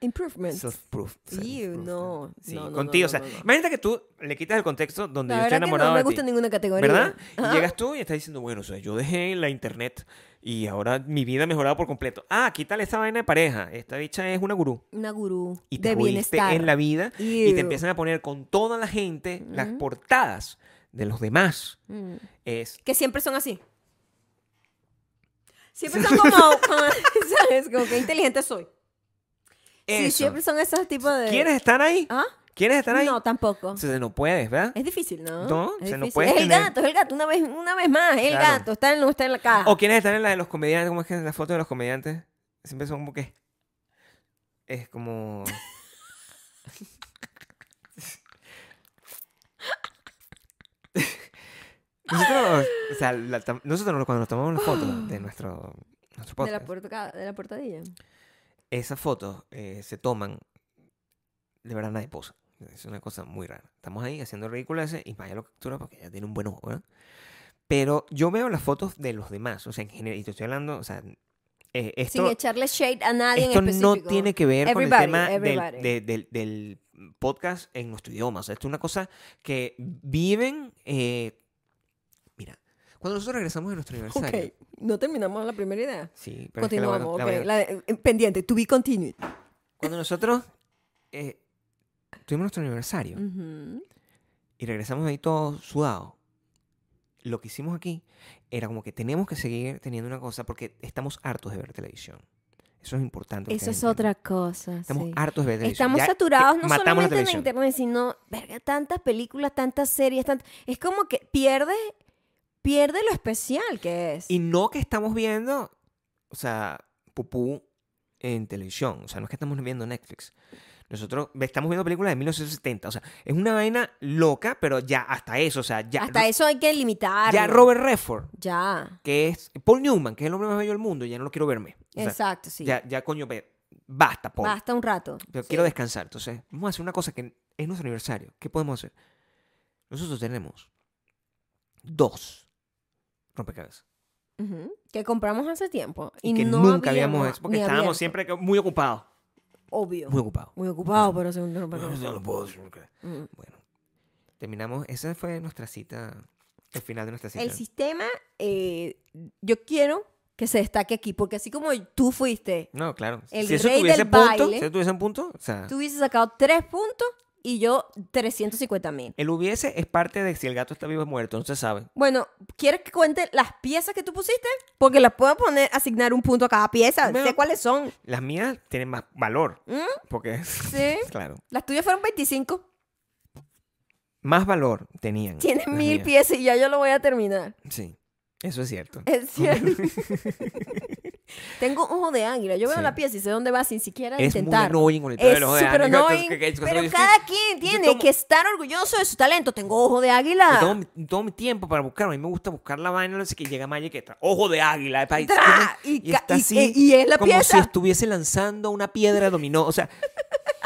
Speaker 1: Improvement.
Speaker 2: self proof.
Speaker 1: Ew, no,
Speaker 2: Sí,
Speaker 1: no, no,
Speaker 2: contigo,
Speaker 1: no,
Speaker 2: o sea,
Speaker 1: no, no.
Speaker 2: imagínate que tú le quitas el contexto donde
Speaker 1: La
Speaker 2: yo estoy
Speaker 1: verdad que
Speaker 2: enamorado
Speaker 1: no me
Speaker 2: de ti.
Speaker 1: gusta ninguna categoría.
Speaker 2: ¿Verdad?
Speaker 1: Ajá.
Speaker 2: Y llegas tú y estás diciendo, bueno, o sea, yo dejé la internet y ahora mi vida ha mejorado por completo. Ah, quítale esa vaina de pareja. Esta bicha es una gurú.
Speaker 1: Una gurú
Speaker 2: Y te
Speaker 1: de
Speaker 2: jodiste
Speaker 1: bienestar.
Speaker 2: en la vida y
Speaker 1: Ew.
Speaker 2: te empiezan a poner con toda la gente las
Speaker 1: Ujú.
Speaker 2: portadas de los demás.
Speaker 1: Mm.
Speaker 2: Es,
Speaker 1: Que siempre son así. Siempre son como, como- ¿sabes? Como que inteligente soy. Sí,
Speaker 2: eso.
Speaker 1: siempre son esos tipos de...
Speaker 2: ¿Quieres estar ahí?
Speaker 1: ¿Ah?
Speaker 2: ¿Quieres estar ahí?
Speaker 1: No, tampoco.
Speaker 2: Entonces no puedes, ¿verdad?
Speaker 1: Es difícil, ¿no?
Speaker 2: No,
Speaker 1: Es
Speaker 2: o sea, no
Speaker 1: difícil.
Speaker 2: puedes
Speaker 1: Es el
Speaker 2: tener-
Speaker 1: gato, es el gato. Una vez, una vez más, es el
Speaker 2: Claro.
Speaker 1: gato. Está en, no está en la caja.
Speaker 2: ¿O quieres estar en la de los comediantes? ¿Cómo es que es la foto de los comediantes? Siempre son como que... Es como... nosotros, o sea, la tam- nosotros cuando nos tomamos las fotos de nuestro, nuestro
Speaker 1: de,
Speaker 2: podcast,
Speaker 1: la porta- de la portadilla.
Speaker 2: esas fotos eh, se toman, de verdad nadie posa. Es una cosa muy rara. Estamos ahí haciendo ridículas y Maya lo captura porque ella tiene un buen ojo, ¿verdad? Pero yo veo las fotos de los demás, o sea, en general, y te estoy hablando, o sea, eh,
Speaker 1: Sin
Speaker 2: esto,
Speaker 1: echarle shade a nadie
Speaker 2: esto
Speaker 1: en específico.
Speaker 2: no tiene que ver con
Speaker 1: Everybody,
Speaker 2: el tema del-
Speaker 1: everybody.
Speaker 2: de- del, del podcast en nuestro idioma. O sea, esto es una cosa que viven. eh, mira, cuando nosotros regresamos de nuestro aniversario.
Speaker 1: Ok, no terminamos la primera idea.
Speaker 2: Sí, pero es que la van a-
Speaker 1: Continuamos,
Speaker 2: la
Speaker 1: ok.
Speaker 2: van a-
Speaker 1: La de- eh, pendiente, to be continued.
Speaker 2: Cuando nosotros eh, tuvimos nuestro aniversario
Speaker 1: Mm. Ujú.
Speaker 2: y regresamos ahí todos sudados, lo que hicimos aquí era como que tenemos que seguir teniendo una cosa porque estamos hartos de ver televisión. Eso es importante. que
Speaker 1: Eso
Speaker 2: ustedes
Speaker 1: es
Speaker 2: entiendan.
Speaker 1: otra cosa.
Speaker 2: Estamos
Speaker 1: sí.
Speaker 2: hartos de ver televisión.
Speaker 1: Estamos
Speaker 2: Ya que
Speaker 1: saturados no
Speaker 2: matamos la
Speaker 1: solamente de
Speaker 2: televisión.
Speaker 1: internet, sino verga, tantas películas, tantas series, tant- es como que pierde, pierde lo especial que es.
Speaker 2: Y no que estamos viendo, o sea, pupú en televisión. O sea, no es que estamos viendo Netflix. Nosotros ve- estamos viendo películas de 1970. O sea, es una vaina loca, pero ya hasta eso. O sea, ya,
Speaker 1: Hasta eso hay que limitar.
Speaker 2: ya Robert Redford,
Speaker 1: Ya,
Speaker 2: que es Paul Newman, que es el hombre más bello del mundo, ya no lo quiero verme. O sea,
Speaker 1: exacto, sí.
Speaker 2: ya, ya, coño, ve- basta, Paul.
Speaker 1: Basta un rato.
Speaker 2: Pero
Speaker 1: sí.
Speaker 2: quiero descansar. Entonces, vamos a hacer una cosa que es nuestro aniversario. ¿Qué podemos hacer? Nosotros tenemos dos rompecabezas.
Speaker 1: Ujú, Que compramos hace tiempo. Y,
Speaker 2: y, que
Speaker 1: no
Speaker 2: nunca habíamos hecho porque
Speaker 1: ni
Speaker 2: estábamos
Speaker 1: abierto,
Speaker 2: siempre que- muy ocupados.
Speaker 1: Obvio.
Speaker 2: Muy ocupados.
Speaker 1: Muy ocupado para hacer un rompecabezas.
Speaker 2: No lo puedo decir porque-
Speaker 1: Mm.
Speaker 2: Bueno, terminamos. Esa fue nuestra cita, el final de nuestra cita.
Speaker 1: El sistema, eh, yo quiero que se destaque aquí, porque así como tú fuiste,
Speaker 2: No, claro.
Speaker 1: el
Speaker 2: si eso
Speaker 1: rey
Speaker 2: tuviese
Speaker 1: del
Speaker 2: punto,
Speaker 1: baile.
Speaker 2: si eso tuviese un punto, o sea,
Speaker 1: tú hubieses sacado tres puntos y yo 350 mil.
Speaker 2: el hubiese es parte de si el gato está vivo o muerto, no se sabe.
Speaker 1: Bueno, ¿quieres que cuente las piezas que tú pusiste? Porque las puedo poner, asignar un punto a cada pieza.
Speaker 2: Bueno.
Speaker 1: Sé cuáles son.
Speaker 2: Las mías tienen más valor,
Speaker 1: ¿Mm?
Speaker 2: porque
Speaker 1: Sí.
Speaker 2: claro,
Speaker 1: Las tuyas fueron 25.
Speaker 2: más valor tenían.
Speaker 1: Tienes
Speaker 2: las
Speaker 1: mil
Speaker 2: mías.
Speaker 1: piezas y ya yo lo voy a terminar.
Speaker 2: Sí. Eso es cierto.
Speaker 1: Es cierto. Tengo ojo de águila. Yo veo
Speaker 2: Sí.
Speaker 1: la pieza y sé dónde va sin siquiera
Speaker 2: Es muy
Speaker 1: intentar.
Speaker 2: annoying con el tema de
Speaker 1: Es
Speaker 2: los
Speaker 1: súper
Speaker 2: ánimos,
Speaker 1: annoying,
Speaker 2: que- que- que-
Speaker 1: pero
Speaker 2: yo-
Speaker 1: cada quien tiene
Speaker 2: tomo-
Speaker 1: que estar orgulloso de su talento. Tengo ojo de águila.
Speaker 2: Yo Todo, mi- todo mi tiempo para buscar. A mí me gusta buscar la vaina, así que llega Maya que está, ojo de águila. epa, y-
Speaker 1: Tra, y
Speaker 2: y
Speaker 1: ca-
Speaker 2: está
Speaker 1: y-
Speaker 2: así,
Speaker 1: eh, y es la
Speaker 2: como
Speaker 1: pieza.
Speaker 2: si estuviese lanzando una piedra dominó. O sea,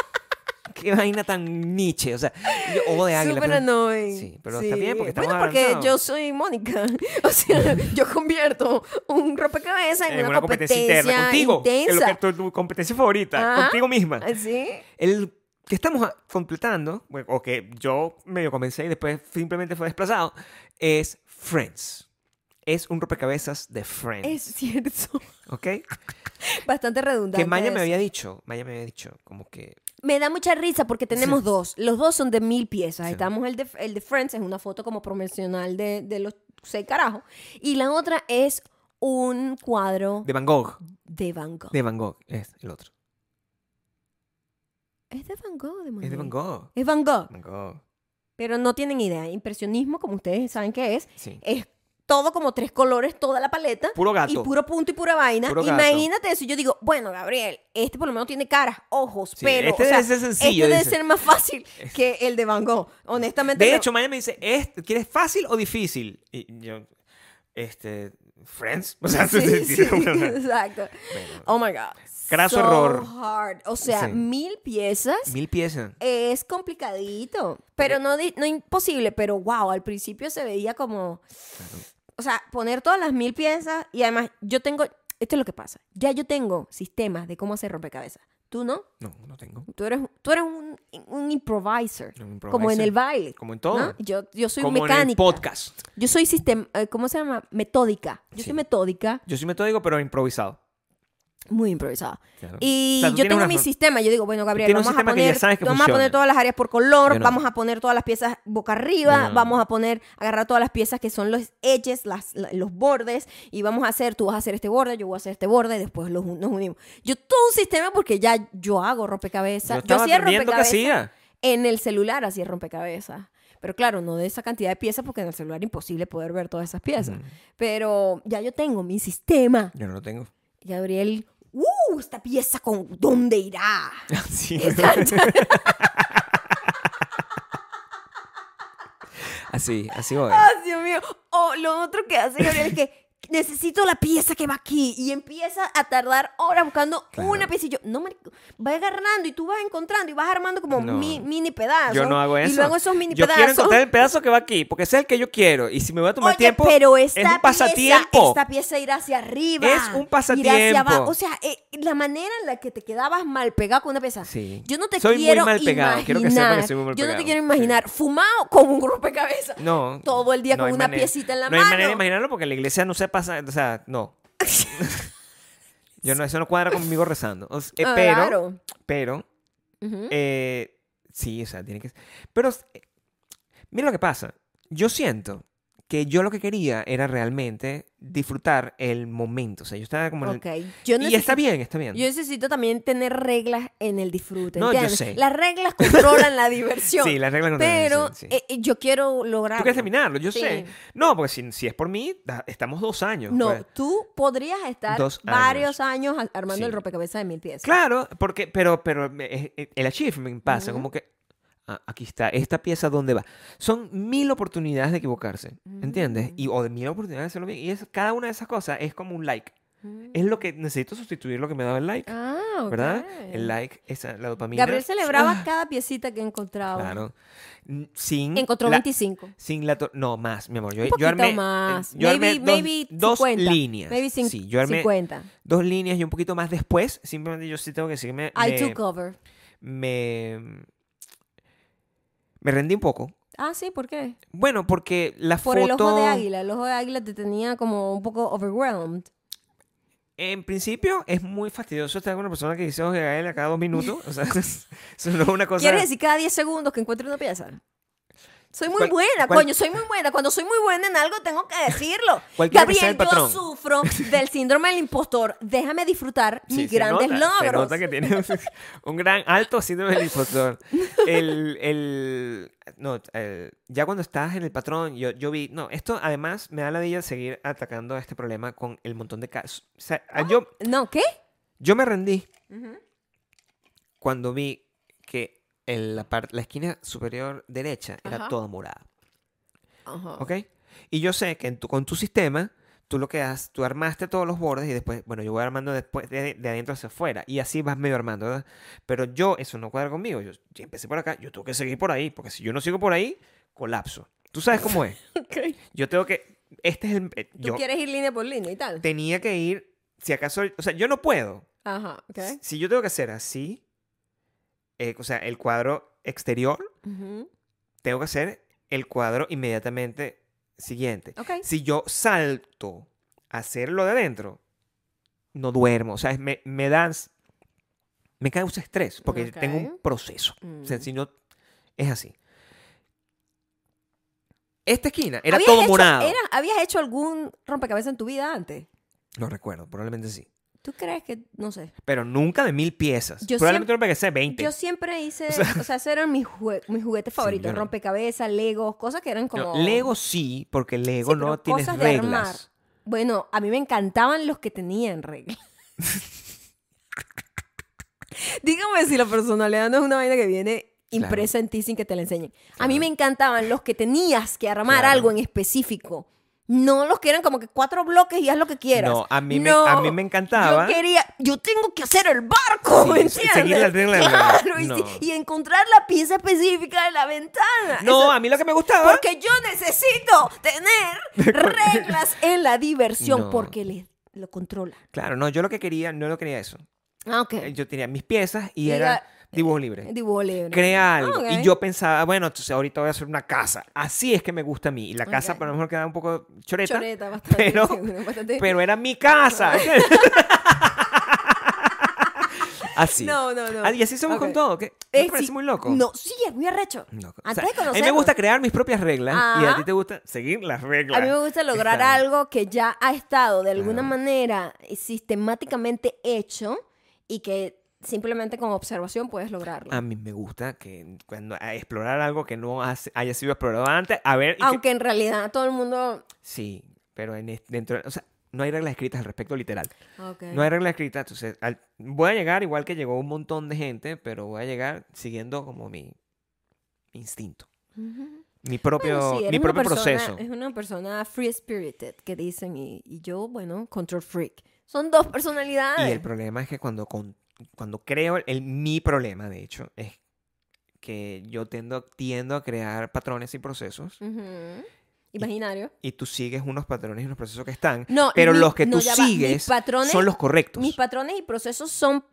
Speaker 2: qué vaina tan niche. O sea, yo, ojo de águila.
Speaker 1: Súper
Speaker 2: pero-
Speaker 1: annoying.
Speaker 2: Sí, pero está bien porque estamos
Speaker 1: Bueno, porque
Speaker 2: avanzados.
Speaker 1: yo soy Mónica. O sea, yo convierto un rompecabezas en,
Speaker 2: en
Speaker 1: una competencia,
Speaker 2: contigo. que es lo
Speaker 1: intensa.
Speaker 2: que es tu, tu competencia favorita,
Speaker 1: Ajá.
Speaker 2: contigo misma.
Speaker 1: ¿Sí?
Speaker 2: El que estamos a- completando, bueno, o que yo medio comencé y después simplemente fue desplazado, es Friends. Es un rompecabezas de Friends.
Speaker 1: Es cierto.
Speaker 2: ¿Ok?
Speaker 1: Bastante redundante.
Speaker 2: Que Maya me
Speaker 1: eso.
Speaker 2: había dicho, Maya me había dicho, como que
Speaker 1: Me da mucha risa porque tenemos
Speaker 2: Sí.
Speaker 1: dos. Los dos son de mil piezas.
Speaker 2: Sí.
Speaker 1: Estamos el de, el de Friends, es una foto como promocional de, de los seis carajos. Y la otra es un cuadro
Speaker 2: de Van Gogh,
Speaker 1: de Van Gogh.
Speaker 2: de Van Gogh es el otro.
Speaker 1: ¿Es de Van Gogh? o De
Speaker 2: Es de Van
Speaker 1: Monet?
Speaker 2: Gogh.
Speaker 1: Es Van Gogh.
Speaker 2: Van Gogh.
Speaker 1: Pero no tienen idea. Impresionismo, como ustedes saben que es,
Speaker 2: Sí.
Speaker 1: es todo como tres colores, toda la paleta.
Speaker 2: Puro
Speaker 1: Eh, Y
Speaker 2: gato.
Speaker 1: puro punto y pura vaina.
Speaker 2: Puro gato.
Speaker 1: Imagínate eso. Y yo digo, bueno, Gabriel, este por lo menos tiene caras, ojos,
Speaker 2: Sí,
Speaker 1: pelo.
Speaker 2: este
Speaker 1: o sea,
Speaker 2: debe ser sencillo,
Speaker 1: Este debe
Speaker 2: dice.
Speaker 1: ser más fácil que el de Van Gogh. Honestamente.
Speaker 2: De
Speaker 1: no-
Speaker 2: hecho, Maya me dice, "¿Es- ¿quieres fácil o difícil? Y yo, este, Friends. O sea,
Speaker 1: Sí,
Speaker 2: sí,
Speaker 1: sí,
Speaker 2: bueno,
Speaker 1: exacto. Oh my God.
Speaker 2: Craso
Speaker 1: So
Speaker 2: error.
Speaker 1: hard. O sea,
Speaker 2: Sí.
Speaker 1: mil piezas.
Speaker 2: mil piezas.
Speaker 1: Es complicadito, pero no, di- no imposible, pero wow, al principio se veía como, o sea, poner todas las mil piezas y además yo tengo, esto es lo que pasa, ya yo tengo sistemas de cómo hacer rompecabezas, tú no,
Speaker 2: No, no tengo.
Speaker 1: tú eres, tú eres un, un improviser,
Speaker 2: Un
Speaker 1: como en
Speaker 2: improviser.
Speaker 1: el baile.
Speaker 2: Como en todo.
Speaker 1: ¿no? Yo, yo soy
Speaker 2: como en el
Speaker 1: mecánica.
Speaker 2: podcast.
Speaker 1: Yo soy sistema, eh, ¿cómo se llama? Metódica. Yo
Speaker 2: Sí.
Speaker 1: soy metódica,
Speaker 2: Yo soy metódico, pero improvisado.
Speaker 1: muy improvisada.
Speaker 2: Claro.
Speaker 1: Y
Speaker 2: O sea, tú
Speaker 1: yo
Speaker 2: tienes
Speaker 1: tengo
Speaker 2: una
Speaker 1: mi
Speaker 2: for-
Speaker 1: sistema. Yo digo, bueno, Gabriel,
Speaker 2: tienes un
Speaker 1: vamos a,
Speaker 2: sistema que ya
Speaker 1: poner,
Speaker 2: sabes que
Speaker 1: vamos a
Speaker 2: funciona.
Speaker 1: poner todas las áreas por
Speaker 2: Yo
Speaker 1: color,
Speaker 2: no.
Speaker 1: vamos a poner todas las piezas boca arriba,
Speaker 2: Yo no.
Speaker 1: vamos a poner, agarrar todas las piezas que son los edges, las, la- los bordes, y vamos a hacer, tú vas a hacer este borde, yo voy a hacer este borde, y después los, un- nos unimos. Yo todo un sistema porque ya yo hago rompecabezas. Yo,
Speaker 2: estaba
Speaker 1: hacía
Speaker 2: aprendiendo qué
Speaker 1: rompecabezas
Speaker 2: hacía.
Speaker 1: en el celular, hacía rompecabezas. Pero claro, no de esa cantidad de piezas porque en el celular imposible poder ver todas esas piezas. Pero ya yo tengo mi sistema.
Speaker 2: Yo no lo tengo.
Speaker 1: Gabriel, ¡uh! Esta pieza con dónde irá.
Speaker 2: Sí.
Speaker 1: Exacto.
Speaker 2: así, así voy.
Speaker 1: ¡Ah, Dios mío! O lo otro que hace Gabriel es que necesito la pieza que va aquí y empieza a tardar horas buscando
Speaker 2: Claro.
Speaker 1: una pieza y yo, no, marico, vas agarrando y tú vas encontrando y vas armando como
Speaker 2: No,
Speaker 1: mi- mini pedazos.
Speaker 2: Yo no hago eso.
Speaker 1: Y luego esos mini
Speaker 2: yo quiero
Speaker 1: pedazos.
Speaker 2: encontrar el pedazo que va aquí, porque ese es el que yo quiero. Y si me voy a tomar
Speaker 1: Oye,
Speaker 2: tiempo,
Speaker 1: pero esta
Speaker 2: es un
Speaker 1: pieza-
Speaker 2: pasatiempo.
Speaker 1: esta pieza irá hacia arriba.
Speaker 2: Es un pasatiempo.
Speaker 1: irá hacia abajo. O sea, eh, la manera en la que te quedabas mal pegado con una pieza.
Speaker 2: Sí.
Speaker 1: Yo no te
Speaker 2: Soy muy
Speaker 1: quiero
Speaker 2: mal pegado.
Speaker 1: imaginar.
Speaker 2: Quiero que sepa que soy muy mal
Speaker 1: yo no
Speaker 2: pegado. Eh,
Speaker 1: te quiero imaginar fumado con un rompecabezas.
Speaker 2: No.
Speaker 1: Todo el día
Speaker 2: no
Speaker 1: con
Speaker 2: hay
Speaker 1: una
Speaker 2: manera-
Speaker 1: piecita en la
Speaker 2: no
Speaker 1: mano.
Speaker 2: hay manera de imaginarlo porque la iglesia no se pasa, o sea, no. yo no, eso no cuadra conmigo rezando. O sea, eh,
Speaker 1: Ah,
Speaker 2: pero,
Speaker 1: claro.
Speaker 2: pero,
Speaker 1: Ujú.
Speaker 2: eh, sí, o sea, tiene que Pero, eh, mira lo que pasa. Yo siento que yo lo que quería era realmente disfrutar el momento. O sea, yo estaba como en el-
Speaker 1: Ok. Yo
Speaker 2: Y está
Speaker 1: necesito-
Speaker 2: bien, está bien.
Speaker 1: Yo necesito también tener reglas en el disfrute.
Speaker 2: No, yo
Speaker 1: ¿entiendes?
Speaker 2: sé.
Speaker 1: Las reglas controlan la diversión.
Speaker 2: sí, las reglas no te
Speaker 1: pero
Speaker 2: dicen, sí.
Speaker 1: eh, eh, yo quiero lograr.
Speaker 2: Tú quieres terminarlo, yo
Speaker 1: Sí.
Speaker 2: sé. No, porque si, si es por mí, da- estamos dos años.
Speaker 1: No,
Speaker 2: pues.
Speaker 1: tú podrías estar
Speaker 2: Dos años.
Speaker 1: varios años a- armando
Speaker 2: Sí.
Speaker 1: el rompecabezas de mil piezas.
Speaker 2: Claro, porque, pero, pero me- eh, eh, el achievement pasa,
Speaker 1: Ujú.
Speaker 2: como que ah, aquí está, esta pieza dónde va. Son mil oportunidades de equivocarse,
Speaker 1: Mm.
Speaker 2: ¿entiendes? Y, o de mil oportunidades de hacerlo bien. Y es, cada una de esas cosas es como un like.
Speaker 1: Mm.
Speaker 2: Es lo que necesito sustituir lo que me daba el like,
Speaker 1: Ah, ok.
Speaker 2: ¿verdad? El like, esa, la dopamina.
Speaker 1: Gabriel celebraba
Speaker 2: Ah,
Speaker 1: cada piecita que encontraba.
Speaker 2: Claro. N- Sin
Speaker 1: Encontró
Speaker 2: la-
Speaker 1: 25.
Speaker 2: Sin la to- no, más, mi amor. Yo,
Speaker 1: Un
Speaker 2: yo
Speaker 1: poquito
Speaker 2: armé, eh,
Speaker 1: más.
Speaker 2: yo
Speaker 1: maybe,
Speaker 2: armé dos,
Speaker 1: maybe
Speaker 2: dos
Speaker 1: 50.
Speaker 2: líneas.
Speaker 1: Maybe cin-
Speaker 2: sí, yo armé
Speaker 1: 50.
Speaker 2: dos líneas y un poquito más después. Simplemente yo sí tengo que decirme.
Speaker 1: I
Speaker 2: me-
Speaker 1: took over.
Speaker 2: me me rendí un poco.
Speaker 1: Ah, sí, ¿por qué?
Speaker 2: Bueno, porque la
Speaker 1: Por
Speaker 2: foto
Speaker 1: el ojo de águila. El ojo de águila te tenía como un poco overwhelmed.
Speaker 2: en principio es muy fastidioso estar con una persona que dice ojo de águila cada dos minutos, o sea, eso no es una cosa.
Speaker 1: ¿Quieres decir cada 10 segundos que encuentro una pieza? Soy muy
Speaker 2: ¿Cuál-
Speaker 1: buena,
Speaker 2: cuál-
Speaker 1: coño, soy muy buena. Cuando soy muy buena en algo, tengo que decirlo.
Speaker 2: Cualquiera que sea
Speaker 1: Gabriel,
Speaker 2: el
Speaker 1: yo
Speaker 2: patrón.
Speaker 1: sufro del síndrome del impostor. Déjame disfrutar
Speaker 2: Sí,
Speaker 1: mis
Speaker 2: se
Speaker 1: grandes
Speaker 2: nota, Se
Speaker 1: logros.
Speaker 2: nota que tiene un gran alto síndrome del impostor. El, el, no, el- ya cuando estás en el patrón, yo, yo vi, no, esto además me da la idea de seguir atacando a este problema con el montón de casos. O sea, yo,
Speaker 1: No, ¿qué?
Speaker 2: Yo me rendí cuando vi que en la, par- la esquina superior derecha
Speaker 1: Ajá. Oh.
Speaker 2: era toda morada.
Speaker 1: Ajá.
Speaker 2: ¿Ok? Y yo sé que en tu- con tu sistema, tú lo que haces, tú armaste todos los bordes y después, bueno, yo voy armando después de, de adentro hacia afuera. Y así vas medio armando, ¿verdad? Pero yo, eso no cuadra conmigo. Yo, yo empecé por acá, yo tengo que seguir por ahí, porque si yo no sigo por ahí, colapso. ¿Tú sabes cómo es?
Speaker 1: Ok.
Speaker 2: Yo tengo que. Este es el. eh,
Speaker 1: Tú
Speaker 2: Yo
Speaker 1: quieres ir línea por línea y tal.
Speaker 2: tenía que ir, si acaso. O sea, yo no puedo,
Speaker 1: Ajá, ok.
Speaker 2: si- Si yo tengo que hacer así, eh, o sea, el cuadro exterior,
Speaker 1: Ujú.
Speaker 2: tengo que hacer el cuadro inmediatamente siguiente.
Speaker 1: Ok.
Speaker 2: Si yo salto a hacer lo de adentro, no duermo. O sea, es- me, me dan. Me causa estrés porque yo tengo un
Speaker 1: Ok.
Speaker 2: proceso. O sea,
Speaker 1: Mm.
Speaker 2: si no. Es así. Esta esquina era
Speaker 1: ¿Habías
Speaker 2: todo
Speaker 1: hecho-
Speaker 2: morado.
Speaker 1: era- ¿Habías hecho algún rompecabezas en tu vida antes?
Speaker 2: No recuerdo, probablemente sí.
Speaker 1: ¿Tú crees que, no sé?
Speaker 2: Pero nunca de mil piezas.
Speaker 1: Yo
Speaker 2: probablemente no sea 20.
Speaker 1: Yo siempre hice, o
Speaker 2: O
Speaker 1: sea,
Speaker 2: sea-
Speaker 1: esos eran mis, jue- mis juguetes favoritos,
Speaker 2: yo no.
Speaker 1: rompecabezas, legos, cosas que eran
Speaker 2: No,
Speaker 1: como...
Speaker 2: Lego sí, porque Lego
Speaker 1: Sí, pero
Speaker 2: no tiene
Speaker 1: cosas de armar.
Speaker 2: reglas.
Speaker 1: Bueno, a mí me encantaban los que tenían reglas. Dígame si la personalidad no es una vaina que viene impresa en ti sin que te la enseñen. A mí
Speaker 2: Claro.
Speaker 1: me encantaban los que tenías que armar
Speaker 2: Claro.
Speaker 1: algo en específico. No los que eran como que cuatro bloques y haz lo que quieras.
Speaker 2: No, a mí me- a mí me encantaba.
Speaker 1: Yo quería, yo tengo que hacer el barco,
Speaker 2: Sí,
Speaker 1: ¿me
Speaker 2: sí,
Speaker 1: entiendes?
Speaker 2: seguir las reglas del barco.
Speaker 1: Claro, y,
Speaker 2: No.
Speaker 1: sí, y encontrar la pieza específica de la ventana.
Speaker 2: No,
Speaker 1: Eso-
Speaker 2: a mí lo que me gustaba.
Speaker 1: porque yo necesito tener reglas en la diversión
Speaker 2: No.
Speaker 1: porque le, lo controla.
Speaker 2: Claro, no, yo lo que quería, no lo quería eso.
Speaker 1: Ah, ok.
Speaker 2: Eh, Yo tenía mis piezas y
Speaker 1: Diga-
Speaker 2: era dibujo libre.
Speaker 1: Dibujo libre.
Speaker 2: Crea algo.
Speaker 1: eh, Ah, ok.
Speaker 2: Y yo pensaba, bueno, entonces ahorita voy a hacer una casa. Así es que me gusta a mí. Y la casa,
Speaker 1: Ok.
Speaker 2: por lo mejor, queda un poco choreta.
Speaker 1: Choreta, bastante.
Speaker 2: Pero,
Speaker 1: sí, bueno, bastante-
Speaker 2: pero era mi casa. así.
Speaker 1: No, no, no.
Speaker 2: Ah, Y así somos
Speaker 1: Ok.
Speaker 2: con todo. que
Speaker 1: Eh,
Speaker 2: me parece
Speaker 1: sí.
Speaker 2: muy loco.
Speaker 1: No, sí, es muy arrecho.
Speaker 2: Loco. O
Speaker 1: Antes
Speaker 2: sea,
Speaker 1: de
Speaker 2: a mí me
Speaker 1: conocernos.
Speaker 2: gusta crear mis propias reglas y a
Speaker 1: Ajá.
Speaker 2: ti te gusta seguir las reglas.
Speaker 1: A mí me gusta lograr
Speaker 2: Está bien.
Speaker 1: algo que ya ha estado de alguna
Speaker 2: Claro.
Speaker 1: manera sistemáticamente hecho y que simplemente con observación puedes lograrlo.
Speaker 2: A mí me gusta que cuando a explorar algo que no has- haya sido explorado antes, a ver. y que-
Speaker 1: Aunque en realidad todo el mundo...
Speaker 2: sí, pero en, es- dentro, o sea, no hay reglas escritas al respecto literal.
Speaker 1: Ok.
Speaker 2: No hay reglas escritas, entonces al- voy a llegar igual que llegó un montón de gente, pero voy a llegar siguiendo como mi instinto,
Speaker 1: Ujú.
Speaker 2: mi propio,
Speaker 1: Bueno, sí, eres
Speaker 2: mi
Speaker 1: una
Speaker 2: propio
Speaker 1: persona-
Speaker 2: proceso.
Speaker 1: Es una persona free spirited que dicen y, y yo, bueno, control freak. Son dos personalidades.
Speaker 2: Y el problema es que cuando, con- cuando creo, el, mi problema de hecho es que yo tiendo, tiendo a crear patrones y procesos
Speaker 1: Ujú. Imaginario.
Speaker 2: y tú sigues unos patrones y unos procesos que están,
Speaker 1: No,
Speaker 2: pero
Speaker 1: mi-
Speaker 2: los que
Speaker 1: no,
Speaker 2: tú
Speaker 1: ya va. Mis
Speaker 2: sigues
Speaker 1: patrones-
Speaker 2: son los correctos.
Speaker 1: Mis patrones y procesos son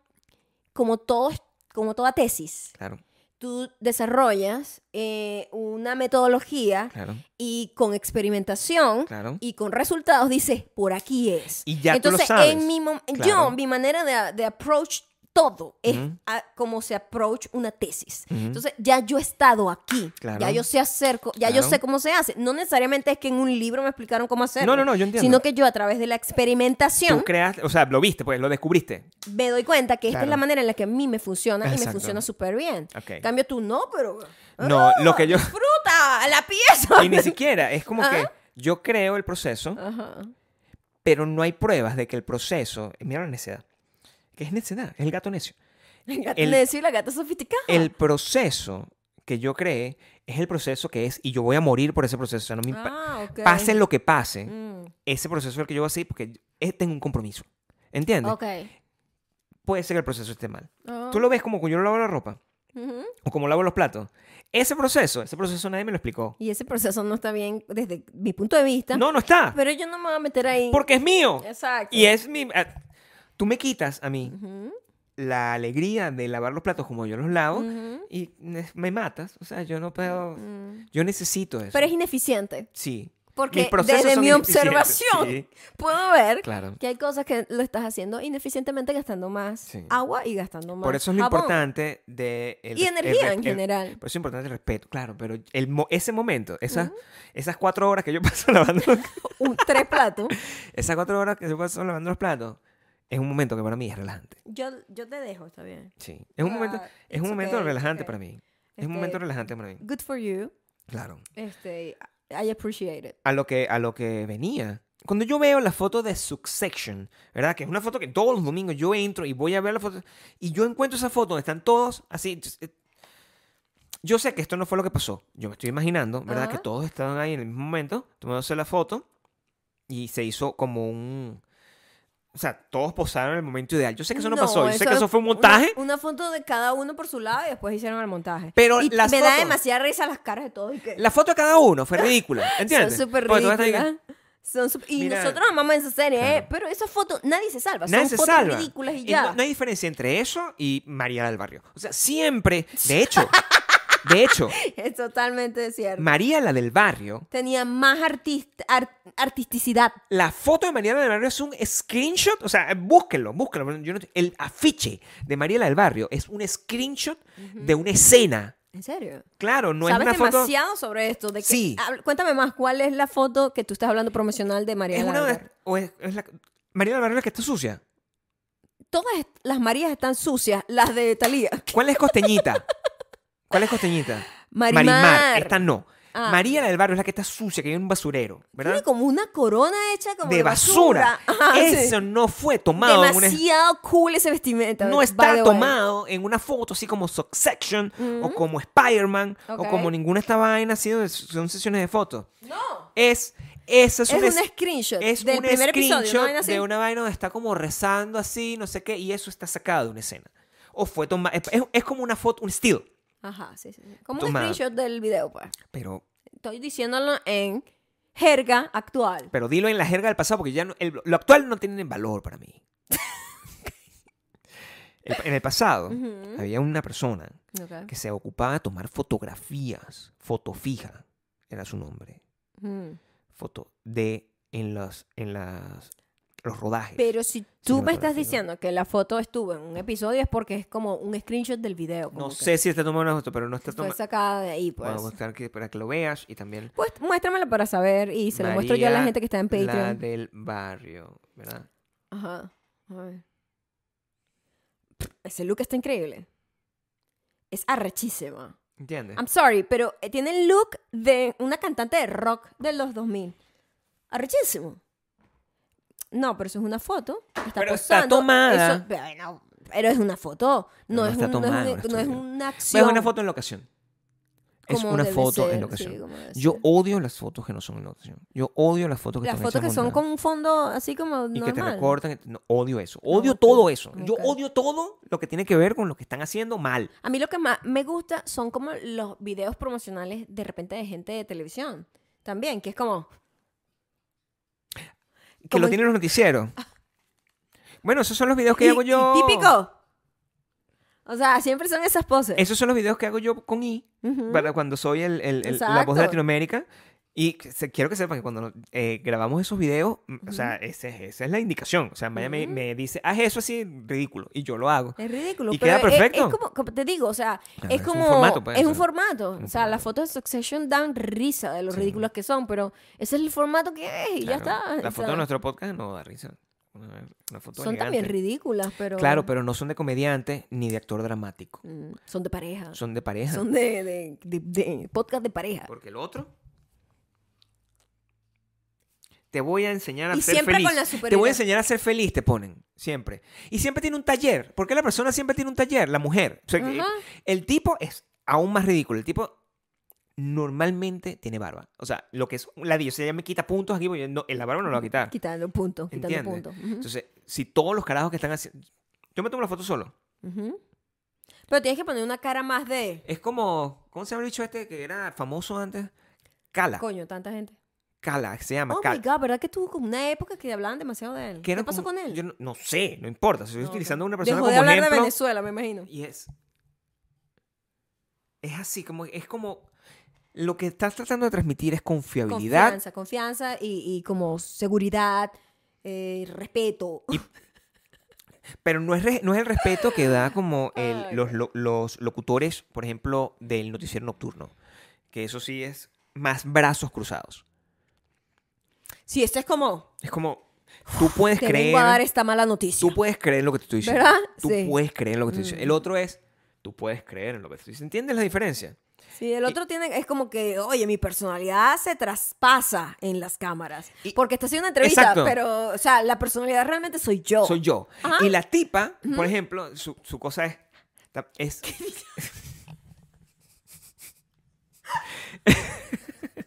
Speaker 1: como todo, como toda tesis.
Speaker 2: Claro,
Speaker 1: Tú desarrollas eh, una metodología
Speaker 2: claro,
Speaker 1: y con experimentación
Speaker 2: claro.
Speaker 1: y con resultados dices, por aquí es.
Speaker 2: Y ya tú lo
Speaker 1: Entonces,
Speaker 2: sabes.
Speaker 1: en mi mom-
Speaker 2: Claro.
Speaker 1: yo, mi manera de, de approach todo es
Speaker 2: Ujú.
Speaker 1: a- como se approach una tesis.
Speaker 2: Ujú.
Speaker 1: Entonces, ya yo he estado aquí,
Speaker 2: Claro.
Speaker 1: ya yo sé hacer, co- ya yo
Speaker 2: Claro.
Speaker 1: sé cómo se hace. No necesariamente es que en un libro me explicaron cómo hacerlo.
Speaker 2: No, no, no, yo entiendo.
Speaker 1: Sino que yo a través de la experimentación
Speaker 2: Tú creas, o sea, lo viste, pues lo descubriste.
Speaker 1: me doy cuenta que esta es
Speaker 2: Claro.
Speaker 1: la manera en la que a mí me funciona y me
Speaker 2: Exacto.
Speaker 1: funciona súper bien.
Speaker 2: Ok.
Speaker 1: En Cambio tú no, pero ¡Ah!
Speaker 2: No, lo que yo-
Speaker 1: fruta a la pieza.
Speaker 2: Y ni siquiera, es como que
Speaker 1: Ajá. Ah.
Speaker 2: yo creo el proceso,
Speaker 1: Ajá.
Speaker 2: pero no hay pruebas de que el proceso, mira la necedad, que es necedad, es el gato necio.
Speaker 1: El gato
Speaker 2: El-
Speaker 1: necio y la gata sofisticada.
Speaker 2: El proceso que yo creé es el proceso que es y yo voy a morir por ese proceso. o sea, no me impa-
Speaker 1: Ah, ok.
Speaker 2: Pase lo que pase,
Speaker 1: Mm,
Speaker 2: ese proceso es el que yo voy a seguir porque eh, tengo un compromiso. ¿Entiendes?
Speaker 1: ok.
Speaker 2: Puede ser que el proceso esté mal.
Speaker 1: Ah,
Speaker 2: Tú lo ves como cuando yo lavo la ropa
Speaker 1: ujú.
Speaker 2: o como lavo los platos. Ese proceso, ese proceso nadie me lo explicó.
Speaker 1: Y ese proceso no está bien desde mi punto de vista.
Speaker 2: No, no está.
Speaker 1: Pero yo no me voy a meter ahí.
Speaker 2: Porque es mío.
Speaker 1: Exacto. Mm.
Speaker 2: Y es mi... ah, Tú me quitas a mí
Speaker 1: Ujú,
Speaker 2: la alegría de lavar los platos como yo los lavo
Speaker 1: ujú,
Speaker 2: y ne- me matas. O sea, yo no puedo...
Speaker 1: mm.
Speaker 2: Yo necesito eso.
Speaker 1: Pero es ineficiente.
Speaker 2: Sí.
Speaker 1: Porque
Speaker 2: Mis procesos
Speaker 1: desde
Speaker 2: son
Speaker 1: mi
Speaker 2: ineficientes.
Speaker 1: observación
Speaker 2: Sí,
Speaker 1: puedo ver
Speaker 2: claro.
Speaker 1: que hay cosas que lo estás haciendo ineficientemente, gastando más
Speaker 2: Sí.
Speaker 1: agua y gastando más.
Speaker 2: Por eso es lo
Speaker 1: jabón.
Speaker 2: importante de... el-
Speaker 1: Y
Speaker 2: el-
Speaker 1: energía en
Speaker 2: el-
Speaker 1: general.
Speaker 2: Por eso es importante el respeto, claro, pero el mo- ese momento, esas, esas cuatro horas que yo paso lavando,
Speaker 1: Un, tres platos.
Speaker 2: esas cuatro horas que yo paso lavando los platos, es un momento que para mí es relajante.
Speaker 1: Yo, yo te dejo, está bien.
Speaker 2: Sí, es un momento,
Speaker 1: Ah,
Speaker 2: es un
Speaker 1: it's
Speaker 2: momento
Speaker 1: okay, it's
Speaker 2: relajante
Speaker 1: okay.
Speaker 2: para mí. Es
Speaker 1: Este,
Speaker 2: un momento relajante para mí.
Speaker 1: Good for you.
Speaker 2: Claro.
Speaker 1: Este, I appreciate it.
Speaker 2: A lo que a lo que venía. Cuando yo veo la foto de Succession, ¿verdad? Que es una foto que todos los domingos yo entro y voy a ver la foto y yo encuentro esa foto donde están todos así eh, yo sé que esto no fue lo que pasó. Yo me estoy imaginando, ¿verdad?
Speaker 1: Ajá.
Speaker 2: Que todos estaban ahí en el mismo momento, tomándose la foto y se hizo como un... O sea, todos posaron en el momento ideal. Yo sé que eso no, pasó. Yo sé que eso fue un
Speaker 1: una-
Speaker 2: montaje.
Speaker 1: Una, foto de cada uno por su lado y después hicieron el montaje.
Speaker 2: Pero
Speaker 1: Y
Speaker 2: las
Speaker 1: me da
Speaker 2: fotos-
Speaker 1: demasiada risa las caras de todos y que
Speaker 2: La foto de cada uno fue ridícula.
Speaker 1: son
Speaker 2: ¿Entiendes?
Speaker 1: súper
Speaker 2: Porque todos están ahí-
Speaker 1: ridículas. Son súper- y
Speaker 2: Mira.
Speaker 1: nosotros amamos esa serie, ¿eh?
Speaker 2: Claro.
Speaker 1: pero esa foto nadie se salva.
Speaker 2: Nadie
Speaker 1: son
Speaker 2: se
Speaker 1: fotos
Speaker 2: salva.
Speaker 1: ridículas y
Speaker 2: Y
Speaker 1: ya.
Speaker 2: no, no hay diferencia entre eso y Mariela del Barrio. O sea, siempre, de hecho, de hecho,
Speaker 1: Es totalmente cierto.
Speaker 2: Mariela del Barrio,
Speaker 1: Tenía más artist- ar- artisticidad.
Speaker 2: la foto de Mariela del Barrio es un screenshot, o sea, búsquenlo, búsquenlo. Yo no- el afiche de Mariela del Barrio es un screenshot de una escena.
Speaker 1: ¿En serio?
Speaker 2: Claro, no es
Speaker 1: Sabes
Speaker 2: una foto...
Speaker 1: demasiado sobre esto. De que-
Speaker 2: Sí.
Speaker 1: Habla- Cuéntame más, ¿cuál es la foto que tú estás hablando promocional de María
Speaker 2: Es
Speaker 1: del
Speaker 2: una...
Speaker 1: Barrio?
Speaker 2: o es- es la- Mariela del Barrio es la que está sucia.
Speaker 1: Todas est- las Marías están sucias, las de Talía.
Speaker 2: ¿Cuál es Costeñita? ¿Cuál es Costeñita?
Speaker 1: Marimar.
Speaker 2: Esta no.
Speaker 1: Ah.
Speaker 2: Mariela del Barrio es la que está sucia, que hay un basurero, ¿verdad?
Speaker 1: Tiene como una corona hecha como de,
Speaker 2: de basura.
Speaker 1: Ajá, sí.
Speaker 2: Eso no fue tomado en una-
Speaker 1: Demasiado cool ese vestimenta.
Speaker 2: no
Speaker 1: by the
Speaker 2: está
Speaker 1: way. Mm.
Speaker 2: tomado en una foto así como Succession o como Spider-Man
Speaker 1: Ok.
Speaker 2: o como ninguna esta vaina ha sido son sesiones de fotos.
Speaker 1: No.
Speaker 2: Es esa es,
Speaker 1: Es un
Speaker 2: es-
Speaker 1: screenshot
Speaker 2: es
Speaker 1: del
Speaker 2: un
Speaker 1: primer episodio,
Speaker 2: screenshot
Speaker 1: ¿no? Vaina así.
Speaker 2: de una vaina donde está como rezando así, no sé qué, y eso está sacado de una escena. O fue tomado es, es- es como una foto, un estilo,
Speaker 1: Ajá, sí, sí. sí. Como
Speaker 2: Tomada.
Speaker 1: un screenshot del video, pues.
Speaker 2: pero
Speaker 1: Estoy diciéndolo en jerga actual.
Speaker 2: pero dilo en la jerga del pasado porque ya no- el- lo actual no tiene valor para mí. El- en el pasado
Speaker 1: Ujú.
Speaker 2: había una persona
Speaker 1: Ok.
Speaker 2: que se ocupaba de tomar fotografías. Fotofija era su nombre.
Speaker 1: Mm.
Speaker 2: Foto de en las en las los rodajes.
Speaker 1: Pero si tú me estás
Speaker 2: Cinematográfico.
Speaker 1: diciendo que la foto estuvo en un episodio es porque es como un screenshot del video. como
Speaker 2: no
Speaker 1: que
Speaker 2: sé si está tomando una foto, pero no está
Speaker 1: Fue
Speaker 2: tomando.
Speaker 1: sacada de ahí, pues.
Speaker 2: Vamos a buscar que, para que lo veas y también
Speaker 1: Pues muéstramela para saber y se lo muestro yo a la
Speaker 2: María,
Speaker 1: gente que está en
Speaker 2: la
Speaker 1: Patreon.
Speaker 2: del barrio, ¿verdad?
Speaker 1: Ajá. A ver. Pff, Ese look está increíble. Es arrechísima.
Speaker 2: ¿Entiendes?
Speaker 1: I'm sorry, pero eh, tiene el look de una cantante de rock de los 2000. Arrechísimo. No, pero eso es una foto. Está
Speaker 2: Pero está
Speaker 1: posando.
Speaker 2: tomada.
Speaker 1: Eso- pero, no, pero es una foto. No,
Speaker 2: no
Speaker 1: es,
Speaker 2: está
Speaker 1: un- no,
Speaker 2: tomada, no
Speaker 1: es,
Speaker 2: está
Speaker 1: un- no es
Speaker 2: tomada.
Speaker 1: una acción.
Speaker 2: es una foto en locación. Es
Speaker 1: como
Speaker 2: una
Speaker 1: debe
Speaker 2: foto
Speaker 1: ser,
Speaker 2: en
Speaker 1: Pues sí,
Speaker 2: locación.
Speaker 1: como debe
Speaker 2: Yo
Speaker 1: ser.
Speaker 2: odio las fotos que no son en locación. Yo odio las fotos que
Speaker 1: Las
Speaker 2: están
Speaker 1: fotos
Speaker 2: hechas
Speaker 1: que son
Speaker 2: montadas.
Speaker 1: con un fondo así como
Speaker 2: y
Speaker 1: normal.
Speaker 2: que te recortan. no, odio eso. Odio
Speaker 1: ok,
Speaker 2: todo eso. Yo
Speaker 1: ok.
Speaker 2: odio todo lo que tiene que ver con lo que están haciendo mal.
Speaker 1: A mí lo que más me gusta son como los videos promocionales de repente de gente de televisión. También, que es como...
Speaker 2: Que
Speaker 1: Como
Speaker 2: lo
Speaker 1: el-
Speaker 2: tienen los noticieros. Bueno, esos son los videos que
Speaker 1: "Y-
Speaker 2: hago
Speaker 1: y
Speaker 2: yo.
Speaker 1: típico. O sea, siempre son esas poses.
Speaker 2: Esos son los videos que hago yo con I.
Speaker 1: Ujú.
Speaker 2: Para cuando soy el, el- el- la
Speaker 1: Exacto.
Speaker 2: voz de Latinoamérica. Y que se- quiero que sepan que cuando eh, grabamos esos videos, m- o sea, ese- esa es la indicación. O sea, Maya me,
Speaker 1: Ujú.
Speaker 2: me dice, haz eso así ridículo. Y yo lo hago.
Speaker 1: Es ridículo.
Speaker 2: Y
Speaker 1: pero
Speaker 2: queda
Speaker 1: es- Es,
Speaker 2: perfecto.
Speaker 1: como, como te digo, o sea,
Speaker 2: Claro,
Speaker 1: es
Speaker 2: es un
Speaker 1: como.
Speaker 2: formato, pues,
Speaker 1: es
Speaker 2: o
Speaker 1: un
Speaker 2: sea,
Speaker 1: formato.
Speaker 2: un
Speaker 1: O sea, las
Speaker 2: formato.
Speaker 1: fotos de Succession dan risa de lo
Speaker 2: Sí.
Speaker 1: ridículas que son, pero ese es el formato que es y ya
Speaker 2: Claro,
Speaker 1: está.
Speaker 2: La
Speaker 1: o
Speaker 2: foto de
Speaker 1: sea,
Speaker 2: nuestro podcast no da risa. Una, una foto
Speaker 1: Son también
Speaker 2: elegante.
Speaker 1: ridículas, pero.
Speaker 2: Claro, pero no son de comediante ni de actor dramático.
Speaker 1: mm, Son de pareja.
Speaker 2: Son de pareja.
Speaker 1: Son de, de- de- de podcast de pareja.
Speaker 2: Porque el otro. Te voy a enseñar a
Speaker 1: Y
Speaker 2: ser
Speaker 1: siempre
Speaker 2: feliz.
Speaker 1: con la
Speaker 2: te voy
Speaker 1: superhéroe.
Speaker 2: a enseñar a ser feliz, te ponen. Siempre. Y siempre tiene un taller. ¿Por qué la persona siempre tiene un taller? La mujer. O sea, que
Speaker 1: Ajá.
Speaker 2: el tipo es aún más ridículo. El tipo normalmente tiene barba. O sea, lo que es un ladillo. O sea, ya me quita puntos aquí porque yo no- la barba no la va a quitar.
Speaker 1: Quitando puntos, quitando
Speaker 2: Entiende.
Speaker 1: puntos. Ujú,
Speaker 2: Entonces, si todos los carajos que están haciendo. Yo me tomo la foto solo.
Speaker 1: ujú. Pero tienes que poner una cara más de.
Speaker 2: Es como. ¿Cómo se llama el bicho este que era famoso antes? Cala.
Speaker 1: Coño, tanta gente.
Speaker 2: Cala, se llama
Speaker 1: Oh
Speaker 2: Cala.
Speaker 1: my god, ¿verdad que tuvo como una época que hablaban demasiado de él?
Speaker 2: que
Speaker 1: ¿Qué
Speaker 2: era
Speaker 1: pasó
Speaker 2: como-
Speaker 1: con él?
Speaker 2: Yo no, no sé, no importa. Estoy
Speaker 1: No, ok.
Speaker 2: utilizando a una persona
Speaker 1: Dejó
Speaker 2: como
Speaker 1: de hablar de
Speaker 2: ejemplo.
Speaker 1: Venezuela, me imagino.
Speaker 2: y es. Es así, como, es como. Lo que estás tratando de transmitir es confiabilidad
Speaker 1: Confianza, confianza y, y como seguridad, eh, respeto.
Speaker 2: Pero no es, re- no es el respeto que da como el-
Speaker 1: Ay,
Speaker 2: los, lo- los locutores, por ejemplo, del noticiero nocturno. Que eso sí es más brazos cruzados.
Speaker 1: Sí, esto es como,
Speaker 2: Es como, tú puedes
Speaker 1: te
Speaker 2: creer,
Speaker 1: vengo a dar esta mala noticia.
Speaker 2: tú puedes creer lo que te estoy diciendo.
Speaker 1: ¿Verdad?
Speaker 2: Tú
Speaker 1: Sí. Mm.
Speaker 2: puedes creer lo que te estoy diciendo. El otro es, tú puedes creer en lo que te estoy diciendo. ¿Entiendes la diferencia?
Speaker 1: Sí, el otro tiene, es como que, oye, mi personalidad se traspasa en las cámaras.
Speaker 2: Y-
Speaker 1: porque está haciendo una entrevista,
Speaker 2: Exacto.
Speaker 1: pero, o sea, la personalidad realmente soy yo.
Speaker 2: Soy yo.
Speaker 1: Oh. Ajá.
Speaker 2: Y la tipa, por ejemplo, su, su cosa es... es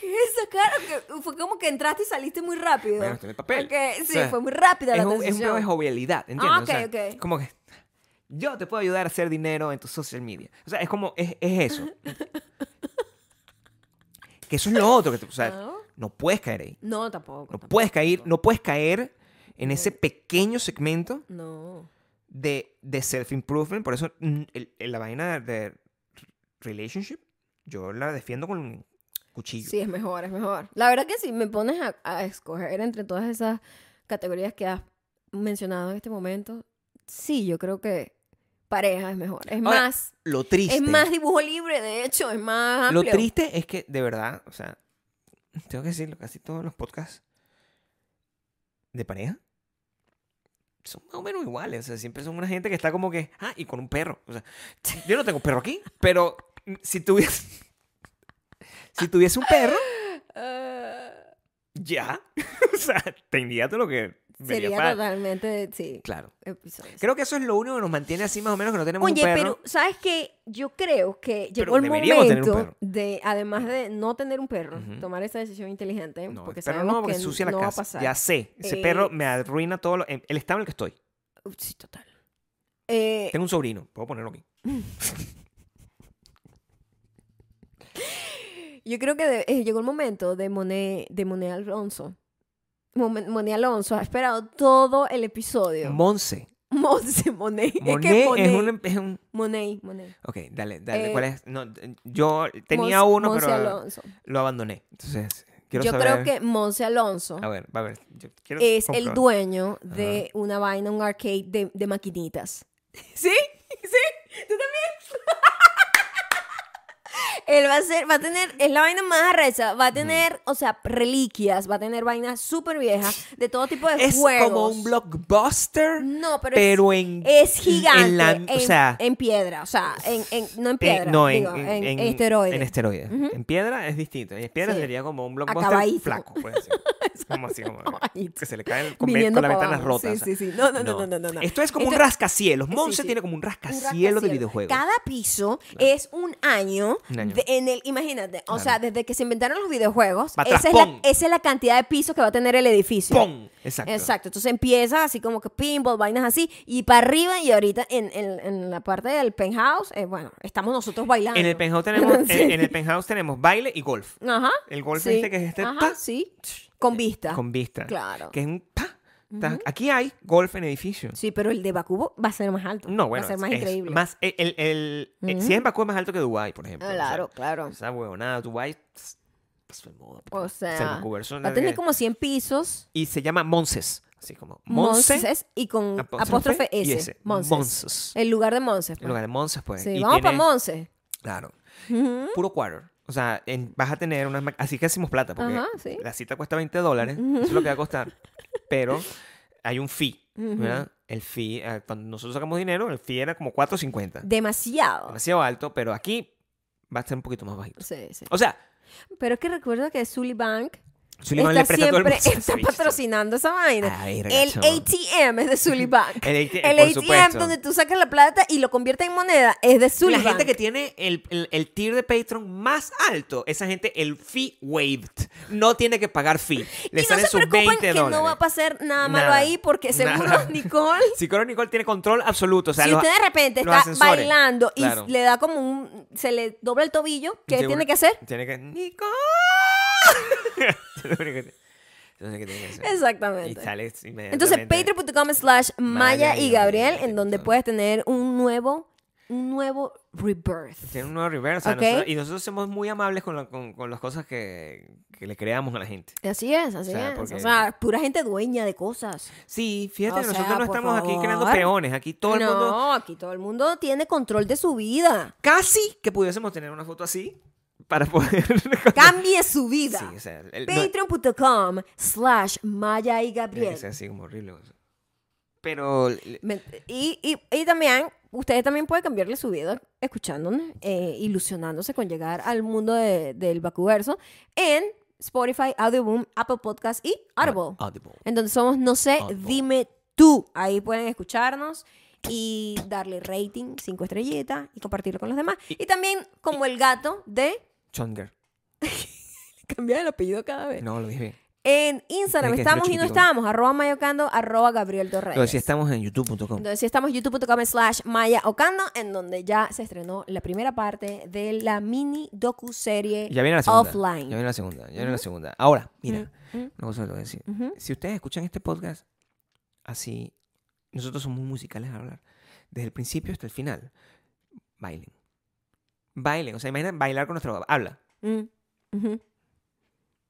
Speaker 1: ¿Qué es esa cara? Que fue como que entraste y saliste muy rápido.
Speaker 2: bueno, está en el papel.
Speaker 1: Porque- sí,
Speaker 2: O sea,
Speaker 1: fue muy rápida
Speaker 2: es
Speaker 1: la
Speaker 2: un, es un
Speaker 1: transición.
Speaker 2: pedo de jovialidad, ¿entiendes?
Speaker 1: Ah,
Speaker 2: O sea,
Speaker 1: ok, ok.
Speaker 2: Como que yo te puedo ayudar a hacer dinero en tu social media. O sea, es como, es, es eso. que eso es lo otro que tú, o sea,
Speaker 1: Ah.
Speaker 2: no puedes caer ahí.
Speaker 1: No, tampoco.
Speaker 2: No
Speaker 1: tampoco.
Speaker 2: puedes caer, no puedes caer en ese pequeño segmento
Speaker 1: No.
Speaker 2: de, de self-improvement. Por eso mm, el- el- la vaina de relationship, yo la defiendo con un cuchillo.
Speaker 1: Sí, es mejor, es mejor. La verdad que si me pones a, a escoger entre todas esas categorías que has mencionado en este momento, sí, yo creo que pareja es mejor. Es
Speaker 2: Ahora,
Speaker 1: más,
Speaker 2: Lo triste.
Speaker 1: es más dibujo libre, de hecho, es más
Speaker 2: Lo
Speaker 1: amplio.
Speaker 2: triste es que, de verdad, o sea, tengo que decirlo, casi todos los podcasts de pareja son más o menos iguales. O sea, siempre son una gente que está como que, ah, y con un perro. O sea, yo no tengo perro aquí, pero si tuviese, si tuviese un perro,
Speaker 1: Ah,
Speaker 2: ya. O sea, tendría todo lo que vería
Speaker 1: sería
Speaker 2: para-
Speaker 1: totalmente, sí,
Speaker 2: Claro.
Speaker 1: episodios.
Speaker 2: Creo que eso es lo único que nos mantiene así más o menos que no tenemos
Speaker 1: Oye,
Speaker 2: un perro.
Speaker 1: pero ¿sabes qué? Yo creo que
Speaker 2: Pero
Speaker 1: llegó el
Speaker 2: deberíamos tener un
Speaker 1: momento
Speaker 2: perro.
Speaker 1: de, además de no tener un perro,
Speaker 2: Ujú.
Speaker 1: tomar esa decisión inteligente,
Speaker 2: No, el
Speaker 1: eh, porque
Speaker 2: perro
Speaker 1: sabemos
Speaker 2: no, porque
Speaker 1: que
Speaker 2: ensucia la
Speaker 1: no va a
Speaker 2: casa.
Speaker 1: pasar.
Speaker 2: Ya sé. Ese
Speaker 1: Eh,
Speaker 2: perro me arruina todo lo- el estado en el que estoy.
Speaker 1: Uf, Sí, total. Eh,
Speaker 2: Tengo un sobrino, puedo ponerlo aquí.
Speaker 1: Yo creo que de- eh, llegó el momento de Monet, de Monet Alonso. Momen- Monet Alonso ha esperado todo el episodio.
Speaker 2: Monse.
Speaker 1: Monse, Monet.
Speaker 2: Monet
Speaker 1: es
Speaker 2: es,
Speaker 1: que Monet.
Speaker 2: un, em, es un-
Speaker 1: Monet, Monet.
Speaker 2: Ok, dale, dale.
Speaker 1: Eh,
Speaker 2: ¿Cuál es? No, eh, yo tenía
Speaker 1: Monse-
Speaker 2: uno,
Speaker 1: Monse
Speaker 2: pero
Speaker 1: Alonso.
Speaker 2: lo abandoné. Entonces, quiero
Speaker 1: Yo creo
Speaker 2: saber.
Speaker 1: que Monse Alonso
Speaker 2: A ver, va a ver. yo quiero
Speaker 1: es el
Speaker 2: comprobar.
Speaker 1: dueño de una vaina, un arcade de, de maquinitas. ¿Sí? ¿Sí? ¿Tú también? Él va a ser, va a tener, es la vaina más arrecha, va a tener, o sea, reliquias, va a tener vainas súper viejas, de todo tipo de
Speaker 2: Es
Speaker 1: juegos.
Speaker 2: como un blockbuster,
Speaker 1: No, pero, es-
Speaker 2: pero en.
Speaker 1: es, gigante.
Speaker 2: En
Speaker 1: En,
Speaker 2: la- o sea.
Speaker 1: en piedra, o sea, en, en- no en
Speaker 2: eh,
Speaker 1: piedra,
Speaker 2: no, en,
Speaker 1: digo,
Speaker 2: en,
Speaker 1: en,
Speaker 2: en-
Speaker 1: esteroide.
Speaker 2: En esteroide.
Speaker 1: Ujú.
Speaker 2: En piedra es distinto. En piedra
Speaker 1: Sí.
Speaker 2: sería como un blockbuster
Speaker 1: Acabadito.
Speaker 2: flaco, pues. así. como así, como.
Speaker 1: Acabadito.
Speaker 2: Que se le caen con,
Speaker 1: Viniendo
Speaker 2: con las
Speaker 1: pa'
Speaker 2: ventanas
Speaker 1: abajo.
Speaker 2: rotas. o
Speaker 1: Sí,
Speaker 2: sea.
Speaker 1: sí, sí. No, no, no, no, no, no, no.
Speaker 2: Esto es como
Speaker 1: Esto-
Speaker 2: un rascacielos.
Speaker 1: Sí,
Speaker 2: Monse
Speaker 1: sí.
Speaker 2: tiene como un
Speaker 1: Un
Speaker 2: rascacielos, de
Speaker 1: rascacielos.
Speaker 2: videojuegos.
Speaker 1: Cada piso es un año,
Speaker 2: Un año.
Speaker 1: de- en el, imagínate, o
Speaker 2: Claro.
Speaker 1: sea, desde que se inventaron los videojuegos,
Speaker 2: Pa' atrás,
Speaker 1: esa es, la,
Speaker 2: pon.
Speaker 1: esa es la cantidad de pisos que va a tener el edificio.
Speaker 2: ¡Pum! Exacto.
Speaker 1: Exacto. Entonces empieza así como que pinball, vainas así, y para arriba, y ahorita en, en- en la parte del penthouse, eh, bueno, estamos nosotros bailando.
Speaker 2: En el penthouse tenemos, en-
Speaker 1: Sí.
Speaker 2: en, el penthouse tenemos baile y golf.
Speaker 1: Ajá.
Speaker 2: El golf
Speaker 1: sí.
Speaker 2: este que es este
Speaker 1: Ajá,
Speaker 2: pa,
Speaker 1: sí. Con vista.
Speaker 2: con vista.
Speaker 1: Claro.
Speaker 2: Que es un pa, ta. Aquí hay golf en edificio.
Speaker 1: Sí, pero el de Bakubo va a ser más alto.
Speaker 2: No, bueno,
Speaker 1: Va a ser más
Speaker 2: es- es
Speaker 1: increíble.
Speaker 2: Más, el, el- el- eh, si es en Bakú es más alto que Dubái, por ejemplo.
Speaker 1: Claro,
Speaker 2: O sea,
Speaker 1: claro.
Speaker 2: esa huevonada, Dubái. tss, pasó de pues, moda. pues.
Speaker 1: O
Speaker 2: se me
Speaker 1: sea,
Speaker 2: ocurrió, eso
Speaker 1: va a
Speaker 2: no-
Speaker 1: tener como 100 pisos.
Speaker 2: Y se llama Monces. Así como Monce,
Speaker 1: Monses y con
Speaker 2: apóstrofe
Speaker 1: apóstrofe
Speaker 2: y
Speaker 1: S.
Speaker 2: S.
Speaker 1: Monses.
Speaker 2: Monces.
Speaker 1: El lugar de Monses.
Speaker 2: En lugar de Monces, pues.
Speaker 1: Sí,
Speaker 2: Y
Speaker 1: vamos ¿Mm? para
Speaker 2: tiene-
Speaker 1: Monses.
Speaker 2: Claro.
Speaker 1: Ujú.
Speaker 2: Puro quarter. O sea, en- vas a tener unas... ma- Así que hacemos plata, porque
Speaker 1: Ajá, sí.
Speaker 2: la cita cuesta 20 dólares. Eso es lo que va a costar. Pero hay un fee, ¿verdad? El fee, eh, cuando nosotros sacamos dinero, el fee era como 4.50.
Speaker 1: Demasiado.
Speaker 2: Demasiado alto, pero aquí va a ser un poquito más bajito.
Speaker 1: Sí, sí.
Speaker 2: O sea,
Speaker 1: Pero es que recuerdo que Sully Bank
Speaker 2: Sullivan
Speaker 1: está
Speaker 2: le presta a todo el
Speaker 1: siempre
Speaker 2: mundo ese
Speaker 1: está
Speaker 2: servicio.
Speaker 1: patrocinando esa vaina.
Speaker 2: Ah, verga,
Speaker 1: El
Speaker 2: chamo.
Speaker 1: ATM es de Sully Bank.
Speaker 2: El ATM,
Speaker 1: El
Speaker 2: por
Speaker 1: ATM
Speaker 2: supuesto.
Speaker 1: donde tú sacas la plata y lo conviertes en moneda es de Sully
Speaker 2: La gente
Speaker 1: Bank.
Speaker 2: que tiene el, el- el tier de Patreon más alto, esa gente, el fee waived. No tiene que pagar fee. Le
Speaker 1: y no
Speaker 2: salen
Speaker 1: se
Speaker 2: sus
Speaker 1: preocupen
Speaker 2: 20
Speaker 1: que
Speaker 2: dólares.
Speaker 1: no va a pasar nada malo
Speaker 2: Nada.
Speaker 1: ahí porque seguro
Speaker 2: Nada.
Speaker 1: Nicole
Speaker 2: Psicólogo Nicole tiene control absoluto. O sea,
Speaker 1: si
Speaker 2: los-
Speaker 1: usted de repente
Speaker 2: los
Speaker 1: está
Speaker 2: ascensores.
Speaker 1: bailando y
Speaker 2: Claro.
Speaker 1: le da como un se le dobla el tobillo, ¿qué
Speaker 2: Seguro-
Speaker 1: tiene que hacer?
Speaker 2: Tiene que. ¡Nicole! Eso es lo único que- eso es lo que tiene que hacer. Y
Speaker 1: Exactamente.
Speaker 2: sale
Speaker 1: Entonces,
Speaker 2: inmediatamente.
Speaker 1: patreon.com slash Maya y Gabriel, en donde
Speaker 2: Gabriel.
Speaker 1: puedes tener un nuevo, un nuevo rebirth.
Speaker 2: Tiene un nuevo reverse. o sea,
Speaker 1: Ok.
Speaker 2: nosotros- y nosotros somos muy amables con, la- con- con las cosas que, que le creamos a la gente.
Speaker 1: Así es, así
Speaker 2: O sea,
Speaker 1: es.
Speaker 2: porque-
Speaker 1: O sea, pura gente dueña de cosas.
Speaker 2: Sí, fíjate,
Speaker 1: O
Speaker 2: que nosotros
Speaker 1: sea,
Speaker 2: no
Speaker 1: por
Speaker 2: estamos aquí creando
Speaker 1: favor.
Speaker 2: peones. Aquí todo el
Speaker 1: no,
Speaker 2: mundo
Speaker 1: aquí todo el mundo tiene control de su vida.
Speaker 2: casi que pudiésemos tener una foto así para poder.
Speaker 1: Cambie su vida.
Speaker 2: sí, o sea, el- no-
Speaker 1: Patreon.com slash Maya y
Speaker 2: tiene que
Speaker 1: Gabriel.
Speaker 2: ser así como horrible. Pero le-
Speaker 1: Me- Y, y- y también, ustedes también pueden cambiarle su vida escuchándonos, eh, ilusionándose con llegar al mundo de- del Bacuverso en Spotify, Audioboom, Apple Podcast y Audible.
Speaker 2: Audible.
Speaker 1: En donde somos, no sé,
Speaker 2: Ah, Audible.
Speaker 1: dime tú. Ahí pueden escucharnos y darle rating, cinco estrellitas y compartirlo con los demás. Y también, como el gato de
Speaker 2: Chonger.
Speaker 1: cambiar el apellido cada vez.
Speaker 2: No, lo dije bien.
Speaker 1: En Instagram
Speaker 2: Tienes que decirlo
Speaker 1: estamos y no
Speaker 2: chiquitico.
Speaker 1: estamos, arroba mayocando, arroba Gabriel Torres.
Speaker 2: Lo decía, estamos en youtube.com.
Speaker 1: Entonces sí estamos youtube.com slash Maya Ocando, en donde ya se estrenó la primera parte de la mini docuserie
Speaker 2: Ya viene la segunda.
Speaker 1: offline.
Speaker 2: Ya viene la segunda. Ya viene la segunda. Ahora, mira, una cosa que te voy a decir.
Speaker 1: Mm,
Speaker 2: Si ustedes escuchan este podcast así, nosotros somos muy musicales a hablar. Desde el principio hasta el final, bailen. Bailen. O sea, imagina bailar con nuestro. Habla.
Speaker 1: Mm, ujú,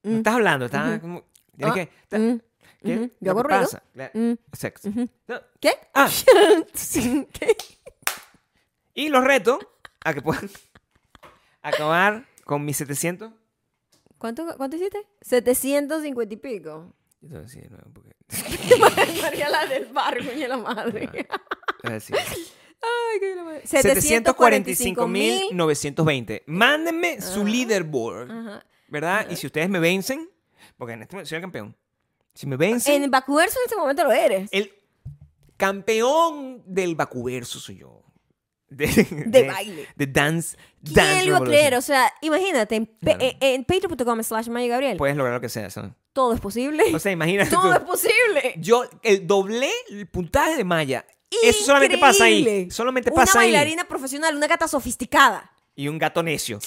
Speaker 2: No
Speaker 1: Mm.
Speaker 2: estás hablando, estás
Speaker 1: Ujú.
Speaker 2: como. Tienes
Speaker 1: Ah,
Speaker 2: que. ta-
Speaker 1: mm,
Speaker 2: ¿Qué?
Speaker 1: ujú.
Speaker 2: ¿Lo
Speaker 1: Yo hago
Speaker 2: que
Speaker 1: ruido.
Speaker 2: pasa? La-
Speaker 1: mm.
Speaker 2: Sexo.
Speaker 1: Ujú.
Speaker 2: No.
Speaker 1: ¿Qué?
Speaker 2: Ah,
Speaker 1: ¿Qué?
Speaker 2: y los reto a que puedan acabar con mis 700.
Speaker 1: ¿Cuánto, ¿Cuánto hiciste? 750 y pico.
Speaker 2: Yo te voy a decir de nuevo porque.
Speaker 1: María la del barco y la madre.
Speaker 2: Ah. Te voy a decir.
Speaker 1: Ay, qué la madre. 745.000.
Speaker 2: 745.920.
Speaker 1: Ah.
Speaker 2: Mándenme su leaderboard,
Speaker 1: Ajá.
Speaker 2: ¿verdad?
Speaker 1: Ah.
Speaker 2: Y si ustedes me vencen, porque en este momento soy el campeón. Si me vencen,
Speaker 1: En Bacuverso en este momento lo eres.
Speaker 2: el campeón del Bacuverso soy yo. De,
Speaker 1: De baile.
Speaker 2: De dance. dance
Speaker 1: ¿Quién lo iba a creer?
Speaker 2: revolution.
Speaker 1: O sea, imagínate, en, pe-
Speaker 2: Claro. Pues
Speaker 1: en- en patreon.com slash Maya Gabriel,
Speaker 2: Puedes lograr lo que sea, ¿sabes?
Speaker 1: todo es posible.
Speaker 2: O sea, imagínate
Speaker 1: todo es
Speaker 2: tú.
Speaker 1: posible.
Speaker 2: Yo el doblé el puntaje de Maya. Eso solamente pasa ahí.
Speaker 1: Increíble.
Speaker 2: Solamente pasa
Speaker 1: Una
Speaker 2: ahí.
Speaker 1: bailarina profesional, una gata sofisticada.
Speaker 2: Y un gato necio.